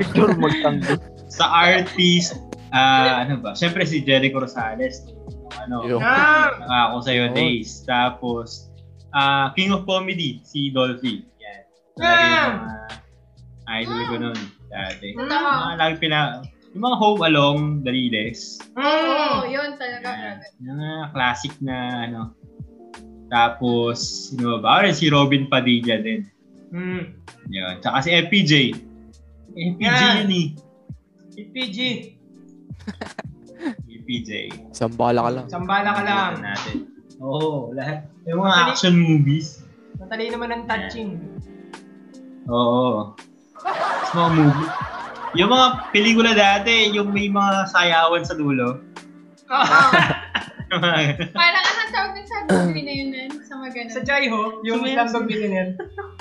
Speaker 4: Picture magtanggol.
Speaker 5: sa artist, ah ano ba? Siyempre si Jericho Rosales. Ano?
Speaker 3: Yung-
Speaker 2: Ah,
Speaker 5: Ah, ako sa'yo,
Speaker 3: Yun.
Speaker 5: Days. Tapos, ah King of Comedy, si Dolphy. Yan. Lagi
Speaker 2: Ah!
Speaker 5: yung mga
Speaker 1: Ah!
Speaker 5: idol ko nun. Dati.
Speaker 2: mm,
Speaker 1: Totoo.
Speaker 5: Mga lagi pina... Yung mga Home Along, Daliles.
Speaker 1: Oo,
Speaker 2: mm.
Speaker 1: Oh, yun talaga.
Speaker 5: Yan. Yung mga classic na ano. Tapos, sino ba? Or si Robin Padilla din.
Speaker 2: Mm. E
Speaker 5: Yan. Tsaka si FPJ. FPJ
Speaker 2: Yan.
Speaker 5: yun eh.
Speaker 2: Si PG.
Speaker 5: FPJ.
Speaker 3: Isang bala ka lang.
Speaker 2: Sambala ka lang.
Speaker 5: Nakita Natin. Oo, lahat. Yung mga action movies.
Speaker 2: Natalino mo ng touching.
Speaker 5: Oo. Mas mga movie. Yung mga pelikula dati, yung may mga sayawan sa dulo.
Speaker 1: Ah. Parang anong tawag dun sa movie na yun nun? Sa mga
Speaker 2: sa
Speaker 1: ganun.
Speaker 2: Jaiho, yung
Speaker 5: Sumaya-
Speaker 2: Slumdog Millionaire.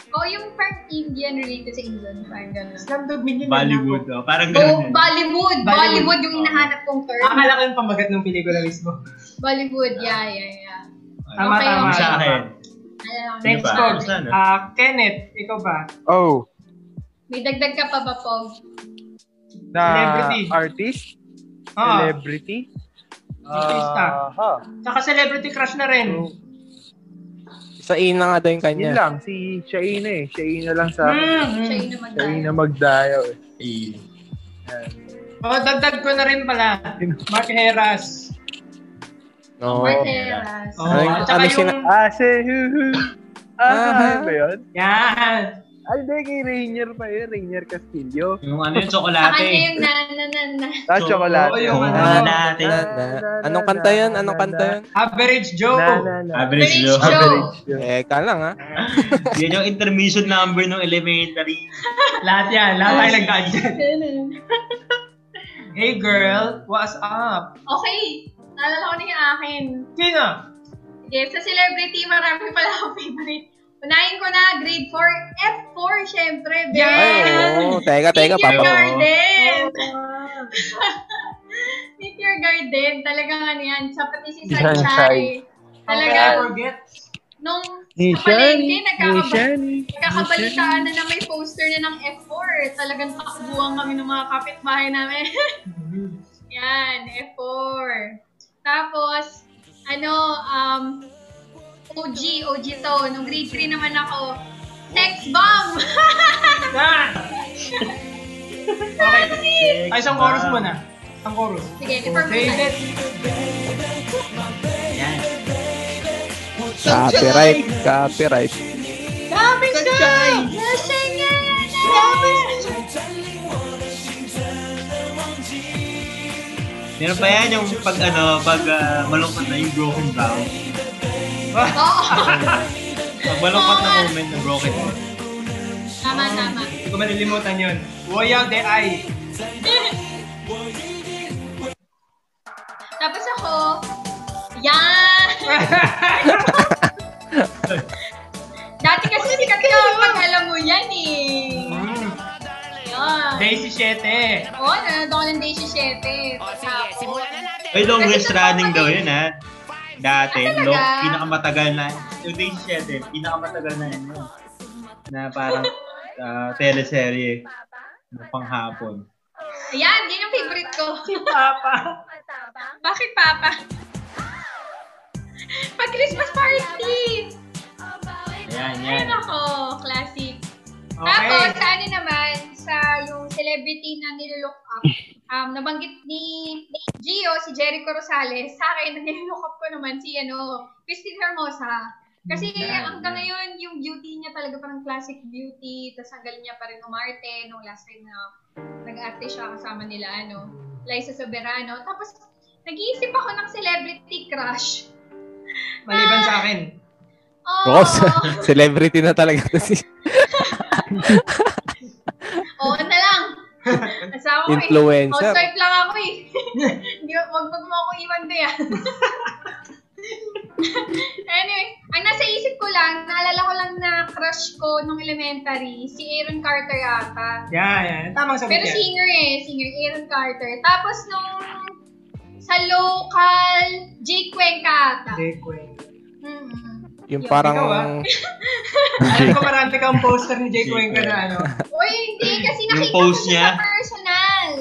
Speaker 1: O yung parang Indian related sa England. Parang ganun.
Speaker 2: Slumdog Millionaire.
Speaker 5: Bollywood. Oh, parang
Speaker 1: Oh,
Speaker 5: ganun.
Speaker 1: Bollywood! Bollywood yung hinahanap kong
Speaker 2: na ako.
Speaker 1: term.
Speaker 2: Ah, Akala ko yung pamagat ng pelikula mismo.
Speaker 1: Bollywood, yeah, yeah, yeah.
Speaker 2: Tama,
Speaker 1: Okay,
Speaker 2: tama.
Speaker 5: Yung
Speaker 1: okay.
Speaker 5: sa akin.
Speaker 1: Alam ko.
Speaker 2: Next
Speaker 5: ba?
Speaker 2: call.
Speaker 5: Ano saan, ah?
Speaker 2: Ah, Kenneth, ikaw ba?
Speaker 4: Oh,
Speaker 1: May dagdag ka pa ba, Pog?
Speaker 4: na
Speaker 2: Celebrity.
Speaker 4: artist?
Speaker 2: Oo.
Speaker 4: Celebrity?
Speaker 2: Artista.
Speaker 4: Ah, ha.
Speaker 2: Tsaka celebrity crush na rin.
Speaker 3: Sa ina nga daw yung
Speaker 4: Yun
Speaker 3: kanya.
Speaker 4: lang, si Shaina eh. Shaina lang sa akin.
Speaker 1: Hmm. Siya
Speaker 2: Mm.
Speaker 1: yung naman
Speaker 4: Shaina Magdayaw eh.
Speaker 5: Eh,
Speaker 2: Oh, dagdag ko na rin pala. Mark Heras.
Speaker 3: Oo.
Speaker 1: Marteras.
Speaker 2: Oh,
Speaker 3: Ano-
Speaker 2: at saka
Speaker 3: ano
Speaker 2: yung...
Speaker 3: sina-
Speaker 4: Ah, si Huhu. Ah,
Speaker 3: Aha.
Speaker 4: yun ba yun?
Speaker 2: Yan.
Speaker 4: Ay, hindi, kay Rainier pa yun. Rainier Castillo.
Speaker 5: Yung ano yung
Speaker 1: Sa kanya
Speaker 5: tsokolate.
Speaker 1: yung na, na, na, na.
Speaker 4: Ah,
Speaker 5: So,
Speaker 4: chocolate.
Speaker 2: oo, yung ano.
Speaker 4: Ah,
Speaker 5: Chocolate.
Speaker 4: na, na, na,
Speaker 3: Anong kanta yun?
Speaker 4: na,
Speaker 3: Anong
Speaker 4: na,
Speaker 3: kanta yun?
Speaker 2: Average Joe.
Speaker 4: Na, na, na.
Speaker 5: Average
Speaker 1: Average
Speaker 5: Joe.
Speaker 1: Joe.
Speaker 4: Average yun.
Speaker 3: Eh, ka lang ha.
Speaker 5: Yun yung intermission number ng elementary.
Speaker 2: Lahat yan. Lahat tayo nagka-adjust.
Speaker 1: Ganun.
Speaker 2: Hey girl, what's up?
Speaker 1: Okay. Naalala ko na yung akin.
Speaker 2: Kina?
Speaker 1: Sige, sa celebrity, marami pala akong favorite. Unahin ko na, grade 4, F4, syempre, Ben.
Speaker 2: Yeah!
Speaker 3: Ay, oo. Teka, teka,
Speaker 1: Meet your
Speaker 3: papa.
Speaker 1: garden. Meet your garden. Talagang ano yan. Sa pati si
Speaker 4: Yan,
Speaker 1: Sunshine.
Speaker 2: I
Speaker 1: Talagang
Speaker 2: forget.
Speaker 1: nung
Speaker 8: Ni
Speaker 1: sa palengke,
Speaker 8: Shani, ni
Speaker 1: nagkakabal-
Speaker 8: Shani, ni
Speaker 1: nagkakabalitaan ano na na may poster na ng F4. Talagang takbuhan kami ng mga kapitbahay namin. yan, F4. Tapos, ano, um, OG, OG to. Nung grade 3 naman ako, sex bomb!
Speaker 2: Yan!
Speaker 1: Kasi,
Speaker 2: Ah! Ay, isang chorus muna. Isang chorus.
Speaker 1: Ano Sige,
Speaker 2: David.
Speaker 1: i-perform
Speaker 5: Yan.
Speaker 3: Copyright, copyright.
Speaker 1: Daming
Speaker 5: Sunshine! Meron pa yan yung pag ano, pag ah, malungkot na yung broken down.
Speaker 1: Oo,
Speaker 5: Pag malungkot na moment na broken down.
Speaker 1: tama, tama.
Speaker 2: Hindi ko malilimutan yun. Woyaw de ay.
Speaker 1: Tapos ako, yan! Dati kasi sikat ka pag alam mo yan eh. Yan.
Speaker 2: Daisy 7.
Speaker 1: Oo, nanonood ako ng Daisy 7.
Speaker 5: Oh,
Speaker 1: Pagka ako.
Speaker 5: Ay, longest
Speaker 1: Kasi sa
Speaker 5: running
Speaker 1: company-
Speaker 5: daw yun, ha? Dati,
Speaker 1: Ah, talaga?
Speaker 5: long, pinakamatagal na, yung day 7, pinakamatagal na yun, yun. Na parang ah, teleserye na panghapon.
Speaker 1: Ayan, yun yung favorite ko.
Speaker 2: Papa.
Speaker 1: Bakit Papa? Pag Christmas party!
Speaker 5: Ayan, yan.
Speaker 1: Ayun ako, classic. Tapos,
Speaker 2: Okay.
Speaker 1: sa ano naman, sa yung celebrity na nililook up, um, nabanggit ni Gio, si Jericho Rosales, sa akin, nililook up ko naman si, ano, Christine Hermosa. Kasi
Speaker 5: Yeah,
Speaker 1: hanggang
Speaker 5: yeah.
Speaker 1: ngayon, yung beauty niya talaga parang classic beauty, tapos ang galing niya pa rin umarte nung last time na nag-arte siya kasama nila, ano, Liza Soberano. Tapos, nag-iisip ako ng celebrity crush.
Speaker 2: Maliban sa akin.
Speaker 1: Oh,
Speaker 3: Rose, celebrity na talaga to si
Speaker 1: Oo na Oh! ano lang. Asawa ko eh.
Speaker 3: influencer.
Speaker 1: Housewife lang ako eh. Hindi, wag wag mo ako iwan ba yan. anyway, ang nasa isip ko lang, naalala ko lang na crush ko nung elementary, si Aaron Carter ata.
Speaker 2: Yan, yan. Tamang sagot
Speaker 1: Pero
Speaker 2: yan.
Speaker 1: singer eh, singer Aaron Carter. Tapos nung sa local, Jake Cuenca ata. Mm-hmm.
Speaker 2: Jayquil.
Speaker 1: Mm-mm.
Speaker 3: Yung
Speaker 1: Yun,
Speaker 3: parang
Speaker 2: ikaw, ah. Alam ko Ano marami kang poster ni Jay Cuenca na ano.
Speaker 1: Uy, hindi kasi
Speaker 5: Yung
Speaker 1: nakita ko
Speaker 5: post
Speaker 1: siya
Speaker 5: niya?
Speaker 1: sa personal.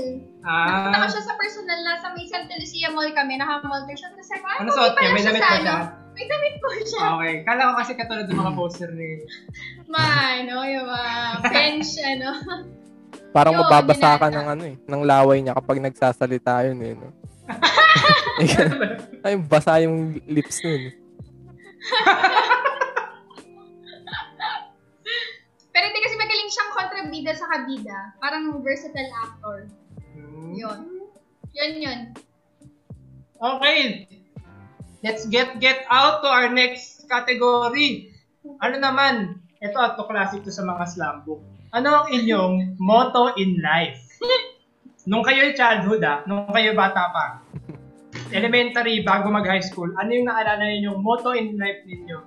Speaker 1: Nakita
Speaker 2: Ah.
Speaker 1: ko siya sa personal, nasa may Santa Lucia Mall kami, naka-mall siya. Tapos ako,
Speaker 2: Ano
Speaker 1: ano
Speaker 2: suot niya?
Speaker 1: pala
Speaker 2: May
Speaker 1: siya
Speaker 2: damit
Speaker 1: sa
Speaker 2: ba
Speaker 1: ano?
Speaker 2: siya?
Speaker 1: May damit po siya.
Speaker 2: Okay. Kala ko kasi katulad ng mga poster ni...
Speaker 1: Ma, ano, yung mga bench, ano.
Speaker 3: parang
Speaker 1: Yun,
Speaker 3: mababasa ka
Speaker 1: binata.
Speaker 3: ng ano eh, ng laway niya kapag nagsasalita yun eh. No? Ay, ganun. Ay, basa yung lips nun. eh.
Speaker 1: Pero hindi kasi magaling siyang kontrabida sa kabida. Parang versatile actor.
Speaker 2: Hmm.
Speaker 1: Yun. Yun yun.
Speaker 2: Okay. Let's get get out to our next category. Ano naman? Ito ato classic to sa mga slam book. Ano ang inyong motto in life? Nung kayo childhood ah, nung kayo bata pa, elementary bago mag high school, ano yung naalala ninyong motto in life ninyo?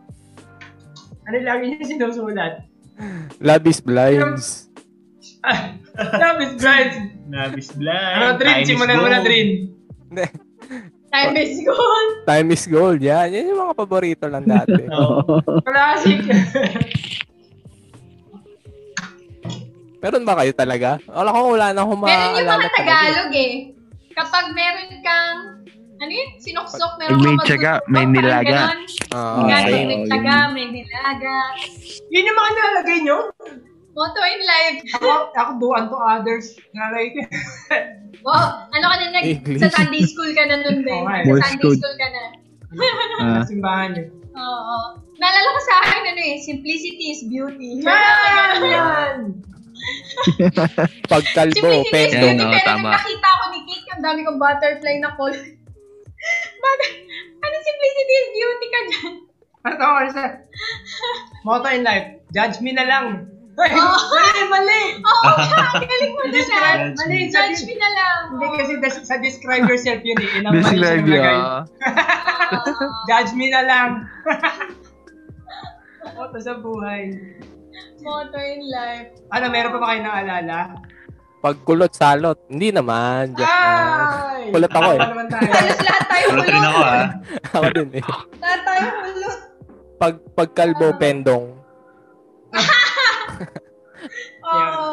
Speaker 2: Ano yung lagi niyo sinusulat?
Speaker 3: Love is blinds.
Speaker 2: Ah, Love is blind.
Speaker 5: Nabis blind.
Speaker 2: Ano, Drin?
Speaker 5: time is
Speaker 2: Simulan mo na,
Speaker 5: gold.
Speaker 2: Drin.
Speaker 3: Hindi.
Speaker 1: Time is gone.
Speaker 3: Time is gold. Yan. Yan yung mga paborito lang dati.
Speaker 5: Oo.
Speaker 2: Classic.
Speaker 3: Meron ba kayo talaga? Wala ko, wala na akong
Speaker 1: Meron yung
Speaker 3: maaalala
Speaker 1: mga Tagalog eh. Kapag meron kang, ano yun, sinuksok, meron
Speaker 6: May
Speaker 1: kang
Speaker 6: tiyaga,
Speaker 1: magtututok,
Speaker 6: may
Speaker 1: parang
Speaker 6: nilaga.
Speaker 1: ganon.
Speaker 3: Ah,
Speaker 1: Ganon,
Speaker 3: okay.
Speaker 1: may
Speaker 8: Oo, yun.
Speaker 1: tiyaga, may nilaga.
Speaker 2: Yun yung mga nilalagay nyo?
Speaker 1: Motto in life.
Speaker 2: Ako, ako do unto others. Nalay ko.
Speaker 1: Wow, ano ka na nag,
Speaker 3: English.
Speaker 1: sa Sunday school ka na nun din.
Speaker 2: Okay.
Speaker 1: Sa
Speaker 8: Morse
Speaker 1: Sunday
Speaker 8: code.
Speaker 1: school ka na.
Speaker 8: Ah,
Speaker 2: Simbahan yun.
Speaker 1: Oo. Naalala ko sa akin, ano eh, simplicity is beauty.
Speaker 2: Yan! Yan!
Speaker 3: Pagkalbo,
Speaker 1: Simplicity is
Speaker 3: pendo.
Speaker 1: beauty,
Speaker 6: Yan, oo,
Speaker 1: pero
Speaker 6: tama.
Speaker 1: nung nakita ko ni Kate, ang dami kong butterfly na color. Bakit? ano simplicity is beauty ka dyan?
Speaker 2: Ano ako sa... Motto in life, judge me na lang. Uy,
Speaker 1: Oo.
Speaker 2: mali, mali!
Speaker 1: Oo, oh, galing mo na lang.
Speaker 2: Describe, mali,
Speaker 1: Judge me na lang.
Speaker 2: Hindi kasi des- sa describe yourself yun eh. Inang mali siya
Speaker 6: Describe
Speaker 2: nilagay.
Speaker 6: yun.
Speaker 1: Oo.
Speaker 2: Judge me na lang. Motto sa buhay.
Speaker 1: Motto in life.
Speaker 2: Ano, meron pa ba kayo naalala?
Speaker 3: Pagkulot, salot. Hindi naman. Just,
Speaker 1: Ah.
Speaker 2: Ay!
Speaker 3: Kulot ako eh.
Speaker 2: Ano naman tayo?
Speaker 1: Halos lahat tayo
Speaker 5: Kulot rin ako
Speaker 1: hulot.
Speaker 5: ah.
Speaker 3: ako din eh.
Speaker 1: Lahat tayo hulot.
Speaker 3: Pag,
Speaker 1: Ah.
Speaker 3: pagkalbo, pendong.
Speaker 1: Oo.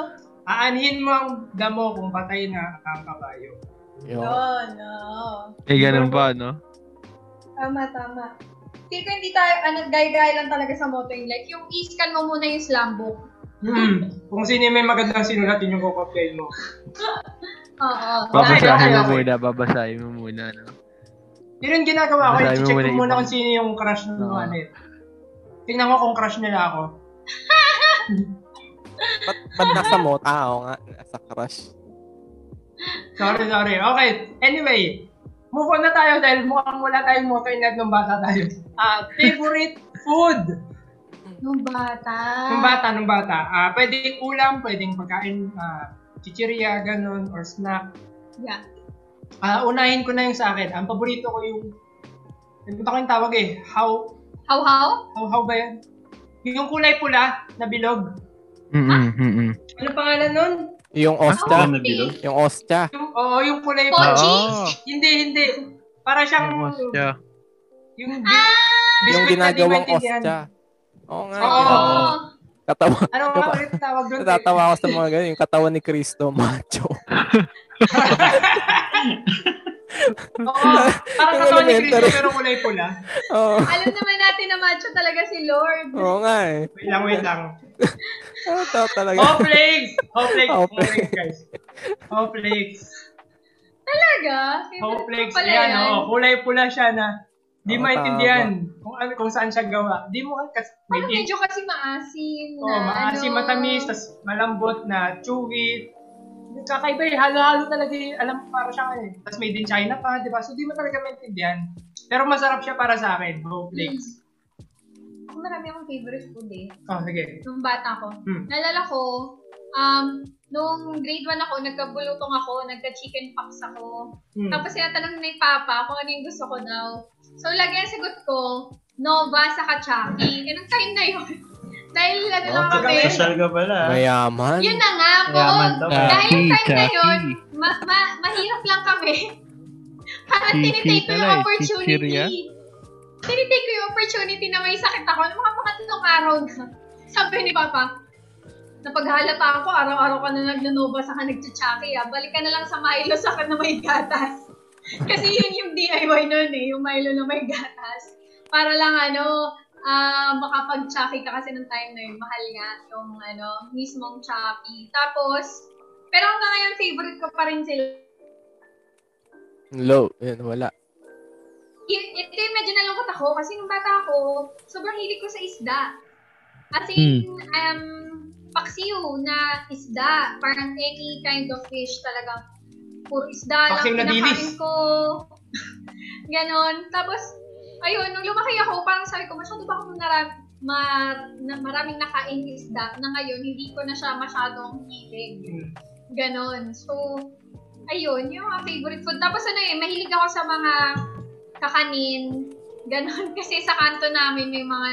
Speaker 2: Aanhin mo ang damo kung patay na ang kabayo.
Speaker 3: Yun.
Speaker 1: Oh, no.
Speaker 6: Eh, ganun ba, no?
Speaker 1: Tama, tama. Feel ko hindi tayo, ano, gay-gay lang talaga sa motto in life. Yung iskan mo muna yung slam book.
Speaker 2: Hmm. Kung sino yung may magandang sinulat, yun yung kukopiahin mo.
Speaker 1: Oo.
Speaker 6: Babasahin mo
Speaker 2: Ay, ay, ay.
Speaker 6: muna, babasahin mo muna, no?
Speaker 2: Yun yung ginagawa ko.
Speaker 6: Basahin mo
Speaker 2: I-check
Speaker 6: muna
Speaker 2: ko
Speaker 6: yung
Speaker 2: muna
Speaker 6: iba.
Speaker 2: kung sino yung crush ng
Speaker 6: Oo.
Speaker 2: mga net. Tingnan ko kung crush nila ako.
Speaker 3: Ba't, ba't nasa mo? Tao nga. Nasa crush.
Speaker 2: Sorry, sorry. Okay. Anyway, move on na tayo dahil mukhang wala tayong motor net nung bata tayo. Ah, favorite food
Speaker 1: Nung bata.
Speaker 2: nung bata, nung bata. Ah, pwedeng ulam, pwedeng pagkain, ah, chichirya, ganun, or snack.
Speaker 1: Yeah.
Speaker 2: Ah, unahin ko na yung sa akin. Ang paborito ko yung, ito ko yung tawag eh, how,
Speaker 1: How-how?
Speaker 2: how, how ba yan? Yung kulay pula na bilog.
Speaker 6: Mm-mm, mm-mm. Ah, ano
Speaker 2: Ano pangalan nun?
Speaker 3: Yung
Speaker 5: Ako
Speaker 3: ostya.
Speaker 5: na bilog.
Speaker 3: Yung ostya.
Speaker 2: Yung, oo, yung kulay
Speaker 1: Oh,
Speaker 2: pula.
Speaker 1: Pochi?
Speaker 6: Oo.
Speaker 2: Hindi, hindi. Para siyang,
Speaker 6: Yung ostya.
Speaker 2: yung, bi-
Speaker 1: Ah!
Speaker 2: biscuit
Speaker 3: Yung
Speaker 2: na di
Speaker 3: ginagawang
Speaker 2: maintindihan.
Speaker 3: ostya. Oo nga.
Speaker 2: Oo.
Speaker 3: ginagawa. Katawa.
Speaker 2: Ano nga ulit tawag doon?
Speaker 3: Natatawa ako sa mga ganyan. Yung katawan ni Cristo, macho.
Speaker 2: Oo. Parang katawan ni Chris
Speaker 3: Elementary.
Speaker 2: pero kulay pula.
Speaker 3: Oo.
Speaker 1: Alam naman natin na macho talaga si Lord.
Speaker 3: Oo nga eh.
Speaker 2: Wait lang, wait lang.
Speaker 3: Ano to talaga?
Speaker 2: Hoplex! Hoplex!
Speaker 3: Hoplex.
Speaker 2: Hoplex, guys. Hoplex.
Speaker 1: Talaga? Favorite
Speaker 2: Hoplex.
Speaker 1: ko pala
Speaker 2: Yan, oo. Kulay pula oh, siya na di
Speaker 3: Oo,
Speaker 2: maintindihan kung, ano, kung saan siya gawa. Di mo, kasi may
Speaker 1: Parang medyo kasi maasim na.
Speaker 2: Oo, oh, maasim,
Speaker 1: ano.
Speaker 2: matamis, tas malambot na chewy. Kakaiba eh, halo-halo talaga eh. Alam mo, para siya eh. Tapos made in China pa, di ba? So, di mo talaga maintindihan. Pero masarap siya para sa akin, bro. Flakes.
Speaker 1: Ako marami akong favorite food eh.
Speaker 2: Oh, sige.
Speaker 1: Nung bata ko.
Speaker 2: Hmm.
Speaker 1: Nalala ko, um, nung grade 1 ako, nagkabulutong ako, nagka-chicken pox ako.
Speaker 2: Hmm.
Speaker 1: Tapos tinatanong ni Papa kung ano yung gusto ko daw. So, lagi ang sagot ko, Nova sa Kachaki. Eh, nung time na yun, dahil ano lang kami,
Speaker 5: Social Oh, ka pala. ah.
Speaker 3: Mayaman.
Speaker 1: yun na nga po.
Speaker 5: Mayaman daw.
Speaker 3: Ah.
Speaker 1: Dahil yung time na
Speaker 6: Kachaki.
Speaker 1: yun, ma- ma- mahirap lang kami. Parang
Speaker 6: Kiki
Speaker 1: tinitake ko yung
Speaker 6: pala eh,
Speaker 1: opportunity.
Speaker 6: chichirya.
Speaker 1: Tinitake ko yung opportunity na may sakit ako. Ano mga pangatlong araw na. Sabi ni Papa, napaghalata ako, araw-araw ka na nagnanova sa nagtsatsyaki ah. Balik ka na lang sa Milo sa akin na may gatas. Kasi yun yung DIY nun eh, yung Milo na may gatas. Para lang ano, ah makapag-chucky ka kasi ng time na yun, mahal nga yung ano, mismong chucky. Tapos, pero hanggang ngayon favorite ko pa rin sila
Speaker 3: Low. Yun, wala.
Speaker 1: Y- ito yung medyo nalungkot ako kasi nung bata ako, sobrang hilig ko sa isda. As in,
Speaker 6: Hmm.
Speaker 1: um, paksiw na isda. Parang any kind of fish talaga. Puro isda
Speaker 2: Paksiw na
Speaker 1: lang kinakain
Speaker 2: dilis.
Speaker 1: ko. Ganon. Tapos, ayun, nung lumaki ako, parang sabi ko, masyado ba akong nara- ma- na- maraming nakain isda na ngayon, hindi ko na siya masyadong hilig.
Speaker 2: Hmm.
Speaker 1: Ganon. So, ayun, yung mga favorite food. Tapos ano eh, mahilig ako sa mga kakanin. Ganon. Kasi sa kanto namin may mga,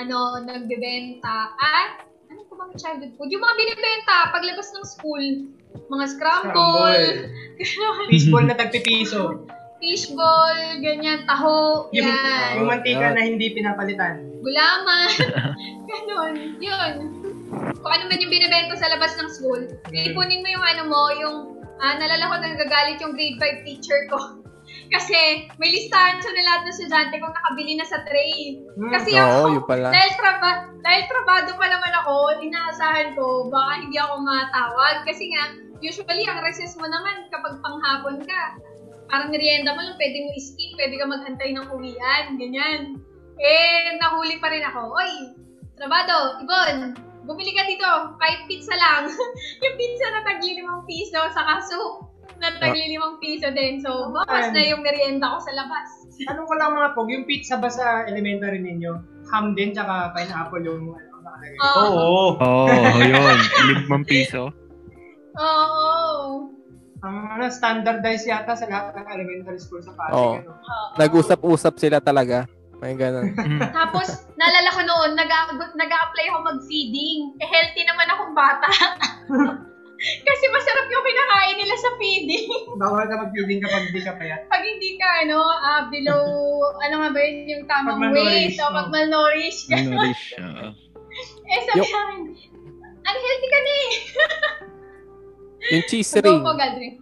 Speaker 1: ano, nagbebenta. At, ano po bang childhood food? Yung mga binibenta paglabas ng school. Mga scramble,
Speaker 2: Scramble. Fishball na tagpipiso.
Speaker 1: fishball, ganyan, taho,
Speaker 2: Yung,
Speaker 1: yan,
Speaker 2: yung mantika na hindi pinapalitan.
Speaker 1: gulaman, ganon, yun. Kung ano man yung binibenta sa labas ng school, ipunin mo yung ano mo, yung, ah, nalala ko nanggagalit yung grade 5 teacher ko. Kasi may listahan siya na lahat ng estudyante kung nakabili na sa tray.
Speaker 2: Hmm.
Speaker 1: Kasi
Speaker 3: Oo,
Speaker 1: ako,
Speaker 3: yun pala.
Speaker 1: dahil, traba, dahil trabado pa naman ako, inaasahan ko, baka hindi ako matawag. Kasi nga, usually, ang recess mo naman, kapag panghapon ka, parang merienda mo lang, pwede mo skip, pwede ka maghantay ng uwian, ganyan. Eh, nahuli pa rin ako. Oy, Trabado, Ibon, bumili ka dito. Kahit pizza lang. yung pizza na taglimang piso, saka soup na taglimang piso din. So, bawas na yung merienda ko sa labas.
Speaker 2: Tanong Ano ko lang mga pog, yung pizza ba sa elementary ninyo, ham din tsaka pineapple yung ano, nakalagay?
Speaker 1: Oo.
Speaker 5: Oo.
Speaker 6: Oo, oh, yun. Limang piso.
Speaker 1: Oo.
Speaker 2: Ang ano, standardized yata sa lahat ng elementary school sa Pasig.
Speaker 3: Oo.
Speaker 2: Ano?
Speaker 1: Oo.
Speaker 3: Nag-usap-usap sila talaga. May ganun.
Speaker 6: Mm.
Speaker 1: Tapos, naalala ko noon, nag- nag-a-apply ako mag-feeding. Eh, healthy naman akong bata. Kasi masarap yung kinakain nila sa feeding.
Speaker 2: Bawal ka mag-feeding kapag di ka payat.
Speaker 1: Pag hindi ka, ano, ah, below, ano nga ba yun, yung tamang
Speaker 2: Pag malnourished,
Speaker 1: weight, o pag
Speaker 2: oh.
Speaker 1: malnourished.
Speaker 8: Nourish. oo.
Speaker 6: ah.
Speaker 1: eh, sabi
Speaker 3: Yo.
Speaker 1: sa akin, ang healthy ka eh." ni!
Speaker 3: Yung cheese
Speaker 1: Go
Speaker 3: ring.
Speaker 1: po, Galdrin.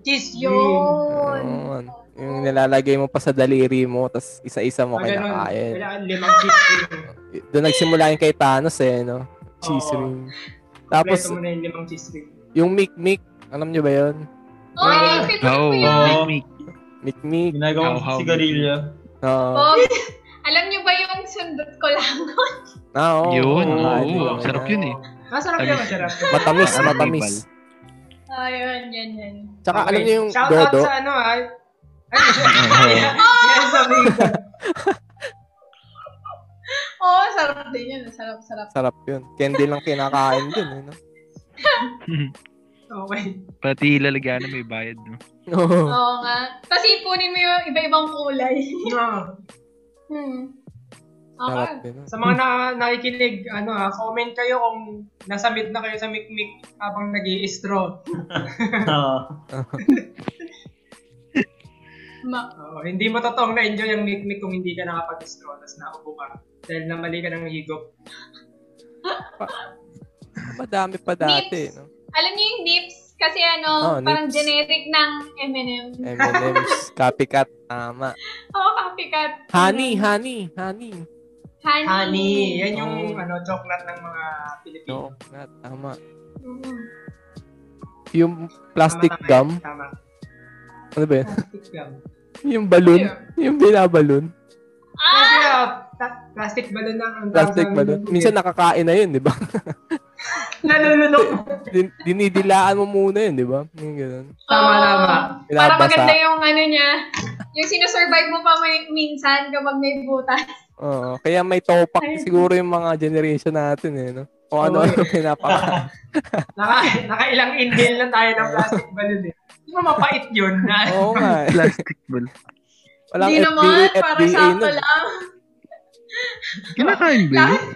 Speaker 2: Cheese ring.
Speaker 1: Yun.
Speaker 3: Yun. Yung nilalagay mo pa sa daliri mo, tapos isa-isa mo
Speaker 2: Ah, ganun.
Speaker 3: kinakain.
Speaker 2: Kailangan limang cheese ring.
Speaker 3: Doon nagsimula yung kay Thanos eh, no? Cheese
Speaker 2: Oo.
Speaker 3: ring.
Speaker 2: Tapos,
Speaker 3: Tapos,
Speaker 2: mo na yung limang cheese ring.
Speaker 3: yung mikmik, alam nyo ba yun?
Speaker 1: Oh, yung favorite ko
Speaker 6: Oo,
Speaker 1: yun.
Speaker 5: Oo.
Speaker 6: mikmik.
Speaker 3: Mikmik.
Speaker 5: Ginagawa ko
Speaker 6: How- how-
Speaker 5: sa sigarilyo.
Speaker 3: Oo.
Speaker 1: Oh, alam niyo ba yung sundot ko lang?
Speaker 3: Ah, oo.
Speaker 6: Yun,
Speaker 3: Oo,
Speaker 6: oo.
Speaker 3: di ba?
Speaker 6: ang sarap yun eh.
Speaker 2: Masarap yun, masarap.
Speaker 3: Matamis,
Speaker 6: Parang
Speaker 3: matamis.
Speaker 1: Oh, yun, yun, yun.
Speaker 3: Tsaka alam nyo yung
Speaker 2: Shout
Speaker 3: dodo?
Speaker 2: out sa ano ah. Ay,
Speaker 6: Oo.
Speaker 1: Ah!
Speaker 2: yes, sabihin ko.
Speaker 1: Oh, sarap din yun. Sarap, sarap.
Speaker 3: Sarap yun. Candy lang kinakain dun eh, no?
Speaker 2: Okay.
Speaker 6: Pati lalagyan na may bayad. No?
Speaker 3: Oo.
Speaker 1: Oo nga. Tapos ipunin mo yung iba-ibang kulay.
Speaker 2: No.
Speaker 1: Hmm.
Speaker 3: Sarap
Speaker 1: Okay.
Speaker 3: yun. no?
Speaker 2: ano, Sa mga na nakikinig, ano ah, comment kayo kung nasa mid na kayo sa mikmik habang nag i straw
Speaker 5: Oo.
Speaker 1: Ma-
Speaker 2: Oo, hindi mo totoong na-enjoy ang mikmik kung hindi ka nakapag-straw tapos naupo ka dahil namali ka ng higop.
Speaker 3: Madami pa dati, no?
Speaker 1: alam niyo yung nips? Kasi
Speaker 3: Oh,
Speaker 1: ano, parang
Speaker 3: nips.
Speaker 1: generic ng M&M.
Speaker 3: M&M's, copycat, tama.
Speaker 1: Oo, Oh, copycat.
Speaker 3: Honey,
Speaker 1: Mm.
Speaker 3: honey, honey.
Speaker 1: Honey.
Speaker 2: Honey, yan yung
Speaker 3: Oo.
Speaker 2: ano chocolate ng mga Pilipino.
Speaker 3: No, na, Ah, tama.
Speaker 1: Mm.
Speaker 3: Yung plastic
Speaker 2: Tama, tama,
Speaker 3: gum,
Speaker 2: Tama.
Speaker 3: ano ba yun?
Speaker 2: Plastic gum.
Speaker 3: Yung balloon, yung binabalon.
Speaker 2: Kasi
Speaker 1: Ah!
Speaker 2: ah, pla- plastic balon na ang
Speaker 3: Plastic
Speaker 2: ang-
Speaker 3: balloon. Minsan nakakain na yun, di ba?
Speaker 2: nalulunok.
Speaker 3: Din- dinidilaan mo muna yun, di ba? Yung ganun.
Speaker 2: Tama,
Speaker 1: Oo.
Speaker 2: tama.
Speaker 1: Para
Speaker 3: Pinabasa.
Speaker 1: maganda yung ano niya. Yung sinusurvive mo pa may, minsan kapag may butas.
Speaker 3: Oo, kaya may topak
Speaker 1: Ay.
Speaker 3: siguro yung mga generation natin eh, no? O ano
Speaker 2: Oo, eh.
Speaker 3: yung pinapaka.
Speaker 2: Naka, nakailang inhale na tayo ng plastic balon eh. Di ba mapait yun na?
Speaker 3: Oo nga. eh.
Speaker 6: Plastic ball.
Speaker 3: Walang
Speaker 1: Hindi
Speaker 3: FDA,
Speaker 1: naman, ah. para
Speaker 3: FDA
Speaker 1: sa ako
Speaker 3: nun.
Speaker 1: lang.
Speaker 6: Kinakain ba yun?
Speaker 1: Lahat-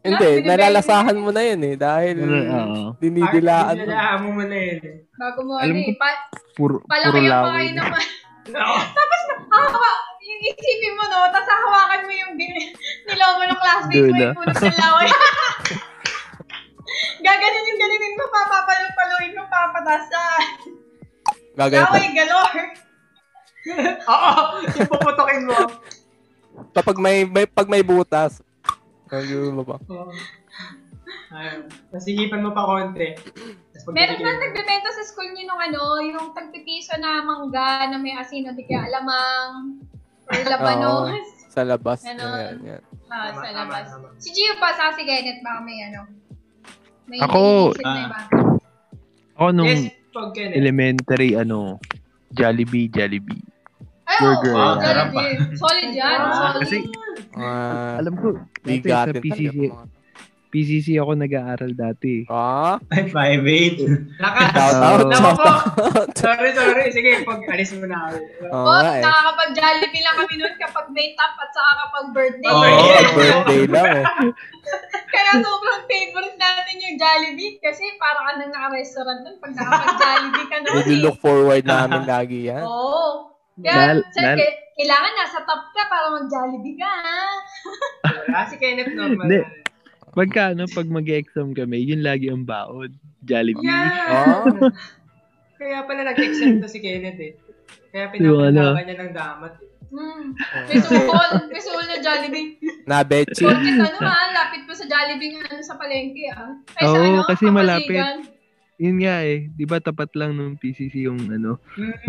Speaker 3: Hindi,
Speaker 1: Lahat binibigay
Speaker 3: nalalasahan mo na yun eh. Dahil
Speaker 6: Oo.
Speaker 3: dinidilaan mo.
Speaker 2: Dinidilaan mo muna yun.
Speaker 1: Bago mo ano
Speaker 6: Alam
Speaker 1: eh.
Speaker 6: ko-
Speaker 1: Pa-
Speaker 6: Puro, puro
Speaker 1: palaki yung
Speaker 6: laway.
Speaker 1: pakain naman.
Speaker 2: Oo.
Speaker 1: Tapos, hawa, yung isipin mo, no? Tapos hahawakan mo yung bin- nilaw mo ng classmate mo,
Speaker 6: Dula.
Speaker 1: yung puno ng laway. Gaganin yung ganinin mo, papapalupaluin mo, papatasa.
Speaker 3: Gagaya pa.
Speaker 1: Laway, galore.
Speaker 2: Oo, yung puputokin mo.
Speaker 3: Kapag may, may, pag may butas. Ayun ba ba?
Speaker 2: Oo. Ayun. Nasigipan mo pa konti. Tapos pag-
Speaker 1: Meron ba nagbebenta sa school niyo nung ano, yung tagpipiso na mangga na may asin na di kaya alamang or labanos.
Speaker 3: Sa labas.
Speaker 1: Ano?
Speaker 3: Yan, yan.
Speaker 1: Ah,
Speaker 2: Tama,
Speaker 1: sa
Speaker 2: tama,
Speaker 1: labas.
Speaker 2: tama.
Speaker 1: Si Gio pa, sa si Kenneth, baka may ano. May
Speaker 6: Ako,
Speaker 1: isip na
Speaker 5: ah.
Speaker 1: iba.
Speaker 6: Ako nung
Speaker 2: Yes, pag ganun.
Speaker 6: elementary, ano, Jollibee, Jollibee.
Speaker 1: Ay,
Speaker 6: Burger.
Speaker 1: oo,
Speaker 5: Ah, sarap
Speaker 1: Jollibee. Solid yan,
Speaker 2: Ah,
Speaker 1: solid.
Speaker 6: kasi-
Speaker 3: Ah,
Speaker 6: Alam ko, dati sa
Speaker 3: bigatin talaga.
Speaker 6: PCC,
Speaker 3: yung mga-
Speaker 6: PCC ako nag-aaral dati.
Speaker 3: Ah,
Speaker 5: Ay, private.
Speaker 2: Lakas.
Speaker 3: shout out,
Speaker 6: Oo.
Speaker 2: Nako
Speaker 3: shout
Speaker 2: po.
Speaker 3: out.
Speaker 2: Sorry, sorry. Sige, pag alis mo na ako.
Speaker 3: Oo
Speaker 1: Oh,
Speaker 3: nga eh.
Speaker 1: nakakapag-jollibee lang kami noon kapag may tap at saka kapag birthday.
Speaker 5: Oo.
Speaker 3: Oo, birthday lang eh.
Speaker 1: Kaya sobrang favorite natin yung Jollibee kasi parang ka nang naka-restaurant nun pag nakapag-jollibee ka noon. eh.
Speaker 3: I-look forward namin lagi
Speaker 6: Ah.
Speaker 3: yan.
Speaker 1: Oo. Kaya,
Speaker 6: Lal-
Speaker 1: sir,
Speaker 6: lal-
Speaker 1: ke- kailangan nasa top ka para mag-jollibee ka. ha?
Speaker 2: Wala Ah, si Kenneth normal.
Speaker 6: Hindi. Pagkano, pag mag-exam kami, yun lagi ang baon. Jollibee.
Speaker 2: Yeah.
Speaker 3: Oh.
Speaker 2: Kaya pala nag-exempt to si Kenneth eh. Kaya
Speaker 6: Wala.
Speaker 2: pinapinawa niya ng damat eh.
Speaker 1: Hmm. May suol. May suol na Jollibee.
Speaker 3: Na Bechi.
Speaker 1: Bakit ano ha, lapit po sa Jollibee nga ano, sa palengke ah. Ay, sa
Speaker 6: Oo,
Speaker 1: ano,
Speaker 6: kasi
Speaker 1: Kapasigan.
Speaker 6: malapit. yun nga eh, di ba tapat lang ng PCC yung ano,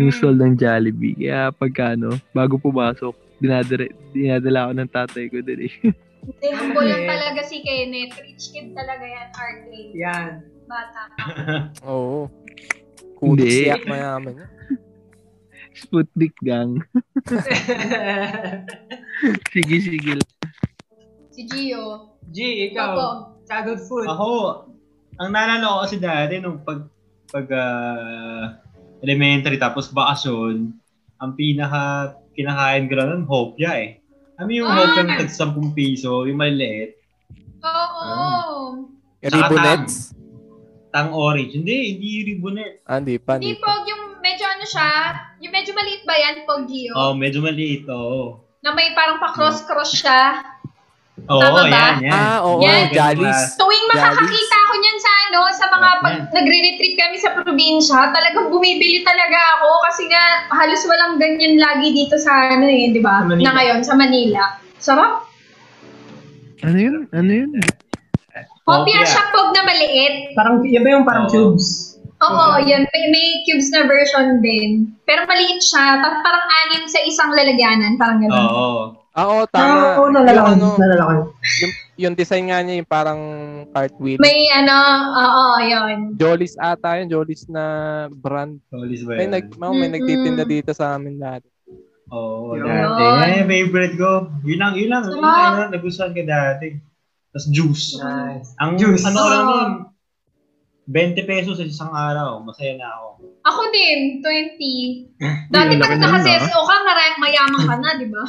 Speaker 6: yung stall ng Jollibee. Kaya pagka ano, bago pumasok, dinadala, dinadala ako ng tatay ko din eh.
Speaker 1: Hindi, humble lang
Speaker 2: Yes.
Speaker 1: talaga si Kenneth. Rich kid talaga yan, Hardly.
Speaker 2: Yan.
Speaker 1: Bata.
Speaker 3: Oo. Kudos
Speaker 6: Hindi.
Speaker 3: siya mayaman niya.
Speaker 6: Sputnik gang. Sige, sige. lang.
Speaker 1: Si Gio.
Speaker 2: G,
Speaker 1: Opo.
Speaker 2: ikaw, childhood food.
Speaker 5: Ako, ang naalala ko kasi dati nung pag, pag ah, elementary tapos bakasyon, ang pinaka kinakain ko lang nun, hopya eh. Alam mo yung
Speaker 1: Ah!
Speaker 5: hopya na tag 10 piso, yung maliliit,
Speaker 1: Oo.
Speaker 3: Ribonets?
Speaker 5: tang orange. Hindi, hindi yung ribonet.
Speaker 3: Ah, hindi pa.
Speaker 1: Hindi
Speaker 3: Hindi
Speaker 1: po,
Speaker 3: pa.
Speaker 1: yung medyo ano siya, yung medyo maliit ba yan, Pog Gio?
Speaker 5: Oh, medyo maliit, oo.
Speaker 1: Na may parang pa-cross-cross siya.
Speaker 5: Oo,
Speaker 1: Tama ba?
Speaker 5: yan, yan.
Speaker 3: Ah, oo.
Speaker 1: Yan.
Speaker 3: Jollies.
Speaker 1: Tuwing makakakita
Speaker 3: Galis.
Speaker 1: ko niyan sa ano, sa mga
Speaker 5: Sarap
Speaker 1: pag
Speaker 5: yan.
Speaker 1: nagre-retreat kami sa probinsya, talagang bumibili talaga ako kasi nga halos walang ganyan lagi dito sa ano eh, di ba?
Speaker 5: Sa Manila.
Speaker 1: Na ngayon, sa Manila. Sarap.
Speaker 6: Ano yun? Ano yun?
Speaker 1: Hopia
Speaker 5: Hopya.
Speaker 1: siya pog na maliit.
Speaker 2: Parang, yan ba yung parang
Speaker 5: Oo.
Speaker 2: cubes?
Speaker 1: Oo, yun. May, may cubes na version din. Pero maliit siya. Tapos parang anim sa isang lalagyanan. Parang gano'n.
Speaker 5: Oo.
Speaker 3: Ah, oo,
Speaker 2: Ah,
Speaker 3: tama.
Speaker 2: Oo, nalala ko.
Speaker 3: Yung ano,
Speaker 2: Nalala ko.
Speaker 3: yung, yung design nga niya, yung parang cartwheel.
Speaker 1: May ano, oo, yun.
Speaker 3: Jollies ata yun, Jollies na brand.
Speaker 5: Solis ba
Speaker 3: May,
Speaker 5: yun?
Speaker 3: nag, oh, may
Speaker 1: Mm-mm.
Speaker 3: nagtitinda dito sa amin dati.
Speaker 5: Oo,
Speaker 2: Yun.
Speaker 5: dati. Eh, favorite ko. Yun lang, yun lang. Yun
Speaker 1: Sarap.
Speaker 5: lang, yun lang nagustuhan ko dati. Tapos juice.
Speaker 2: Nice.
Speaker 5: Ang
Speaker 2: Juice.
Speaker 5: ano ko lang
Speaker 1: Oo.
Speaker 5: nun, 20 pesos sa isang araw. Masaya na ako.
Speaker 1: Ako din, 20. Dati
Speaker 6: Yun, laki na
Speaker 1: pag
Speaker 6: yun,
Speaker 1: naka-CSO ka, marami mayaman ka na, di ba?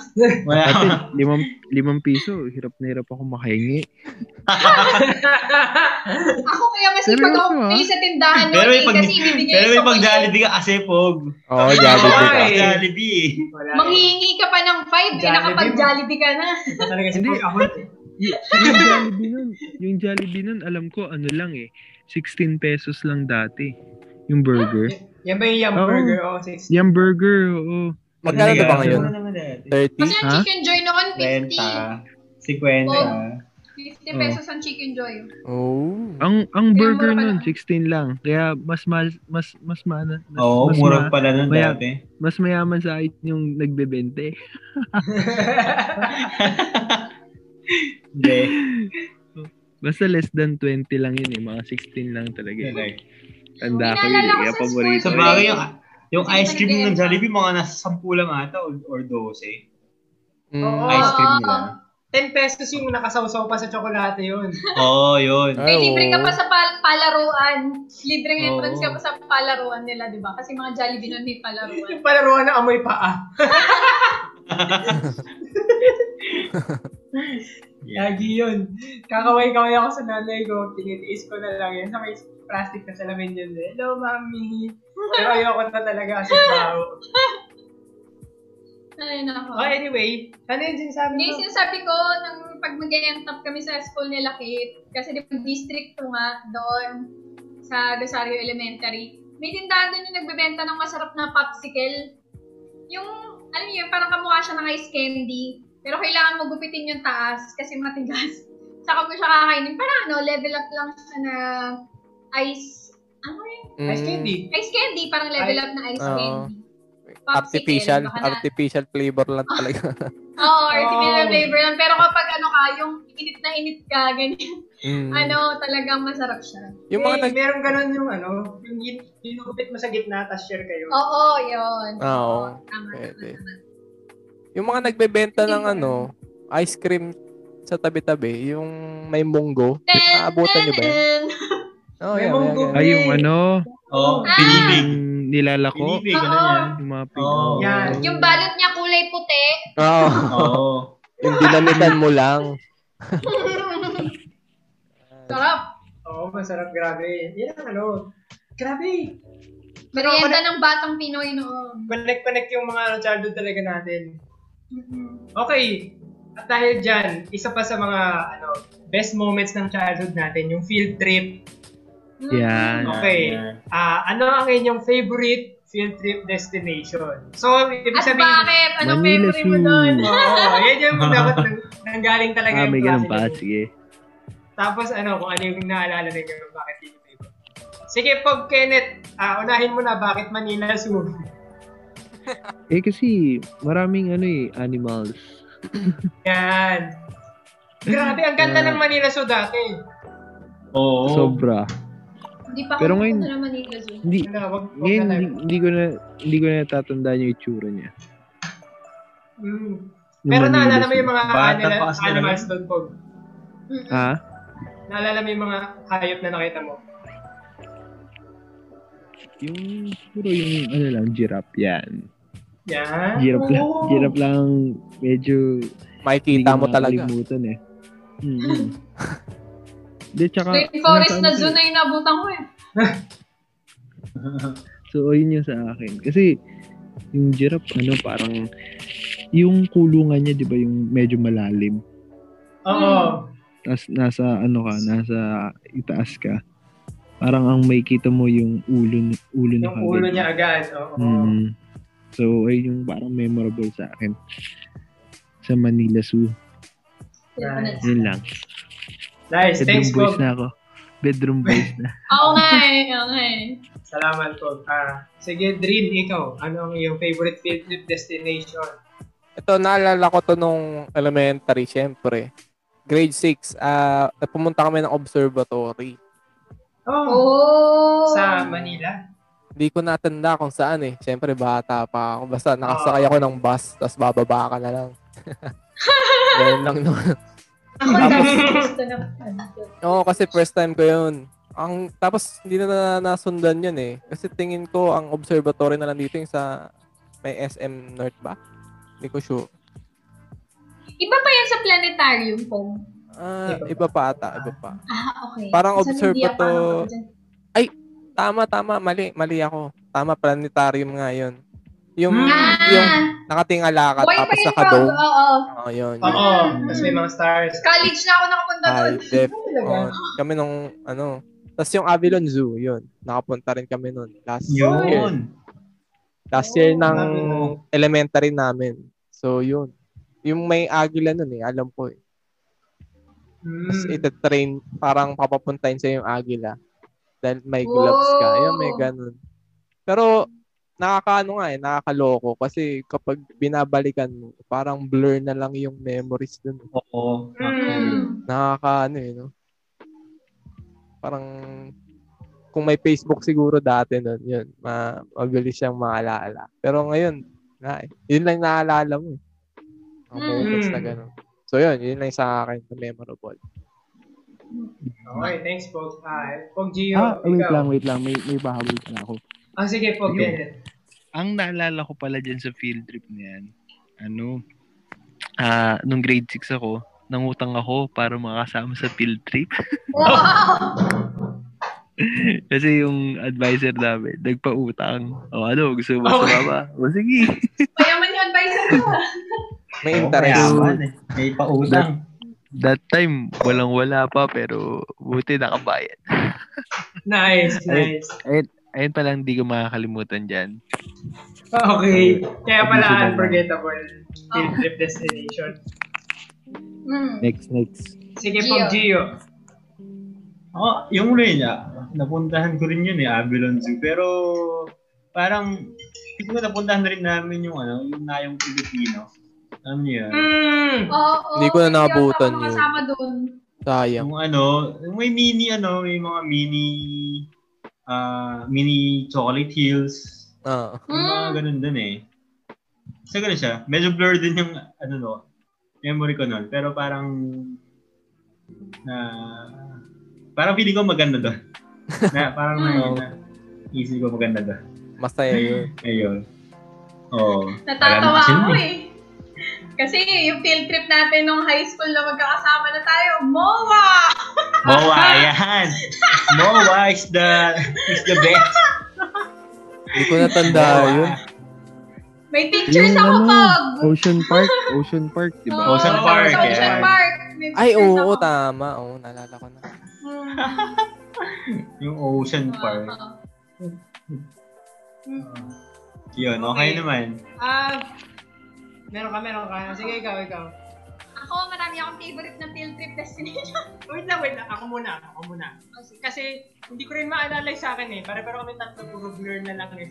Speaker 5: Wala
Speaker 6: Dati,
Speaker 5: ako.
Speaker 6: limang, limang piso. Hirap na hirap ako makahingi.
Speaker 1: Ako kaya mas ipag
Speaker 6: Seryoso,
Speaker 1: ako
Speaker 6: ah?
Speaker 1: pili sa tindahan
Speaker 5: Pero
Speaker 1: noon eh,
Speaker 5: may pag-
Speaker 1: kasi ibibigay
Speaker 5: Pero may
Speaker 1: sa
Speaker 5: pag
Speaker 1: kuya.
Speaker 5: Jollibee ka kasi, Pog.
Speaker 3: Oo, oh, Jollibee
Speaker 2: ka.
Speaker 3: ka.
Speaker 5: Pag Jollibee eh.
Speaker 2: Wala.
Speaker 1: Manghihingi ka pa ng 5, eh
Speaker 2: Jollibee mo.
Speaker 1: nakapag-Jollibee ka na.
Speaker 2: Iba talaga si
Speaker 6: Hindi.
Speaker 2: Pog. Ako,
Speaker 6: Y- yung Jollibee nun, yung Jollibee nun, alam ko, ano lang eh, 16 pesos lang dati. Yung burger.
Speaker 2: yan ba yung Yum
Speaker 6: Oo.
Speaker 2: Burger? Oo, six.
Speaker 6: Yung burger, oo.
Speaker 3: Magkano na ba ngayon?
Speaker 5: Ano naman dati?
Speaker 3: 30?
Speaker 1: Kasi ang
Speaker 6: Ha?
Speaker 1: chicken joy noon, 50.
Speaker 5: 50, 50.
Speaker 1: Oh.
Speaker 5: Oh.
Speaker 1: 50 pesos ang chicken joy.
Speaker 3: Oh.
Speaker 6: Ang ang
Speaker 1: Kaya
Speaker 6: burger
Speaker 1: mura pa
Speaker 6: nun,
Speaker 1: lang.
Speaker 6: 16 lang. Kaya mas mas mas mas mana. Mas,
Speaker 5: Oo,
Speaker 6: mas,
Speaker 5: mura
Speaker 6: ma-
Speaker 5: pala nun
Speaker 6: maya-
Speaker 5: dati.
Speaker 6: mas mayaman sa akin yung nagbebente.
Speaker 5: Hindi.
Speaker 6: Basta less than 20 lang yun eh. Mga 16 lang talaga. eh.
Speaker 5: Correct.
Speaker 6: Tanda ko yun
Speaker 1: Inaalala
Speaker 6: eh.
Speaker 1: ko
Speaker 6: Kaya
Speaker 1: sa
Speaker 6: paborito.
Speaker 5: Sa
Speaker 1: school.
Speaker 6: yun.
Speaker 5: bagay, yung, yung
Speaker 1: Hindi
Speaker 5: ice cream
Speaker 1: talaga
Speaker 5: ng
Speaker 1: yan.
Speaker 5: Jollibee, mga nasa 10 lang ata or, or 12.
Speaker 3: Mm.
Speaker 2: Oo.
Speaker 5: Ice cream nila.
Speaker 2: 10 pesos yung nakasawsaw pa sa tsokolate yun.
Speaker 5: Oo, yun.
Speaker 3: Ay,
Speaker 1: May
Speaker 6: Oh.
Speaker 1: libre ka
Speaker 3: oo.
Speaker 1: pa sa pal- palaruan. Libre ng
Speaker 5: Oo.
Speaker 1: entrance ka pa sa palaruan nila, di ba? Kasi mga Jollibee noon may palaruan.
Speaker 2: Yung palaruan na amoy ah. paa.
Speaker 5: Yeah.
Speaker 2: Lagi yun. Kakaway-kaway ako sa nanay ko. Tinitiis ko na lang yun. Sa may plastic na salamin yun. Hello, mami. Pero ayoko na talaga kasi tao.
Speaker 1: Ay, nako.
Speaker 2: Oh, anyway. Ano yung sinasabi
Speaker 1: Hindi,
Speaker 2: mo?
Speaker 1: sinasabi ko, nang pag mag top kami sa school nila, Kate, kasi di ba district ko nga doon sa Rosario Elementary, may tindahan doon yung nagbebenta ng masarap na popsicle. Yung, alam niyo, yun, parang kamukha siya ng ice candy. Pero kailangan mo gupitin yung taas kasi matigas. Saka mo siya kakainin. Parang ano, level up lang siya na ice, ano yun?
Speaker 3: Mm.
Speaker 2: Ice eh. candy.
Speaker 1: Ice candy, parang level up na ice
Speaker 3: Oo.
Speaker 1: candy. Popsicle,
Speaker 2: ano
Speaker 3: Artificial,
Speaker 1: baka na-
Speaker 3: artificial flavor lang talaga.
Speaker 1: Oo, artificial
Speaker 2: Oh.
Speaker 1: flavor lang. Pero kapag ano ka, yung init na init ka, ganyan.
Speaker 3: Mm.
Speaker 1: Ano, talagang masarap siya.
Speaker 3: Yung mga
Speaker 2: Eh,
Speaker 3: nag...
Speaker 2: Meron ganun yung ano, yung gin- ginugupit mo sa gitna, tapos share kayo.
Speaker 1: Oo, yun.
Speaker 3: Ah, oo.
Speaker 1: Tama, tama,
Speaker 3: Pwede.
Speaker 1: tama.
Speaker 3: Yung mga nagbebenta ng
Speaker 1: Hindi ko
Speaker 3: ano, ice cream sa tabi-tabi, yung may munggo.
Speaker 1: Ten,
Speaker 3: Naabutan niyo ba yan?
Speaker 1: ten.
Speaker 3: Oh,
Speaker 2: May
Speaker 3: yeah, yeah,
Speaker 2: munggo.
Speaker 3: yeah.
Speaker 6: Ay, yung ano,
Speaker 5: Oo, oh,
Speaker 1: Ah!
Speaker 5: pinibig.
Speaker 6: yung
Speaker 8: Ah!
Speaker 6: nilalako.
Speaker 5: Pinibig, ano yan?
Speaker 6: Yung mga
Speaker 1: Oh,
Speaker 5: Oo.
Speaker 6: Pinoy.
Speaker 2: Yan.
Speaker 1: Yung balot niya kulay puti.
Speaker 3: Oo.
Speaker 5: Oo.
Speaker 3: yung dinamitan mo lang.
Speaker 1: Sarap.
Speaker 2: Oo, Oh, masarap. Grabe. Yan ang ano. Grabe.
Speaker 1: Merienda ng batang Pinoy noon.
Speaker 2: Connect-connect yung mga ano, childhood talaga natin.
Speaker 1: Mm-hmm.
Speaker 2: Okay. At dahil dyan, isa pa sa mga ano best moments ng childhood natin, yung field trip.
Speaker 6: Yan.
Speaker 2: Okay.
Speaker 5: Yan.
Speaker 2: Ah, ano ang inyong favorite field trip destination? So, ibig
Speaker 1: At
Speaker 2: sabihin,
Speaker 1: bakit? Anong
Speaker 6: Manila
Speaker 1: memory mo
Speaker 6: Zoo.
Speaker 1: doon?
Speaker 2: Oo, yan yung dapat nang, nanggaling talaga
Speaker 6: Ah,
Speaker 2: yung
Speaker 6: may ganun
Speaker 2: klase
Speaker 6: pa.
Speaker 2: nila.
Speaker 6: Sige.
Speaker 2: Tapos ano, kung ano yung naalala ninyo, bakit yun yung favorite. Sige, Pog Kenneth, ah, unahin mo na bakit Manila Zoo.
Speaker 8: Eh kasi maraming ano eh, animals.
Speaker 2: Yan. Grabe, ang ganda ng Manila Zoo dati.
Speaker 5: Oo.
Speaker 8: Sobra.
Speaker 1: Hindi pa
Speaker 8: Pero
Speaker 1: ako
Speaker 8: ngayon-
Speaker 1: pupunta ng Manila Zoo.
Speaker 8: Hindi,
Speaker 2: Ano, wag, wag
Speaker 8: ngayon
Speaker 2: na
Speaker 8: hindi,
Speaker 2: lang.
Speaker 8: hindi ko na hindi ko na natatandaan yung itsura niya.
Speaker 2: Mm.
Speaker 8: Yung
Speaker 2: Pero
Speaker 8: Manila
Speaker 2: naalala mo
Speaker 8: Zoo.
Speaker 2: yung mga
Speaker 5: Bata
Speaker 2: anila,
Speaker 5: pa kasi naman.
Speaker 2: animals doon, Pog.
Speaker 1: Mm-mm.
Speaker 8: Ha?
Speaker 2: Naalala mo yung mga hayop na nakita mo.
Speaker 8: Yung siguro yung ano lang, giraffe yan.
Speaker 2: Yan.
Speaker 8: Giraffe lang,
Speaker 2: Oo.
Speaker 8: giraffe lang medyo hindi
Speaker 3: Makikita
Speaker 8: ko
Speaker 3: mo talaga.
Speaker 8: makakalimutan eh. Mm-hmm. De, tsaka,
Speaker 1: Rainforest
Speaker 8: ano
Speaker 1: na
Speaker 8: sa-
Speaker 1: zoo na yung nabutan ko eh.
Speaker 8: So, yun yung sa akin. Kasi, yung giraffe, ano, parang, yung kulungan niya, di ba, yung medyo malalim.
Speaker 2: Oo.
Speaker 8: Tapos, nasa, ano ka, nasa itaas ka. Parang ang makikita mo yung ulo, ulo na
Speaker 2: Yung ulo niya agad. Oo.
Speaker 8: Mm. So, ayun yung parang memorable sa akin. Sa Manila Zoo.
Speaker 2: Right.
Speaker 8: Yun lang.
Speaker 2: Nice.
Speaker 8: Bedroom
Speaker 2: Thanks,
Speaker 8: boys
Speaker 2: Pog.
Speaker 8: na ako. Bedroom boys na.
Speaker 1: Oo nga eh, oo nga eh.
Speaker 2: Salamat, Pog. Ah, sige, Dream, ikaw. Ano ang iyong favorite field trip destination?
Speaker 3: Ito, naalala ko to nung elementary, syempre. Grade 6, ah pumunta kami ng observatory.
Speaker 2: Oh,
Speaker 1: Oh.
Speaker 2: sa Manila.
Speaker 3: Hindi ko natanda kung saan eh. Syempre, bata pa ako. Basta nakasakay ako ng bus, tapos bababa ka na lang. Ganun lang nun.
Speaker 1: Ako na gusto na.
Speaker 3: Oo, kasi first time ko yun. Ang, tapos, hindi na, na nasundan yun eh. Kasi tingin ko, ang observatory na lang dito yung sa may SM North ba? Hindi ko sure.
Speaker 1: Iba pa yan sa planetarium po.
Speaker 3: Ah,
Speaker 2: Iba
Speaker 3: iba pa ata, iba pa.
Speaker 1: Ah, okay.
Speaker 3: Parang
Speaker 1: Sa India pa ako
Speaker 3: observato-
Speaker 1: dyan.
Speaker 3: Tama, tama, mali, mali ako. Tama, planetarium nga yun. Yung,
Speaker 2: Hmm.
Speaker 3: yung
Speaker 1: Ah,
Speaker 3: nakatingala ka
Speaker 1: buhay pa
Speaker 3: tapos
Speaker 1: yung
Speaker 3: nakadome.
Speaker 1: Oo, oo.
Speaker 3: Oo, yun. yun.
Speaker 2: Oo. Tapos may mga stars.
Speaker 1: College na ako nakapunta doon.
Speaker 3: Ay, def. oh.
Speaker 2: Ano talaga?
Speaker 3: Oo, kami nung, ano. Tapos yung Avilon Zoo, yun. Nakapunta rin kami nun. Last year.
Speaker 5: Yun.
Speaker 3: Last year ng
Speaker 2: Avilon.
Speaker 3: elementary namin. So, yun. Yung may agila nun eh, alam ko eh. Tapos
Speaker 2: Mm.
Speaker 3: itatrain, parang papapuntahin sa yung agila. Dahil may gloves ka. Yun, may
Speaker 1: Whoa.
Speaker 3: ganun. Pero, nakakaano nga eh, nakakaloko. Kasi kapag binabalikan mo, parang blur na lang yung memories dun.
Speaker 5: Oo.
Speaker 2: Mm.
Speaker 1: Hmm.
Speaker 3: Nakakaano eh, no? Parang, kung may Facebook siguro dati nun, yun, ma mabilis siyang maalala. Pero ngayon, na, eh. yun lang naalala mo. eh. Ang
Speaker 1: Mm.
Speaker 3: moments na ganun. So yun, yun lang sa akin na memorable.
Speaker 2: Okay, thanks, Pog. Ah, Pog Gio,
Speaker 8: Ah, wait
Speaker 2: ikaw.
Speaker 8: lang, wait lang. May, may bahabol na ako.
Speaker 2: Ah, sige, Pog.
Speaker 8: Yun.
Speaker 2: Kenneth.
Speaker 6: ang naalala ko pala dyan sa field trip na yan, ano, ah nung grade 6 ako, nangutang ako para makasama sa field trip.
Speaker 1: Wow!
Speaker 6: Kasi yung advisor namin, nagpautang. O ano, gusto mo
Speaker 2: Okay.
Speaker 6: sumama? O sige.
Speaker 1: Mayaman yung advisor ko.
Speaker 5: Oh,
Speaker 3: May interest.
Speaker 5: Mayaman eh. May pautang.
Speaker 6: That time, walang-wala pa pero buti nakabayad.
Speaker 2: Nice,
Speaker 6: Ay.
Speaker 2: nice.
Speaker 6: Ayun palang hindi ko makakalimutan dyan.
Speaker 2: Ah, Okay. Kaya pala
Speaker 8: Additional
Speaker 2: unforgettable field trip destination.
Speaker 1: Mm.
Speaker 8: Next, next.
Speaker 2: Sige, Pog Gio.
Speaker 5: Oo, yung rin niya. Napuntahan ko rin yun eh, Avalon Zoo. Pero parang siguro napuntahan rin namin yung ano, yung nayong Pilipino. Alam niyo yun?
Speaker 2: Mm.
Speaker 1: Oo, oo.
Speaker 3: Hindi ko na naabutan
Speaker 1: yun.
Speaker 3: yun.
Speaker 1: Kasama doon.
Speaker 3: Sayang.
Speaker 5: Yung ano, yung may mini ano, may mga mini ah mini chocolate hills.
Speaker 3: Ah.
Speaker 5: Yung mga
Speaker 1: Mm.
Speaker 5: ganun dun eh. So, ganun siya. Medyo blur din yung, ano no, memory ko nun. Pero parang, na, parang feeling ko maganda doon. na, parang na,
Speaker 3: Mm.
Speaker 5: na, easy ko maganda doon.
Speaker 3: Masaya yun.
Speaker 5: Ayun. Oo.
Speaker 1: Natatawa
Speaker 5: Alam
Speaker 1: ako
Speaker 5: mo
Speaker 1: eh. Kasi yung field trip natin nung high school na magkakasama na tayo, MOA!
Speaker 5: Mowa, yan! Mowa is the, is the best.
Speaker 3: Hindi ko natanda
Speaker 5: Mowa.
Speaker 3: yun.
Speaker 1: May pictures
Speaker 8: Yung
Speaker 1: ako,
Speaker 8: ano,
Speaker 1: Pog!
Speaker 3: Oh,
Speaker 8: Ocean Park, Ocean Park, di ba?
Speaker 5: Oo. Ocean Park, eh.
Speaker 1: Sa Ocean
Speaker 5: yeah.
Speaker 1: Park. May
Speaker 3: diba? Ay,
Speaker 1: pictures
Speaker 3: oo,
Speaker 1: ako.
Speaker 3: tama. Oo, naalala ko na.
Speaker 1: Mm.
Speaker 5: Yung ocean park.
Speaker 1: Oo. Mm.
Speaker 5: Yun, okay naman.
Speaker 2: Ah, meron ka, meron ka. Sige, ikaw, ikaw.
Speaker 1: Ako, marami marami akong favorite na field trip destination.
Speaker 2: Wait lang, wait lang. Ako muna, ako muna. Kasi hindi ko rin maalala yung sa akin eh. Pare-pero kami tatlo, puro blur na lang eh.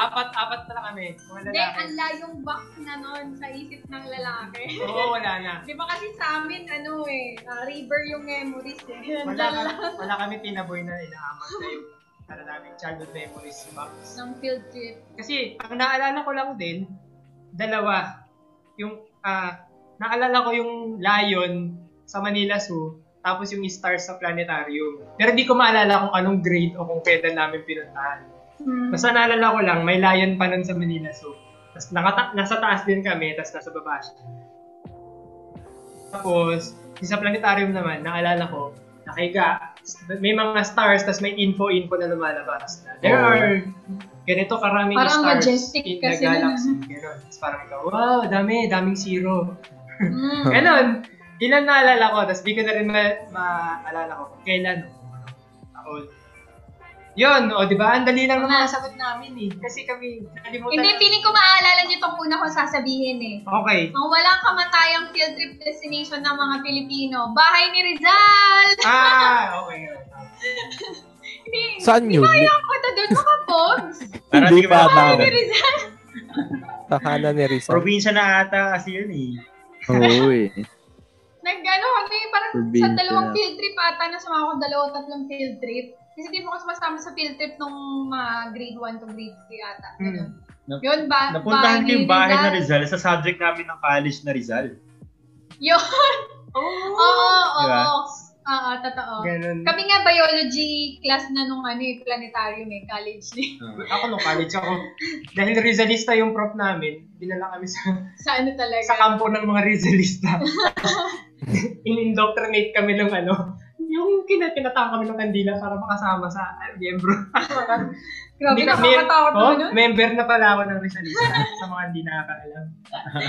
Speaker 2: apat, apat na lang kami. Mga
Speaker 1: Hindi,
Speaker 2: lalaki.
Speaker 1: ang layong back na nun sa isip ng lalaki.
Speaker 2: Oo, wala na.
Speaker 1: Di ba kasi sa amin, ano eh, ah, river yung memories eh. Ang
Speaker 2: Wala, ka,
Speaker 1: dala
Speaker 2: wala kami tinaboy na inaamat na yung ano namin, childhood memories box.
Speaker 1: ng field trip.
Speaker 2: Kasi ang naalala ko lang din, dalawa. Yung, ah, naalala ko yung lion sa Manila Zoo, tapos yung stars sa planetarium. Pero di ko maalala kung anong grade o kung kailan namin pinuntahan. Basta naalala ko lang, may lion pa nun sa Manila Zoo. Tapos nakata- nasa taas din kami, tapos nasa baba siya. Tapos, yung sa planetarium naman, naalala ko, nakahiga, may mga stars, tapos may info-info na lumalabas na. There
Speaker 3: Oo.
Speaker 2: are ganito karaming
Speaker 1: Parang
Speaker 2: stars
Speaker 1: majestic
Speaker 2: in
Speaker 1: kasi eh.
Speaker 2: the galaxy. Ganon. Tapos parang ikaw, wow, dami, daming zero.
Speaker 1: Mm.
Speaker 2: Ganon. Ano, Ilan naalala ko, tapos di ko na rin ma- maalala ko kung kailan. Taon. Yun, o di ba? Ang dali lang naman sagot namin eh. Kasi kami, nalimutan.
Speaker 1: Hindi, feeling ko maaalala niyo itong una kong sasabihin eh.
Speaker 2: Okay.
Speaker 1: Ang walang kamatayang field trip destination ng mga Pilipino, bahay ni Rizal!
Speaker 2: Ah, okay.
Speaker 1: Hindi,
Speaker 3: Saan
Speaker 1: hindi
Speaker 3: yun?
Speaker 1: ba yung punta doon mga pogs?
Speaker 5: Parang
Speaker 3: Hindi
Speaker 5: hindi ko
Speaker 3: pa
Speaker 1: Bahay ni
Speaker 5: maalala.
Speaker 3: tama.
Speaker 1: Rizal!
Speaker 3: Tahanan ni Rizal.
Speaker 5: Probinsya na ata kasi yun eh.
Speaker 8: Oo eh.
Speaker 1: Nag-ano kami, ano, parang sa
Speaker 8: Probinsya.
Speaker 1: dalawang field trip ata, nasama ko dalawa o tatlong field trip. Kasi di mo ko sumasama sa field trip nung mga grade 1 to grade 3 ata. Ganun.
Speaker 5: Nap-
Speaker 1: Yun ba?
Speaker 5: Hmm. Napuntahan ko yung bahay na
Speaker 1: Rizal.
Speaker 5: Rizal sa subject namin ng college na Rizal.
Speaker 1: Yun! Oo, oo,
Speaker 5: Diba?
Speaker 1: oo. Oo, totoo.
Speaker 2: Ganon.
Speaker 1: Kami nga biology class na nung ano eh, planetarium eh, college eh.
Speaker 2: Ako nung college ako, dahil Rizalista yung prof namin, dinala kami sa,
Speaker 1: sa ano talaga.
Speaker 2: sa kampo ng mga Rizalista. In-indoctrinate kami ng ano, yung kinapinatahan kami ng kandila para makasama sa ah, miyembro.
Speaker 1: Grabe,
Speaker 2: Hindi,
Speaker 1: nakakatakot
Speaker 2: oh,
Speaker 1: naman nun.
Speaker 2: Member na pala ako ng Rizalista sa mga hindi nakakaalam.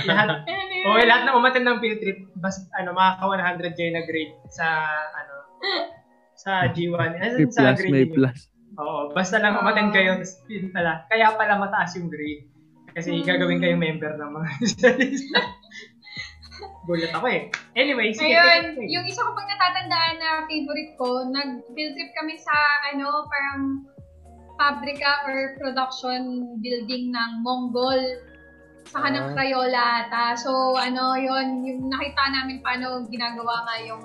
Speaker 2: lahat,
Speaker 1: Ayan, ayan.
Speaker 2: okay, lahat na umattend ng field trip, bas, ano, makaka 100 kayo na grade sa, ano, sa G1. As
Speaker 8: May
Speaker 2: in, sa
Speaker 8: plus,
Speaker 2: grade
Speaker 8: may
Speaker 2: ninyo.
Speaker 8: plus.
Speaker 2: Oo, basta lang umattend kayo, tapos yun pala. Kaya pala mataas yung grade. Kasi
Speaker 1: Hmm.
Speaker 2: gagawin kayong member ng mga socialista. Gulat ako eh. Anyway, sige.
Speaker 1: Ayun,
Speaker 2: sige.
Speaker 1: yung isa ko pang natatandaan na favorite ko, nag-field trip kami sa ano, parang pabrika or production building ng Mongol sa
Speaker 3: Ah.
Speaker 1: ng Crayola ata. So ano yon yung nakita namin paano ginagawa nga yung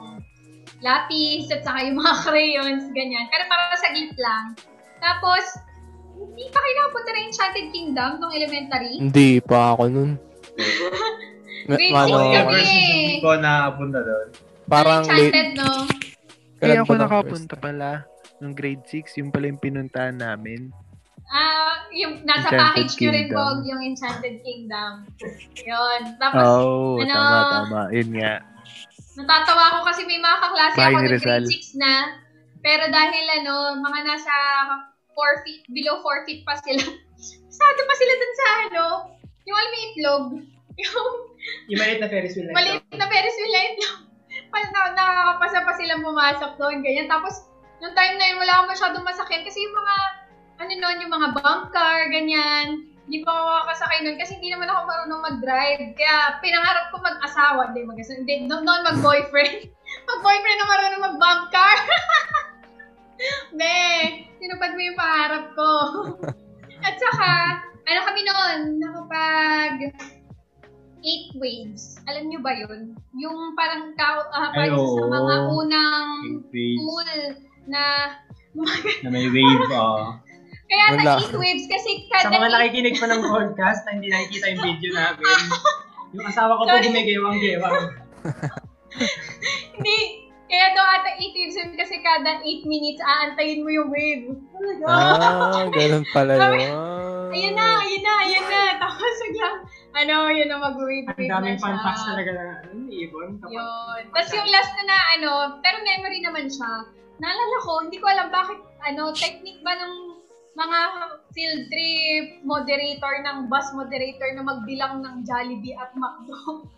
Speaker 1: lapis at saka yung mga crayons, ganyan. Pero para sa gift lang. Tapos, hindi pa kayo nakapunta ng Enchanted Kingdom nung elementary.
Speaker 3: Hindi pa ako nun.
Speaker 1: Grade
Speaker 3: Ano,
Speaker 1: six
Speaker 5: Ever
Speaker 1: kami.
Speaker 5: since hindi ko nakapunta doon.
Speaker 3: parang late.
Speaker 1: Enchanted, no?
Speaker 6: Kaya
Speaker 3: kailan
Speaker 6: ako
Speaker 3: ba ng
Speaker 6: nakapunta
Speaker 3: first?
Speaker 6: pala nung grade 6, yung pala yung pinuntahan namin.
Speaker 1: Ah, yung nasa
Speaker 6: Enchanted
Speaker 1: package nyo rin
Speaker 6: Kingdom.
Speaker 1: Bog, yung Enchanted Kingdom. Yun. Tapos,
Speaker 6: Oo, oh,
Speaker 1: ano?
Speaker 6: tama, tama. Yun nga.
Speaker 1: natatawa ko kasi may mga kaklase
Speaker 6: Bahay
Speaker 1: ako
Speaker 6: ni
Speaker 1: ng
Speaker 6: Rizal.
Speaker 1: grade 6 na. Pero dahil ano, mga nasa 4 feet, below 4 feet pa sila. Sado pa sila dun sa ano, yung alam mo yung itlog. Yung
Speaker 2: Yung maliit na Ferris wheel na
Speaker 1: maliit na Ferris wheel na itlog. Pag na, nakakapasa pa silang pumasok doon, ganyan. Tapos, nung time na yun, wala akong masyadong masakyan kasi yung mga, ano noon, yung mga bump car, ganyan. Hindi pa ako makakasakay noon kasi hindi naman ako marunong mag-drive. Kaya pinangarap ko mag-asawa, hindi mag hindi, noon, noon mag-boyfriend. mag-boyfriend na marunong mag-bump car. Hindi, tinupad mo yung pangarap ko. At saka, ano kami noon, nakapag eight waves. Alam nyo ba yun? Yung parang tao, ah,
Speaker 5: Ay,
Speaker 1: parang isa sa
Speaker 5: oo.
Speaker 1: mga unang
Speaker 5: Yung waves
Speaker 1: pool na
Speaker 5: na may wave. ah.
Speaker 1: kaya
Speaker 3: Wala.
Speaker 1: sa eight waves kasi
Speaker 2: Sa
Speaker 1: kada
Speaker 2: mga
Speaker 1: eight,
Speaker 2: nakikinig pa ng podcast na hindi nakikita yung video namin, yung asawa ko po
Speaker 1: Sorry.
Speaker 2: gumigewang-gewang.
Speaker 1: hindi, kaya daw ata eight waves yun kasi kada eight minutes aantayin mo yung wave. Oh Talaga.
Speaker 3: Ah, ganun pala
Speaker 1: Sabi-
Speaker 3: yun.
Speaker 1: Ayun na, ayun na, ayun na. Tapos biglang, ano, yun na mag-wave
Speaker 2: Ang
Speaker 1: wave
Speaker 2: daming
Speaker 1: na
Speaker 2: fun
Speaker 1: siya.
Speaker 2: facts talaga na ano, Ibon. kapag-
Speaker 1: Yun. Tapos ah. yung last na na, ano, pero memory naman siya. Naalala ko, hindi ko alam bakit, ano, technique ba ng mga field trip moderator ng bus moderator na magbilang ng Jollibee at McDo.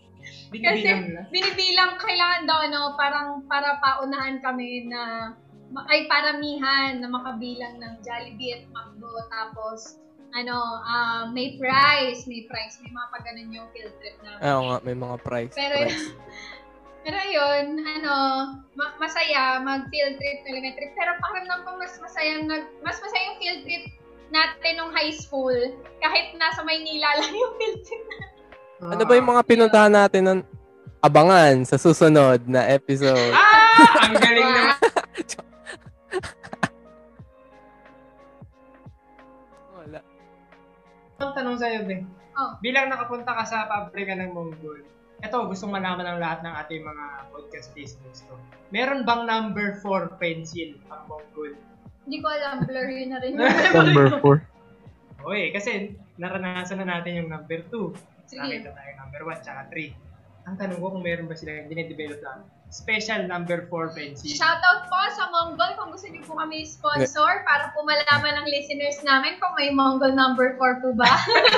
Speaker 2: Hindi ko
Speaker 1: Kasi
Speaker 2: bilang na.
Speaker 1: binibilang kailangan daw ano, parang para paunahan kami na ma- ay paramihan na makabilang ng Jollibee at McDo tapos ano, ah, may
Speaker 3: Ah,
Speaker 1: prize, may prize, may mga pag ganun yung field trip na.
Speaker 3: Ayaw nga, may mga price.
Speaker 1: Pero
Speaker 3: price.
Speaker 1: yun, Pero yun, ano, ma- masaya mag-field trip ng elementary. Pero pakiramdam ko mas masaya, nag- mas masaya yung field trip natin nung high school. Kahit nasa Maynila lang yung field trip.
Speaker 3: Ano ba yung mga pinuntahan natin nun? Abangan sa susunod na episode.
Speaker 2: Ah! Ang galing naman.
Speaker 3: Wala.
Speaker 2: Ang tanong sa'yo, Ben.
Speaker 1: Oh.
Speaker 2: Bilang nakapunta ka sa pabrika ng Mongol, ito, gustong malaman ng lahat ng ating mga podcast listeners to. Meron bang number 4 pencil ang Mongol?
Speaker 1: Hindi ko alam, blur yun na rin.
Speaker 8: Number 4.
Speaker 2: Oy, kasi naranasan na natin yung number 2.
Speaker 1: Sige.
Speaker 2: Nakita tayo number 1 tsaka 3. Ang tanong ko kung meron ba sila yung dinedevelop na special number 4 pencil.
Speaker 1: Shoutout po sa Mongol kung gusto niyo po kami
Speaker 3: Eh.
Speaker 1: sponsor para po malaman ng listeners namin kung may Mongol number 4 po ba.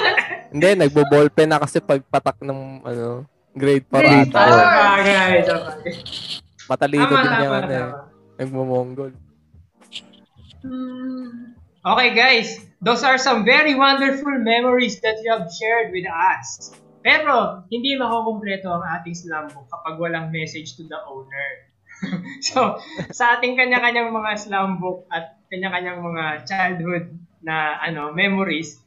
Speaker 3: Hindi, nagbo-ballpen na kasi pagpatak ng ano, grade pa
Speaker 1: Grade
Speaker 3: rata.
Speaker 1: four.
Speaker 2: Ah, guys. okay.
Speaker 3: Matalino
Speaker 2: Tama,
Speaker 3: din
Speaker 2: tama,
Speaker 3: yan eh.
Speaker 2: tama.
Speaker 3: Nagmamonggol.
Speaker 1: Hmm.
Speaker 2: Okay guys, those are some very wonderful memories that you have shared with us. Pero, hindi makukumpleto ang ating slam book kapag walang message to the owner. so, sa ating kanya-kanyang mga slam book at kanya-kanyang mga childhood na ano memories,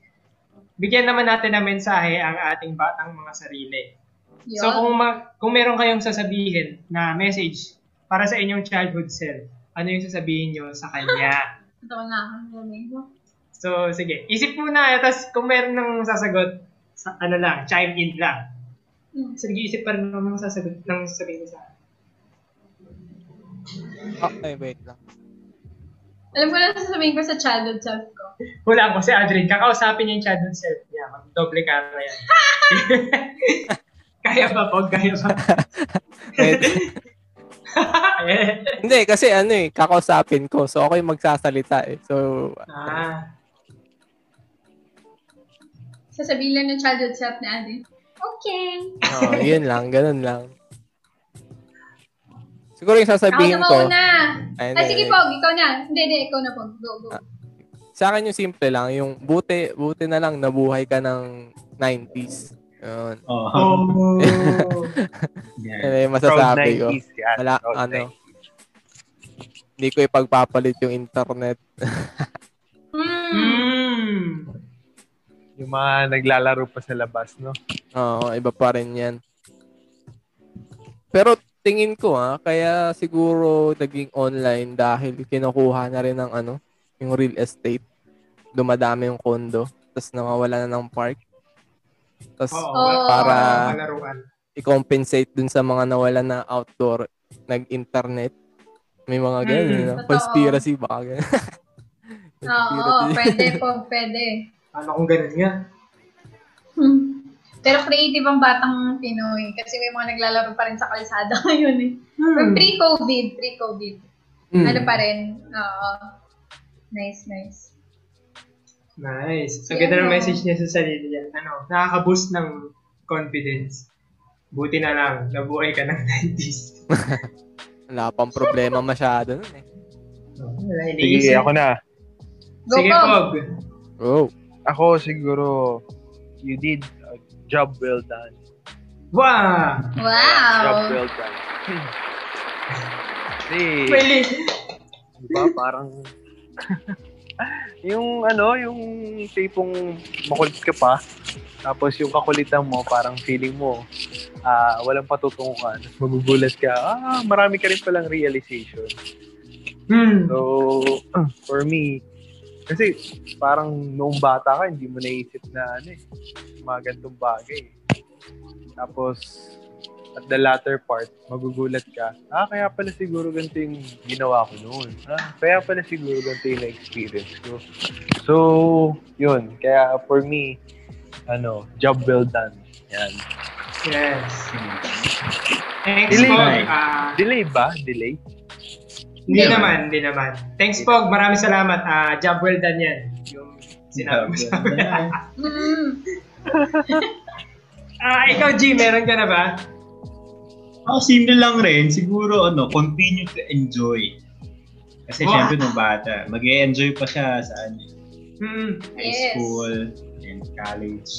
Speaker 2: bigyan naman natin ng mensahe ang ating batang mga sarili.
Speaker 1: Yun.
Speaker 2: So kung ma- kung meron kayong sasabihin na message para sa inyong childhood self, ano yung sasabihin nyo sa kanya?
Speaker 1: Ito na. Ano yun?
Speaker 2: so sige, isip muna, tapos kung meron ng sasagot, sa, ano lang, chime in lang.
Speaker 1: Hmm.
Speaker 2: So nag-iisip pa rin ng sasagot ng sabihin sa akin.
Speaker 3: Ah, ay, wait lang.
Speaker 1: Alam ko lang sasabihin ko sa childhood self ko.
Speaker 2: Wala ko si Adrian, kakausapin niya yung childhood self niya, mag-doble ka na yan. kaya ba po, kaya ba?
Speaker 3: Wait.
Speaker 2: Eh,
Speaker 3: Hindi, kasi ano eh, kakausapin ko. So, ako yung magsasalita eh. So,
Speaker 2: ah,
Speaker 1: Sasabihin lang ng childhood self na Adi. Okay.
Speaker 3: oh, yun lang, ganun lang. Siguro yung
Speaker 1: Ako
Speaker 3: sasabihin
Speaker 1: na
Speaker 3: ko, Eh, Ah,
Speaker 1: mauna.
Speaker 3: Ay,
Speaker 1: Ah,
Speaker 3: hindi,
Speaker 1: sige
Speaker 3: hindi.
Speaker 1: Pog, ikaw na. Hindi, hindi, ikaw na Pog. Go, go.
Speaker 3: sa akin yung simple lang, yung buti, buti na lang nabuhay ka ng 90s. Yun.
Speaker 5: Oh.
Speaker 2: oh.
Speaker 5: Yeah.
Speaker 3: Yun na yung
Speaker 4: Proud
Speaker 3: masasabi ko.
Speaker 4: 90s yan.
Speaker 3: Wala,
Speaker 4: Proud
Speaker 3: ano, hindi ko ipagpapalit yung internet.
Speaker 1: Hmm.
Speaker 2: Mm.
Speaker 4: 90s. Yung mga naglalaro pa sa labas, no?
Speaker 3: Oo, iba pa rin yan. Pero tingin ko ha, kaya siguro naging online dahil kinukuha na rin ng ano, yung real estate. Dumadami yung kondo, tapos nawawala na ng park. Tapos
Speaker 2: Oo,
Speaker 1: Oo.
Speaker 3: para
Speaker 2: malaruan.
Speaker 3: i-compensate dun sa mga nawala na outdoor, nag-internet. May mga ganun,
Speaker 2: Mm,
Speaker 3: you know,
Speaker 1: totoo.
Speaker 3: conspiracy, baka ganun.
Speaker 1: Oo, pwede Pog, pwede.
Speaker 2: Ano kung ganun nga?
Speaker 1: Hmm. Pero creative ang batang Pinoy kasi may mga naglalaro pa rin sa kalsada ngayon eh.
Speaker 2: Hmm.
Speaker 1: Pero Pre-COVID, pre-COVID.
Speaker 3: Mm.
Speaker 1: Ano pa rin. Oo. Nice, nice.
Speaker 2: Nice. So,
Speaker 1: Yun
Speaker 2: ganda ng
Speaker 1: lang.
Speaker 2: message niya sa sarili niya. Ano, nakaka-boost ng confidence. Buti na lang, nabuhay ka ng 90s.
Speaker 3: Wala pang problema masyado nun eh.
Speaker 2: Wala,
Speaker 4: Sige,
Speaker 2: iniisip.
Speaker 4: ako na.
Speaker 1: Go
Speaker 2: Sige,
Speaker 1: Pog.
Speaker 2: Pog.
Speaker 3: Oh,
Speaker 4: Ako siguro, you did a job well done.
Speaker 2: Wow!
Speaker 4: Job
Speaker 1: Wow.
Speaker 4: well done. Kasi,
Speaker 2: Pwede.
Speaker 4: di ba, Diba? parang... yung ano, yung tipong makulit ka pa, tapos yung kakulitan mo, parang feeling mo, ah walang patutunguhan. Tapos magugulat ka, ah, marami ka rin palang realization.
Speaker 2: Hmm.
Speaker 4: So, for me, kasi parang noong bata ka, hindi mo naisip na ano eh, mga ganitong bagay. Tapos, at the latter part, magugulat ka, ah, kaya pala siguro ganito yung ginawa ko noon. Ah, kaya pala siguro ganito yung na-experience ko. So, yun. Kaya for me, ano, job well done. Yan.
Speaker 2: Yes. Thanks,
Speaker 4: Delay.
Speaker 2: Pog. Ah,
Speaker 4: Delay ba? Delay?
Speaker 2: hindi naman, hindi naman. Thanks, Pog. Maraming salamat. Ah, job well done yan. Yung sinabi mo sa akin.
Speaker 1: Hmm.
Speaker 2: Ah, ikaw, G, meron ka na ba?
Speaker 5: Ako Ah, simple lang rin, siguro ano, continue to enjoy. Kasi
Speaker 2: Wow.
Speaker 5: syempre nung bata, mag enjoy pa siya sa ano,
Speaker 2: Hmm.
Speaker 5: high
Speaker 1: Yes.
Speaker 5: school and college.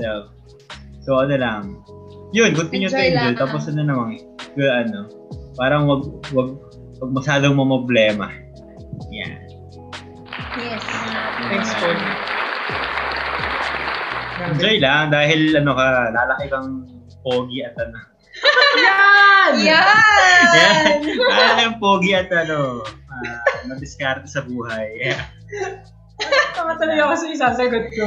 Speaker 5: So, so ano lang. Yun, continue
Speaker 1: Enjoy
Speaker 5: to enjoy.
Speaker 1: lang.
Speaker 5: Tapos ano namang, ko ano, parang wag, wag, wag masyadong problema. Yan.
Speaker 1: Yes.
Speaker 2: Thanks, Paul.
Speaker 5: Enjoy lang dahil ano ka, lalaki kang pogi at ano.
Speaker 2: Yan!
Speaker 1: Yan!
Speaker 5: Yan. Lalaki kang pogi at ano, ah, madiskarte sa buhay. Yeah.
Speaker 2: Nakatuloy ako sa isasagot ko.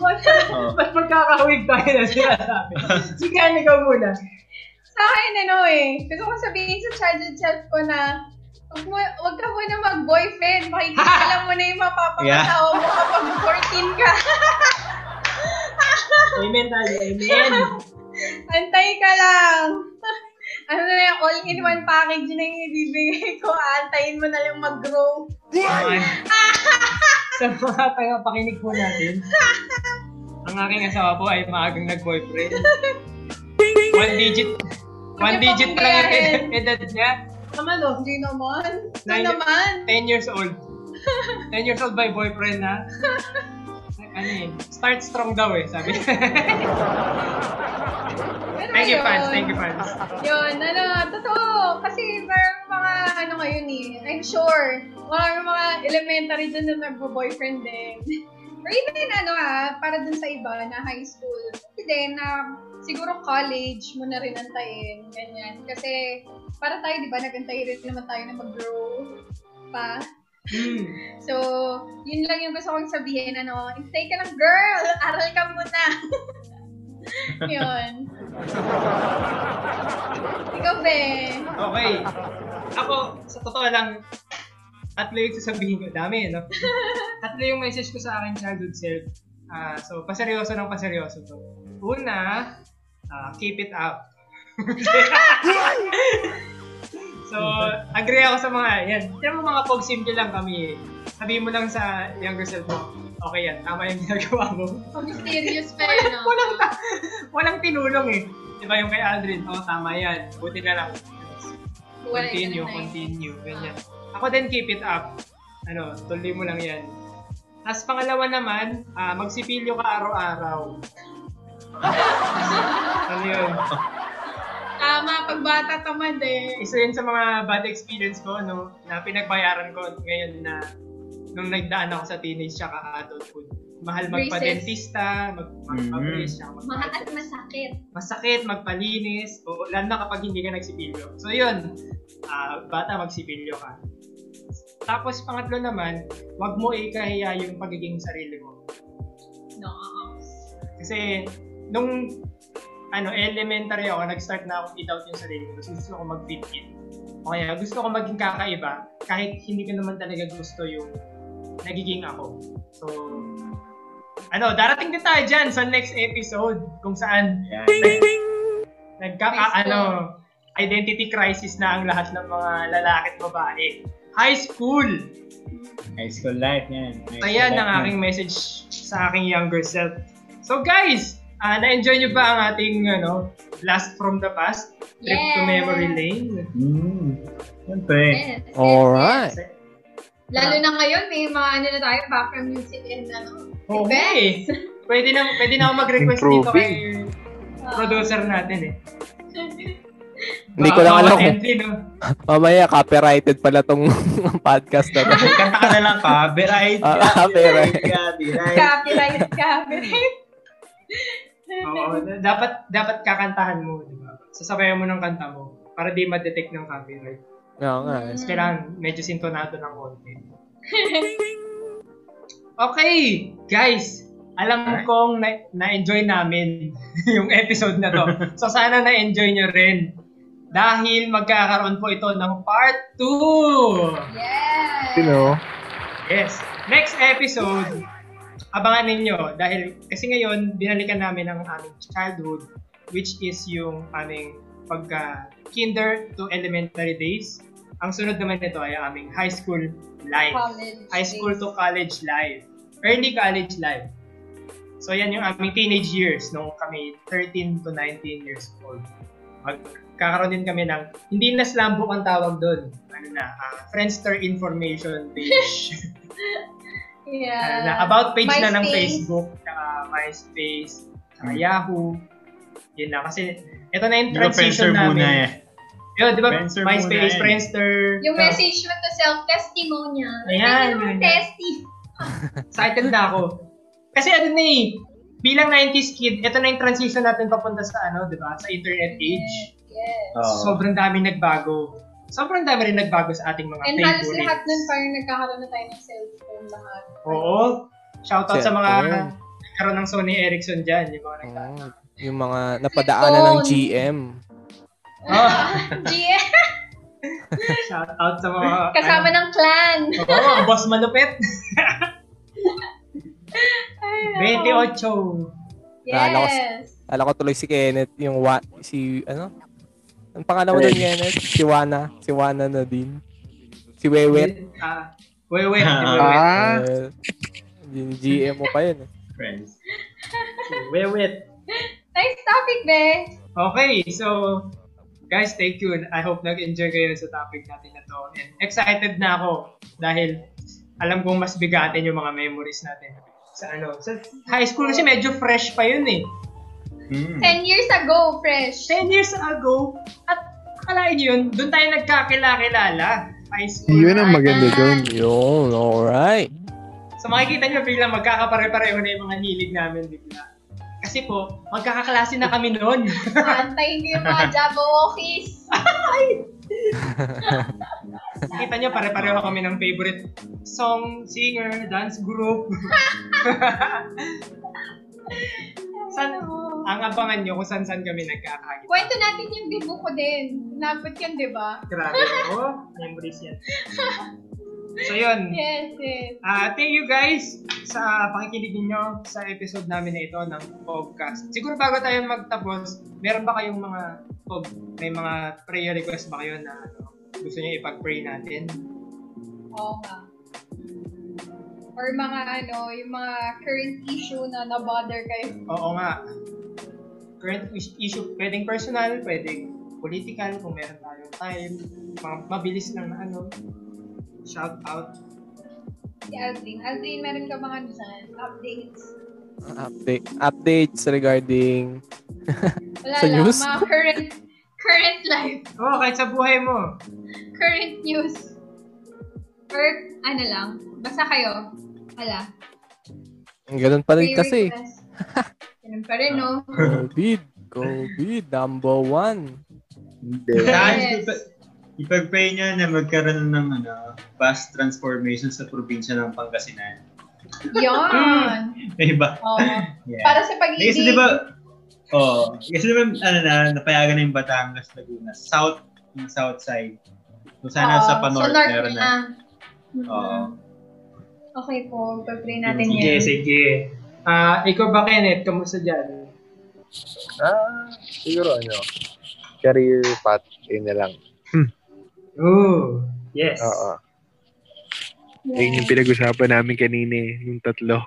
Speaker 2: Ba't-
Speaker 5: Oh.
Speaker 2: Ba't magkakahawig tayo na sinasabi? Si Ken, ikaw muna.
Speaker 1: sa akin, ano eh, gusto ko sabihin sa childhood self ko na, wag, mo, wag ka muna mag-boyfriend. Makikilala mo na yung mapapakasawa mo kapag 14 ka.
Speaker 2: Amen tayo, amen.
Speaker 1: Antay ka lang. ano na yung all-in-one package na yung ibibigay ko. Antayin mo na lang mag-grow.
Speaker 2: Amen. sa mga tagapakinig po natin, ang aking asawa po ay maagang nag-boyfriend. One digit, one
Speaker 1: Hindi pa
Speaker 2: digit lang yung
Speaker 1: mangyayari.
Speaker 2: ed- edad niya.
Speaker 1: Naman oh. Hindi naman. Hindi
Speaker 2: Nine-
Speaker 1: naman.
Speaker 2: 10 years old. 10 years old by boyfriend na. ano eh, start strong daw eh, sabi.
Speaker 1: Pero
Speaker 2: thank
Speaker 1: Ano
Speaker 2: you
Speaker 1: yun.
Speaker 2: fans, thank you fans.
Speaker 1: Yun, ano, totoo. Kasi merong mga, ano ngayon eh, I'm sure, merong mga elementary dyan na nagbo-boyfriend din. Or even, ano ah, para dun sa iba na high school. Kasi din, na siguro college mo na rin antayin, ganyan. Kasi, para tayo, di ba, nagantay rin naman tayo na mag-grow pa.
Speaker 2: Hmm.
Speaker 1: So, yun lang yung gusto kong sabihin, ano, stay ka lang, girl! Aral ka muna! yun. Ikaw, be.
Speaker 2: Okay. Ako, sa totoo lang, tatlo yung sasabihin ko. Dami, no? tatlo yung message ko sa akin childhood self. Ah, so, paseryoso ng paseryoso to. Una, ah, keep it up. so, agree ako sa mga, yan. Tiyan mo mga pog, simple lang kami eh. Sabihin mo lang sa younger self mo, okay yan, tama yung ginagawa mo.
Speaker 1: Ang Oh, mysterious pa yun, no?
Speaker 2: Walang, ta- walang tinulong eh. Diba yung kay Aldrin, oh, tama yan. Buti na lang.
Speaker 1: Wala yun,
Speaker 2: Continue,
Speaker 1: ano,
Speaker 2: continue, ganyan. Ako din, keep it up. Ano, tuloy mo lang yan. Tapos pangalawa naman, ah, magsipilyo ka araw-araw. ano yun?
Speaker 1: Tama, pagbata tamad eh.
Speaker 2: Isa yun sa mga bad experience ko, no, na pinagbayaran ko ngayon na nung nagdaan ako sa teenage tsaka adulthood. Mahal magpa-dentista, mag- magpa-brace, tsaka magpa-
Speaker 1: Mahal at masakit.
Speaker 2: masakit, magpalinis, o lalo na kapag hindi ka nagsipilyo. So yun, ah, bata magsipilyo ka. Tapos pangatlo naman, wag mo ikahiya yung pagiging sarili mo.
Speaker 1: No.
Speaker 2: Kasi nung ano, elementary ako, nag-start na akong i-doubt yung sarili ko. Kasi gusto ko mag-fit in. O kaya gusto ko maging kakaiba kahit hindi ko naman talaga gusto yung nagiging ako. So, ano, darating din tayo dyan sa next episode kung saan
Speaker 5: Yan.
Speaker 1: High
Speaker 2: Nagkaka,
Speaker 1: school.
Speaker 2: ano, identity crisis na ang lahat ng mga lalaki at babae. High school!
Speaker 5: High school life yan. High school
Speaker 2: Ayan
Speaker 5: life
Speaker 2: ang
Speaker 5: yan.
Speaker 2: aking message sa aking younger self. So guys, ah, na-enjoy nyo ba ang ating ano, blast from the past? Trip to
Speaker 1: Yes.
Speaker 2: memory lane?
Speaker 5: Mm. Siyempre.
Speaker 2: Eh,
Speaker 1: Yes, yes,
Speaker 3: Alright.
Speaker 1: yes. Eh, Lalo na ngayon, may mga ano na tayo, background music and ano.
Speaker 2: Oo
Speaker 1: Events.
Speaker 2: eh. Pwede na, pwede na ako mag-request dito kay
Speaker 1: Ah.
Speaker 2: producer natin eh.
Speaker 3: Hindi ko lang
Speaker 2: Bawat
Speaker 3: alam. eh.
Speaker 2: entry, no?
Speaker 3: Mamaya, copyrighted pala tong podcast na to.
Speaker 5: Kanta ka na lang, copyright.
Speaker 3: Ah,
Speaker 5: copyright,
Speaker 3: copyright.
Speaker 5: Copyright.
Speaker 1: Copyright, copyright.
Speaker 2: Oo, dapat dapat kakantahan mo, di ba? Sasabayan mo ng kanta mo para di ma-detect ng copyright.
Speaker 3: Oo nga. eh.
Speaker 2: Tapos kailangan medyo sintonado ng konti. okay, guys. Alam kong na- na-enjoy namin yung episode na to. So sana na-enjoy nyo rin. Dahil magkakaroon po ito ng part 2.
Speaker 1: Yes.
Speaker 6: You know?
Speaker 2: Yes. Next episode, abangan ninyo. Dahil kasi ngayon, binalikan namin ang aming childhood, which is yung aming pagka-kinder to elementary days. Ang sunod naman nito ay ang aming high school life.
Speaker 1: College
Speaker 2: High school to college life. Early college life. So yan yung aming teenage years nung kami 13 to 19 years old. Magkakaroon din kami ng, hindi na slam book ang tawag doon. Ano na, ah, Friendster information page.
Speaker 1: Yeah.
Speaker 2: na about page na ng
Speaker 1: MySpace.
Speaker 2: Facebook, tsaka MySpace, tsaka Yahoo. Yun na, kasi ito na yung
Speaker 5: Naka-fencer
Speaker 2: transition namin.
Speaker 5: muna eh.
Speaker 2: Yun, di ba?
Speaker 5: Friendster muna eh.
Speaker 2: MySpace,
Speaker 5: yan.
Speaker 2: Friendster.
Speaker 1: Yung message mo to self-testimonial.
Speaker 2: Ayan.
Speaker 1: Ay, yung testy.
Speaker 2: Excited na ako. Kasi ano na eh, bilang 90s kid, ito na yung transition natin papunta sa ano, di ba? Sa internet age.
Speaker 1: Yes.
Speaker 5: Oo.
Speaker 2: Sobrang dami nagbago. Sobrang dami rin nagbago sa ating mga
Speaker 1: And halos
Speaker 2: favorites.
Speaker 1: lahat nun parang nagkakaroon na tayo ng cellphone lahat.
Speaker 2: Oo. Shoutout sa mga
Speaker 3: Cellphone.
Speaker 2: nagkaroon ng Sony Ericsson dyan. Yung mga nagkaroon.
Speaker 3: Oo. Oh, yung mga napadaanan ng
Speaker 1: Flip phone.
Speaker 3: GM.
Speaker 2: Oh.
Speaker 1: GM,
Speaker 2: Shoutout sa mga...
Speaker 1: kasama ng clan.
Speaker 2: Oo, oh, boss malupit.
Speaker 1: Ay, nako.
Speaker 2: 28.
Speaker 3: Naalala ko
Speaker 1: Yes.
Speaker 3: Alam ko tuloy si Kenneth, yung wa, si, ano? Ang pangalan mo doon, Kenneth? Si Wana. Si Wana na din. Si Wewet.
Speaker 2: Ah, Wewet.
Speaker 5: Ah.
Speaker 2: yung Wewet.
Speaker 6: Ah,
Speaker 3: Eh, yung GM mo pa yun. eh.
Speaker 5: Friends.
Speaker 2: Wewet.
Speaker 1: Nice topic, be.
Speaker 2: Okay, so guys, stay tuned. I hope nag-enjoy kayo sa topic natin na to. And excited na ako dahil alam kong mas bigatin yung mga memories natin sa ano. Sa high school kasi medyo fresh pa yun eh.
Speaker 5: Hmm.
Speaker 1: 10 years ago, fresh.
Speaker 2: 10 years ago, at akalain niyo yun, doon tayo nagkakilala-kilala. High school.
Speaker 8: Yun ang maganda
Speaker 1: Ah,
Speaker 8: doon.
Speaker 3: Yun, alright.
Speaker 2: So makikita nyo biglang magkakapare-pareho na yung mga hilig namin bigla. Kasi po, magkakaklase na kami noon.
Speaker 1: Antayin ko yung mga Jabberwockies.
Speaker 2: Kita nyo, pare-pareho kami ng favorite song, singer, dance group. San, ang abangan nyo kung saan-saan kami nagkakakita.
Speaker 1: Kwento natin yung debut ko din. Napot yan, di ba?
Speaker 2: Grabe ako. Memories yan. So yun.
Speaker 1: Yes, yes.
Speaker 2: Ah, thank you guys sa pakikinig ninyo sa episode namin na ito ng podcast. Siguro bago tayo magtapos, meron ba kayong mga pog, may mga prayer request ba kayo na ano, gusto niyo ipag-pray natin?
Speaker 1: Oo nga. Or mga ano, yung mga current issue na nabother kayo.
Speaker 2: Oo nga. Current is- issue, pwedeng personal, pwedeng political, kung meron tayong time, mga mabilis lang na ano, shout out.
Speaker 1: Si Aldrin. Aldrin, meron ka mga ano dyan? Updates.
Speaker 3: Update, updates regarding
Speaker 1: Wala
Speaker 3: Sa
Speaker 1: lang,
Speaker 3: news?
Speaker 1: mga current, current life.
Speaker 2: Oo, kahit sa buhay mo.
Speaker 1: Current news. Or ano lang, basta kayo. Wala.
Speaker 3: Ganun pa rin kasi.
Speaker 1: request. Ganun pa rin, no?
Speaker 3: COVID. COVID. Number one.
Speaker 8: Hindi.
Speaker 5: Guys, ipag-pray nyo na magkaroon ng ano, bus transformation sa probinsya ng Pangasinan.
Speaker 1: Yun.
Speaker 5: May iba.
Speaker 1: Oo.
Speaker 5: Yeah.
Speaker 1: Para sa pag-ibig.
Speaker 5: Kasi di ba, oh, kasi di ba, ano na, napayagan na yung Batangas, Laguna, south, yung south side. So sana
Speaker 1: Oo,
Speaker 5: sa
Speaker 1: Oh,
Speaker 5: panorth,
Speaker 1: north
Speaker 5: meron na.
Speaker 1: Mm.
Speaker 5: Oo.
Speaker 1: Okay po, pag-pray natin
Speaker 2: Sige,
Speaker 1: yan.
Speaker 2: sige. Ah, ikaw ba Kenneth, kamusta dyan?
Speaker 4: Ah, siguro ano, career path, yun na lang.
Speaker 2: Oh, yes.
Speaker 4: Oo.
Speaker 6: yun yung pinag-usapan namin kanina eh, yung tatlo.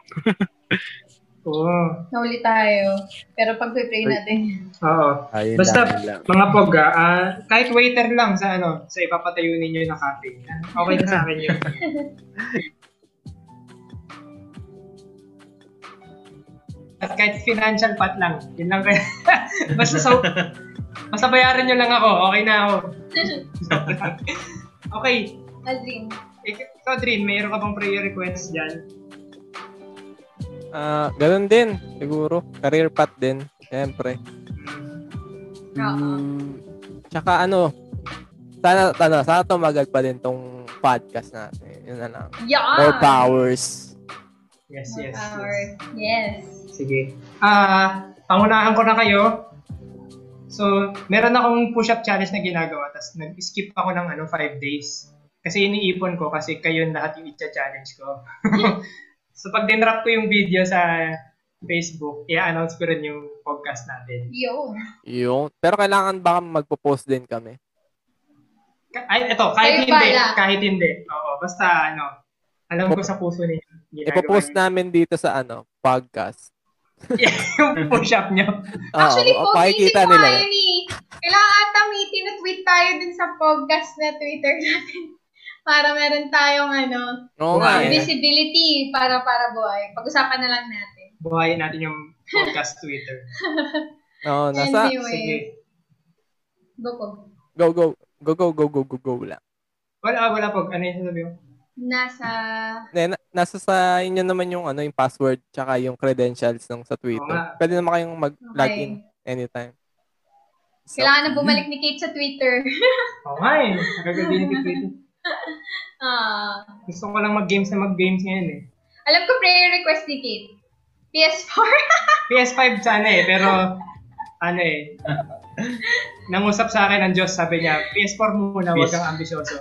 Speaker 2: Oo.
Speaker 1: Nauli tayo. Pero pag-pray natin yan.
Speaker 2: Oo.
Speaker 8: Ayun
Speaker 2: Basta,
Speaker 8: lang, yun lang.
Speaker 2: mga poga, ah, kahit waiter lang sa ano, sa ipapatayo ninyo na cafe. Okay na sa akin yun. At kahit financial pat lang. Yun lang kaya. basta so, basta bayaran nyo lang ako. Okay na ako. okay.
Speaker 1: Aldrin.
Speaker 2: Ik- Ikaw, Dream, mayroon ka bang prayer request dyan?
Speaker 3: Ah, ganun din. Siguro. Career path din. Siyempre.
Speaker 1: Oo.
Speaker 3: Mm, tsaka ano, sana, sana, sana tumagal pa din tong podcast natin. Yun na lang.
Speaker 1: Yeah!
Speaker 3: More powers.
Speaker 2: Yes,
Speaker 1: More
Speaker 2: yes,
Speaker 1: power.
Speaker 2: yes.
Speaker 1: Yes.
Speaker 2: Sige. Ah, pangunahan ko na kayo. So, meron akong push-up challenge na ginagawa, tapos nag-skip ako ng ano, 5 days. Kasi iniipon ko, kasi kayo lahat yung itcha-challenge ko. so, pag dinrap ko yung video sa Facebook, i-announce ko rin yung podcast natin.
Speaker 1: Yo.
Speaker 3: Yun. Pero kailangan baka magpo-post din kami.
Speaker 2: Ka- Ay, ito, kahit
Speaker 1: Kayo
Speaker 2: hindi,
Speaker 1: pala.
Speaker 2: kahit hindi. Oo, basta ano, alam ko sa puso ninyo.
Speaker 3: Ipo-post
Speaker 2: ginagawa
Speaker 3: namin dito sa ano, podcast.
Speaker 2: niyo. yung push-up nyo.
Speaker 3: Oo,
Speaker 1: Actually,
Speaker 3: oo,
Speaker 1: po, makikita
Speaker 3: makikita nila.
Speaker 1: Yun, eh. Kailangan ata may tinutweet tayo din sa podcast na Twitter natin. para meron tayong ano,
Speaker 3: Oo nga eh.
Speaker 1: visibility para para buhay. Pag-usapan na lang natin.
Speaker 2: Buhayin natin yung podcast Twitter.
Speaker 3: Oo, nasa,
Speaker 1: Anyway,
Speaker 2: Sige.
Speaker 1: go po.
Speaker 3: Go, go. Go, go, go, go, go, go lang.
Speaker 2: Wala, wala po. Ano yung sinabi mo?
Speaker 1: Nasa...
Speaker 3: Na, na- nasa sa inyo naman yung ano yung password tsaka yung credentials ng sa Twitter.
Speaker 2: nga.
Speaker 3: Pwede naman kayong mag-login
Speaker 1: Okay.
Speaker 3: anytime. So,
Speaker 1: Kailangan na bumalik ni Kate sa Twitter.
Speaker 2: Oo nga eh. Nagagandin ko Twitter.
Speaker 1: Ah.
Speaker 2: Gusto ko lang mag-games na mag-games ngayon eh.
Speaker 1: alam ko prayer request ni Kate. PS4.
Speaker 2: PS5 sana eh, pero ano eh. Nangusap sa akin ang Diyos, sabi niya, PS4 muna, huwag
Speaker 5: PS.
Speaker 2: kang ambisyoso.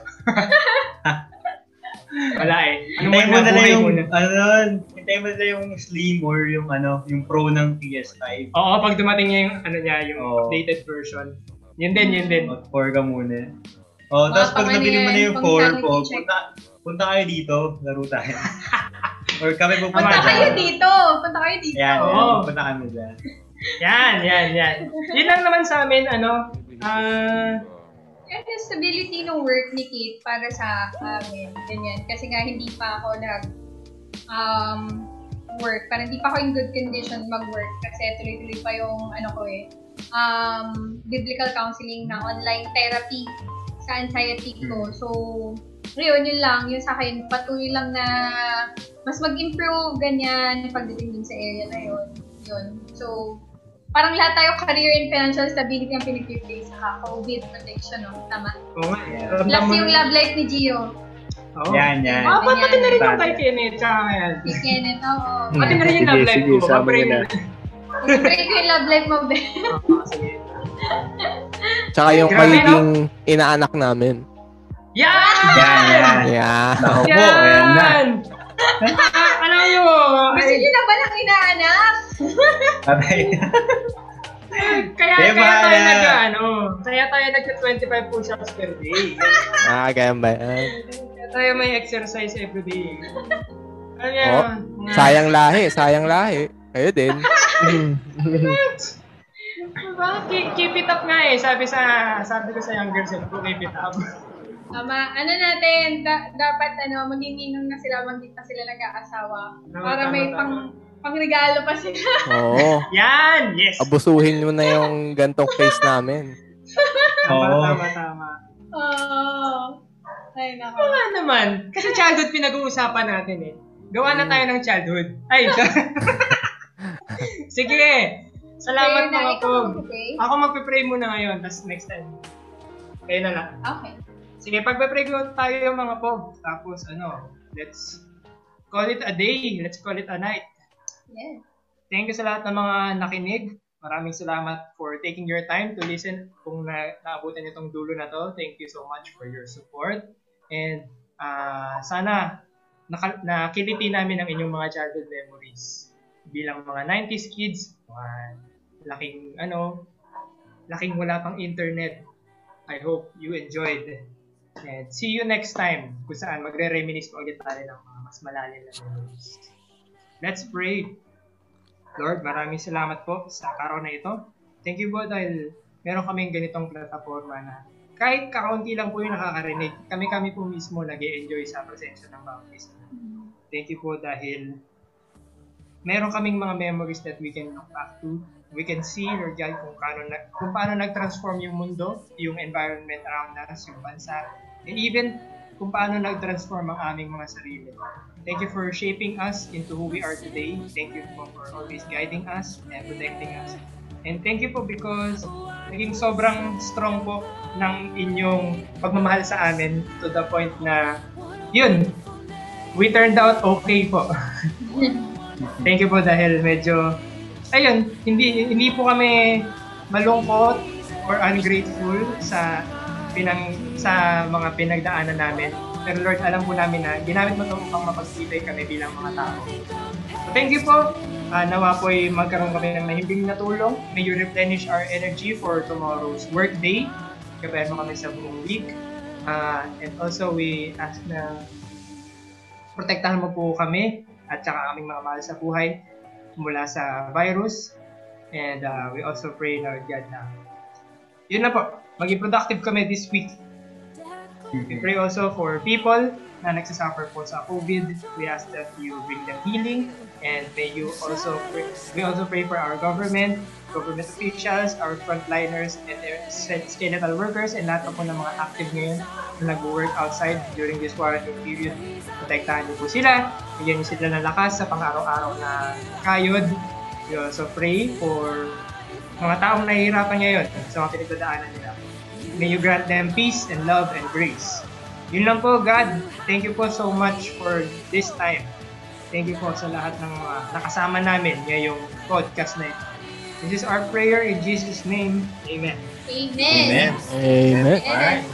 Speaker 2: Wala eh. Ano
Speaker 5: Hintayin mo na lang
Speaker 2: buhay
Speaker 5: yung,
Speaker 2: muna.
Speaker 5: ano nun, hintayin mo na lang yung slim or yung ano, yung pro ng PS5.
Speaker 2: Oo, pag dumating niya yung ano niya, yung
Speaker 5: Oo.
Speaker 2: updated version. Yun din, yun din.
Speaker 5: Mag 4 ka muna. Oh,
Speaker 1: Mga
Speaker 5: tapos pag
Speaker 1: pamilya
Speaker 5: nabili mo na
Speaker 1: yan,
Speaker 5: yung
Speaker 1: pang
Speaker 5: 4 po,
Speaker 1: sanity check.
Speaker 5: punta, punta kayo dito, laro tayo. or kami pupunta
Speaker 1: Punta
Speaker 2: Tama.
Speaker 1: kayo dito. Punta kayo dito.
Speaker 5: Ayan,
Speaker 2: Oo.
Speaker 5: ayan, punta kami dyan.
Speaker 2: Yan, yan, yan. Yun lang naman sa amin, ano, ah,
Speaker 1: Yan yung stability ng work ni Kate para sa amin. Ganyan. Kasi nga hindi pa ako nag um, work. Parang hindi pa ako in good condition mag-work kasi tuloy-tuloy pa yung ano ko eh um, biblical counseling na online therapy sa anxiety ko. So, yun, yun lang. Yun sa akin, patuloy lang na mas mag-improve, ganyan, pagdating din sa area na yun. Yun. So, parang lahat tayo career and financial stability ang pinag-face sa COVID protection, no? Tama.
Speaker 2: oo nga.
Speaker 1: Plus
Speaker 2: ramdam mo-
Speaker 1: yung love life ni Gio.
Speaker 2: Oo.
Speaker 5: Yan, yan.
Speaker 2: Ah, ba't pati na rin yung
Speaker 5: Tama. Hmm.
Speaker 2: kay Kenneth, tsaka kay Alvin?
Speaker 1: Si Kenneth, oo.
Speaker 2: Pati na rin yung
Speaker 8: Sige,
Speaker 2: love life
Speaker 8: sige,
Speaker 2: ko.
Speaker 8: sama
Speaker 2: Mag-pray
Speaker 8: niyo na.
Speaker 2: muna.
Speaker 1: Pray ko yung love life mo, Ben.
Speaker 2: Oo, sige.
Speaker 3: tsaka yung
Speaker 2: Grabe,
Speaker 3: magiging inaanak namin.
Speaker 2: Yan!
Speaker 5: Yan, yan.
Speaker 3: Yeah.
Speaker 5: Nako po, ayan na.
Speaker 2: Ah, alam nyo,
Speaker 1: Gusto
Speaker 2: ay,
Speaker 1: niyo na ba ng inaanak?
Speaker 5: Patay na.
Speaker 2: kaya,
Speaker 5: Di
Speaker 2: kaya
Speaker 5: ba,
Speaker 2: tayo
Speaker 5: yeah.
Speaker 2: nag, ano, kaya tayo nagka-25 push-ups per day.
Speaker 3: Ah, kaya ba yan?
Speaker 2: Kaya tayo may exercise every day. Alam nyo,
Speaker 3: Oh,
Speaker 2: na-
Speaker 3: sayang lahi, sayang lahi. Kayo din.
Speaker 2: Diba? Keep, keep it up nga eh, sabi sa, sabi ko sa younger self ko, keep it up.
Speaker 1: Tama. Ano natin, da- dapat ano, magninginong na sila, magdi pa sila nag-aasawa.
Speaker 2: Tama,
Speaker 1: para may
Speaker 2: tama,
Speaker 1: pang, pangregalo pa sila.
Speaker 3: Oo.
Speaker 2: Yan! Yes!
Speaker 3: Abusuhin mo na yung gantong face namin.
Speaker 2: Tama,
Speaker 5: Oo.
Speaker 2: tama, tama.
Speaker 1: Oo. Ay, nako.
Speaker 2: Wala naman. Kasi childhood pinag-uusapan natin eh. Gawa na tayo ng childhood. Ay, sige! Salamat
Speaker 1: Prayer na.
Speaker 2: mga
Speaker 1: Ikaw
Speaker 2: pog.
Speaker 1: mag-pray?
Speaker 2: Ako magpe-pray muna ngayon, tapos next time. Kayo na lang.
Speaker 1: Okay.
Speaker 2: Sige, pagpe-pray ko tayo mga pog. Tapos ano, let's call it a day. Let's call it a night.
Speaker 1: Yeah.
Speaker 2: Thank you sa lahat ng mga nakinig. Maraming salamat for taking your time to listen kung na naabutan itong dulo na to. Thank you so much for your support. And ah, sana naka- nakiliti namin ang inyong mga childhood memories bilang mga 90s kids, mga laking ano, laking wala pang internet. I hope you enjoyed. And see you next time kung saan magre-reminisce pa ulit tayo ng mga mas malalim na memories. Let's pray. Lord, maraming salamat po sa araw na ito. Thank you po dahil meron kaming ganitong plataforma na kahit kakaunti lang po yung nakakarinig, kami-kami po mismo nag enjoy sa presensya ng Baptist. Thank you po dahil meron kaming mga memories that we can look back to. We can see, Lord God, kung paano, nag, kung paano nag-transform yung mundo, yung environment around us, yung bansa, and even kung paano nag-transform ang aming mga sarili. Thank you for shaping us into who we are today. Thank you po for always guiding us and protecting us. And thank you po because naging sobrang strong po ng inyong pagmamahal sa amin to the point na yun, we turned out okay po. thank you po dahil medyo ayun, hindi hindi po kami malungkot or ungrateful sa pinang sa mga pinagdaanan namin. Pero Lord, alam po namin na ginamit mo ito upang mapagsibay kami bilang mga tao. So, thank you po. Ah, nawa po ay magkaroon kami ng mahimbing na tulong. May you replenish our energy for tomorrow's workday. Gabayan mo kami sa buong week. Ah, and also, we ask na protektahan mo po kami at saka aming mga mahal sa buhay mula sa virus. And uh, we also pray, Lord God, na yun na po, maging productive kami this week. We pray also for people na nagsasuffer po sa COVID. We ask that you bring them healing and may you also pray, we also pray for our government, government officials, our frontliners, and their skeletal workers and lahat po ng mga active ngayon na nag-work outside during this quarantine period. Protektahan niyo po sila, bigyan niyo sila ng lakas sa pang-araw-araw na kayod. We also pray for mga taong nahihirapan ngayon sa mga pinagdadaanan nila. May you grant them peace and love and grace. Yun lang po, God. Thank you po so much for this time. Thank you po sa lahat ng mga nakasama namin ngayong podcast na ito. This is our prayer in Jesus' name. Amen.
Speaker 1: Amen.
Speaker 3: Amen.
Speaker 1: Amen. Ano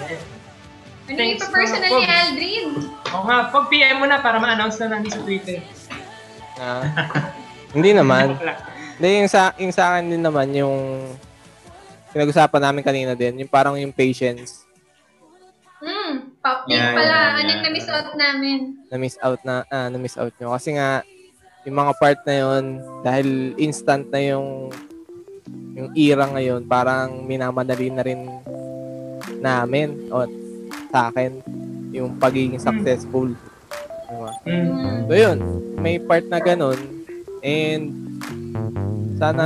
Speaker 1: yung
Speaker 2: Thanks
Speaker 1: personal
Speaker 2: mga
Speaker 1: ni
Speaker 2: pogs.
Speaker 1: Aldrin?
Speaker 2: Oo nga, pag-PM mo na para ma-announce na namin sa Twitter.
Speaker 3: Ah. Hindi naman.
Speaker 2: Joke lang.
Speaker 3: Hindi, yung sa, yung sa akin din naman, yung pinag-usapan namin kanina din, yung parang yung patience
Speaker 1: Hmm, pop
Speaker 5: Yeah,
Speaker 1: pala.
Speaker 5: yeah,
Speaker 1: Anong
Speaker 5: yeah.
Speaker 1: na-miss out namin?
Speaker 3: na miss out na, ah, na miss out nyo. Kasi nga, yung mga part na yun, dahil instant na yung yung era ngayon, parang minamadali na rin namin o sa akin yung pagiging successful. Diba?
Speaker 2: Mm.
Speaker 1: Hmm.
Speaker 3: So yun, may part na ganun and sana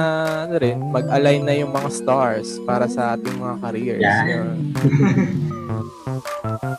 Speaker 3: ano rin, mag-align na yung mga stars para sa ating mga careers.
Speaker 5: Yan.
Speaker 3: Yun.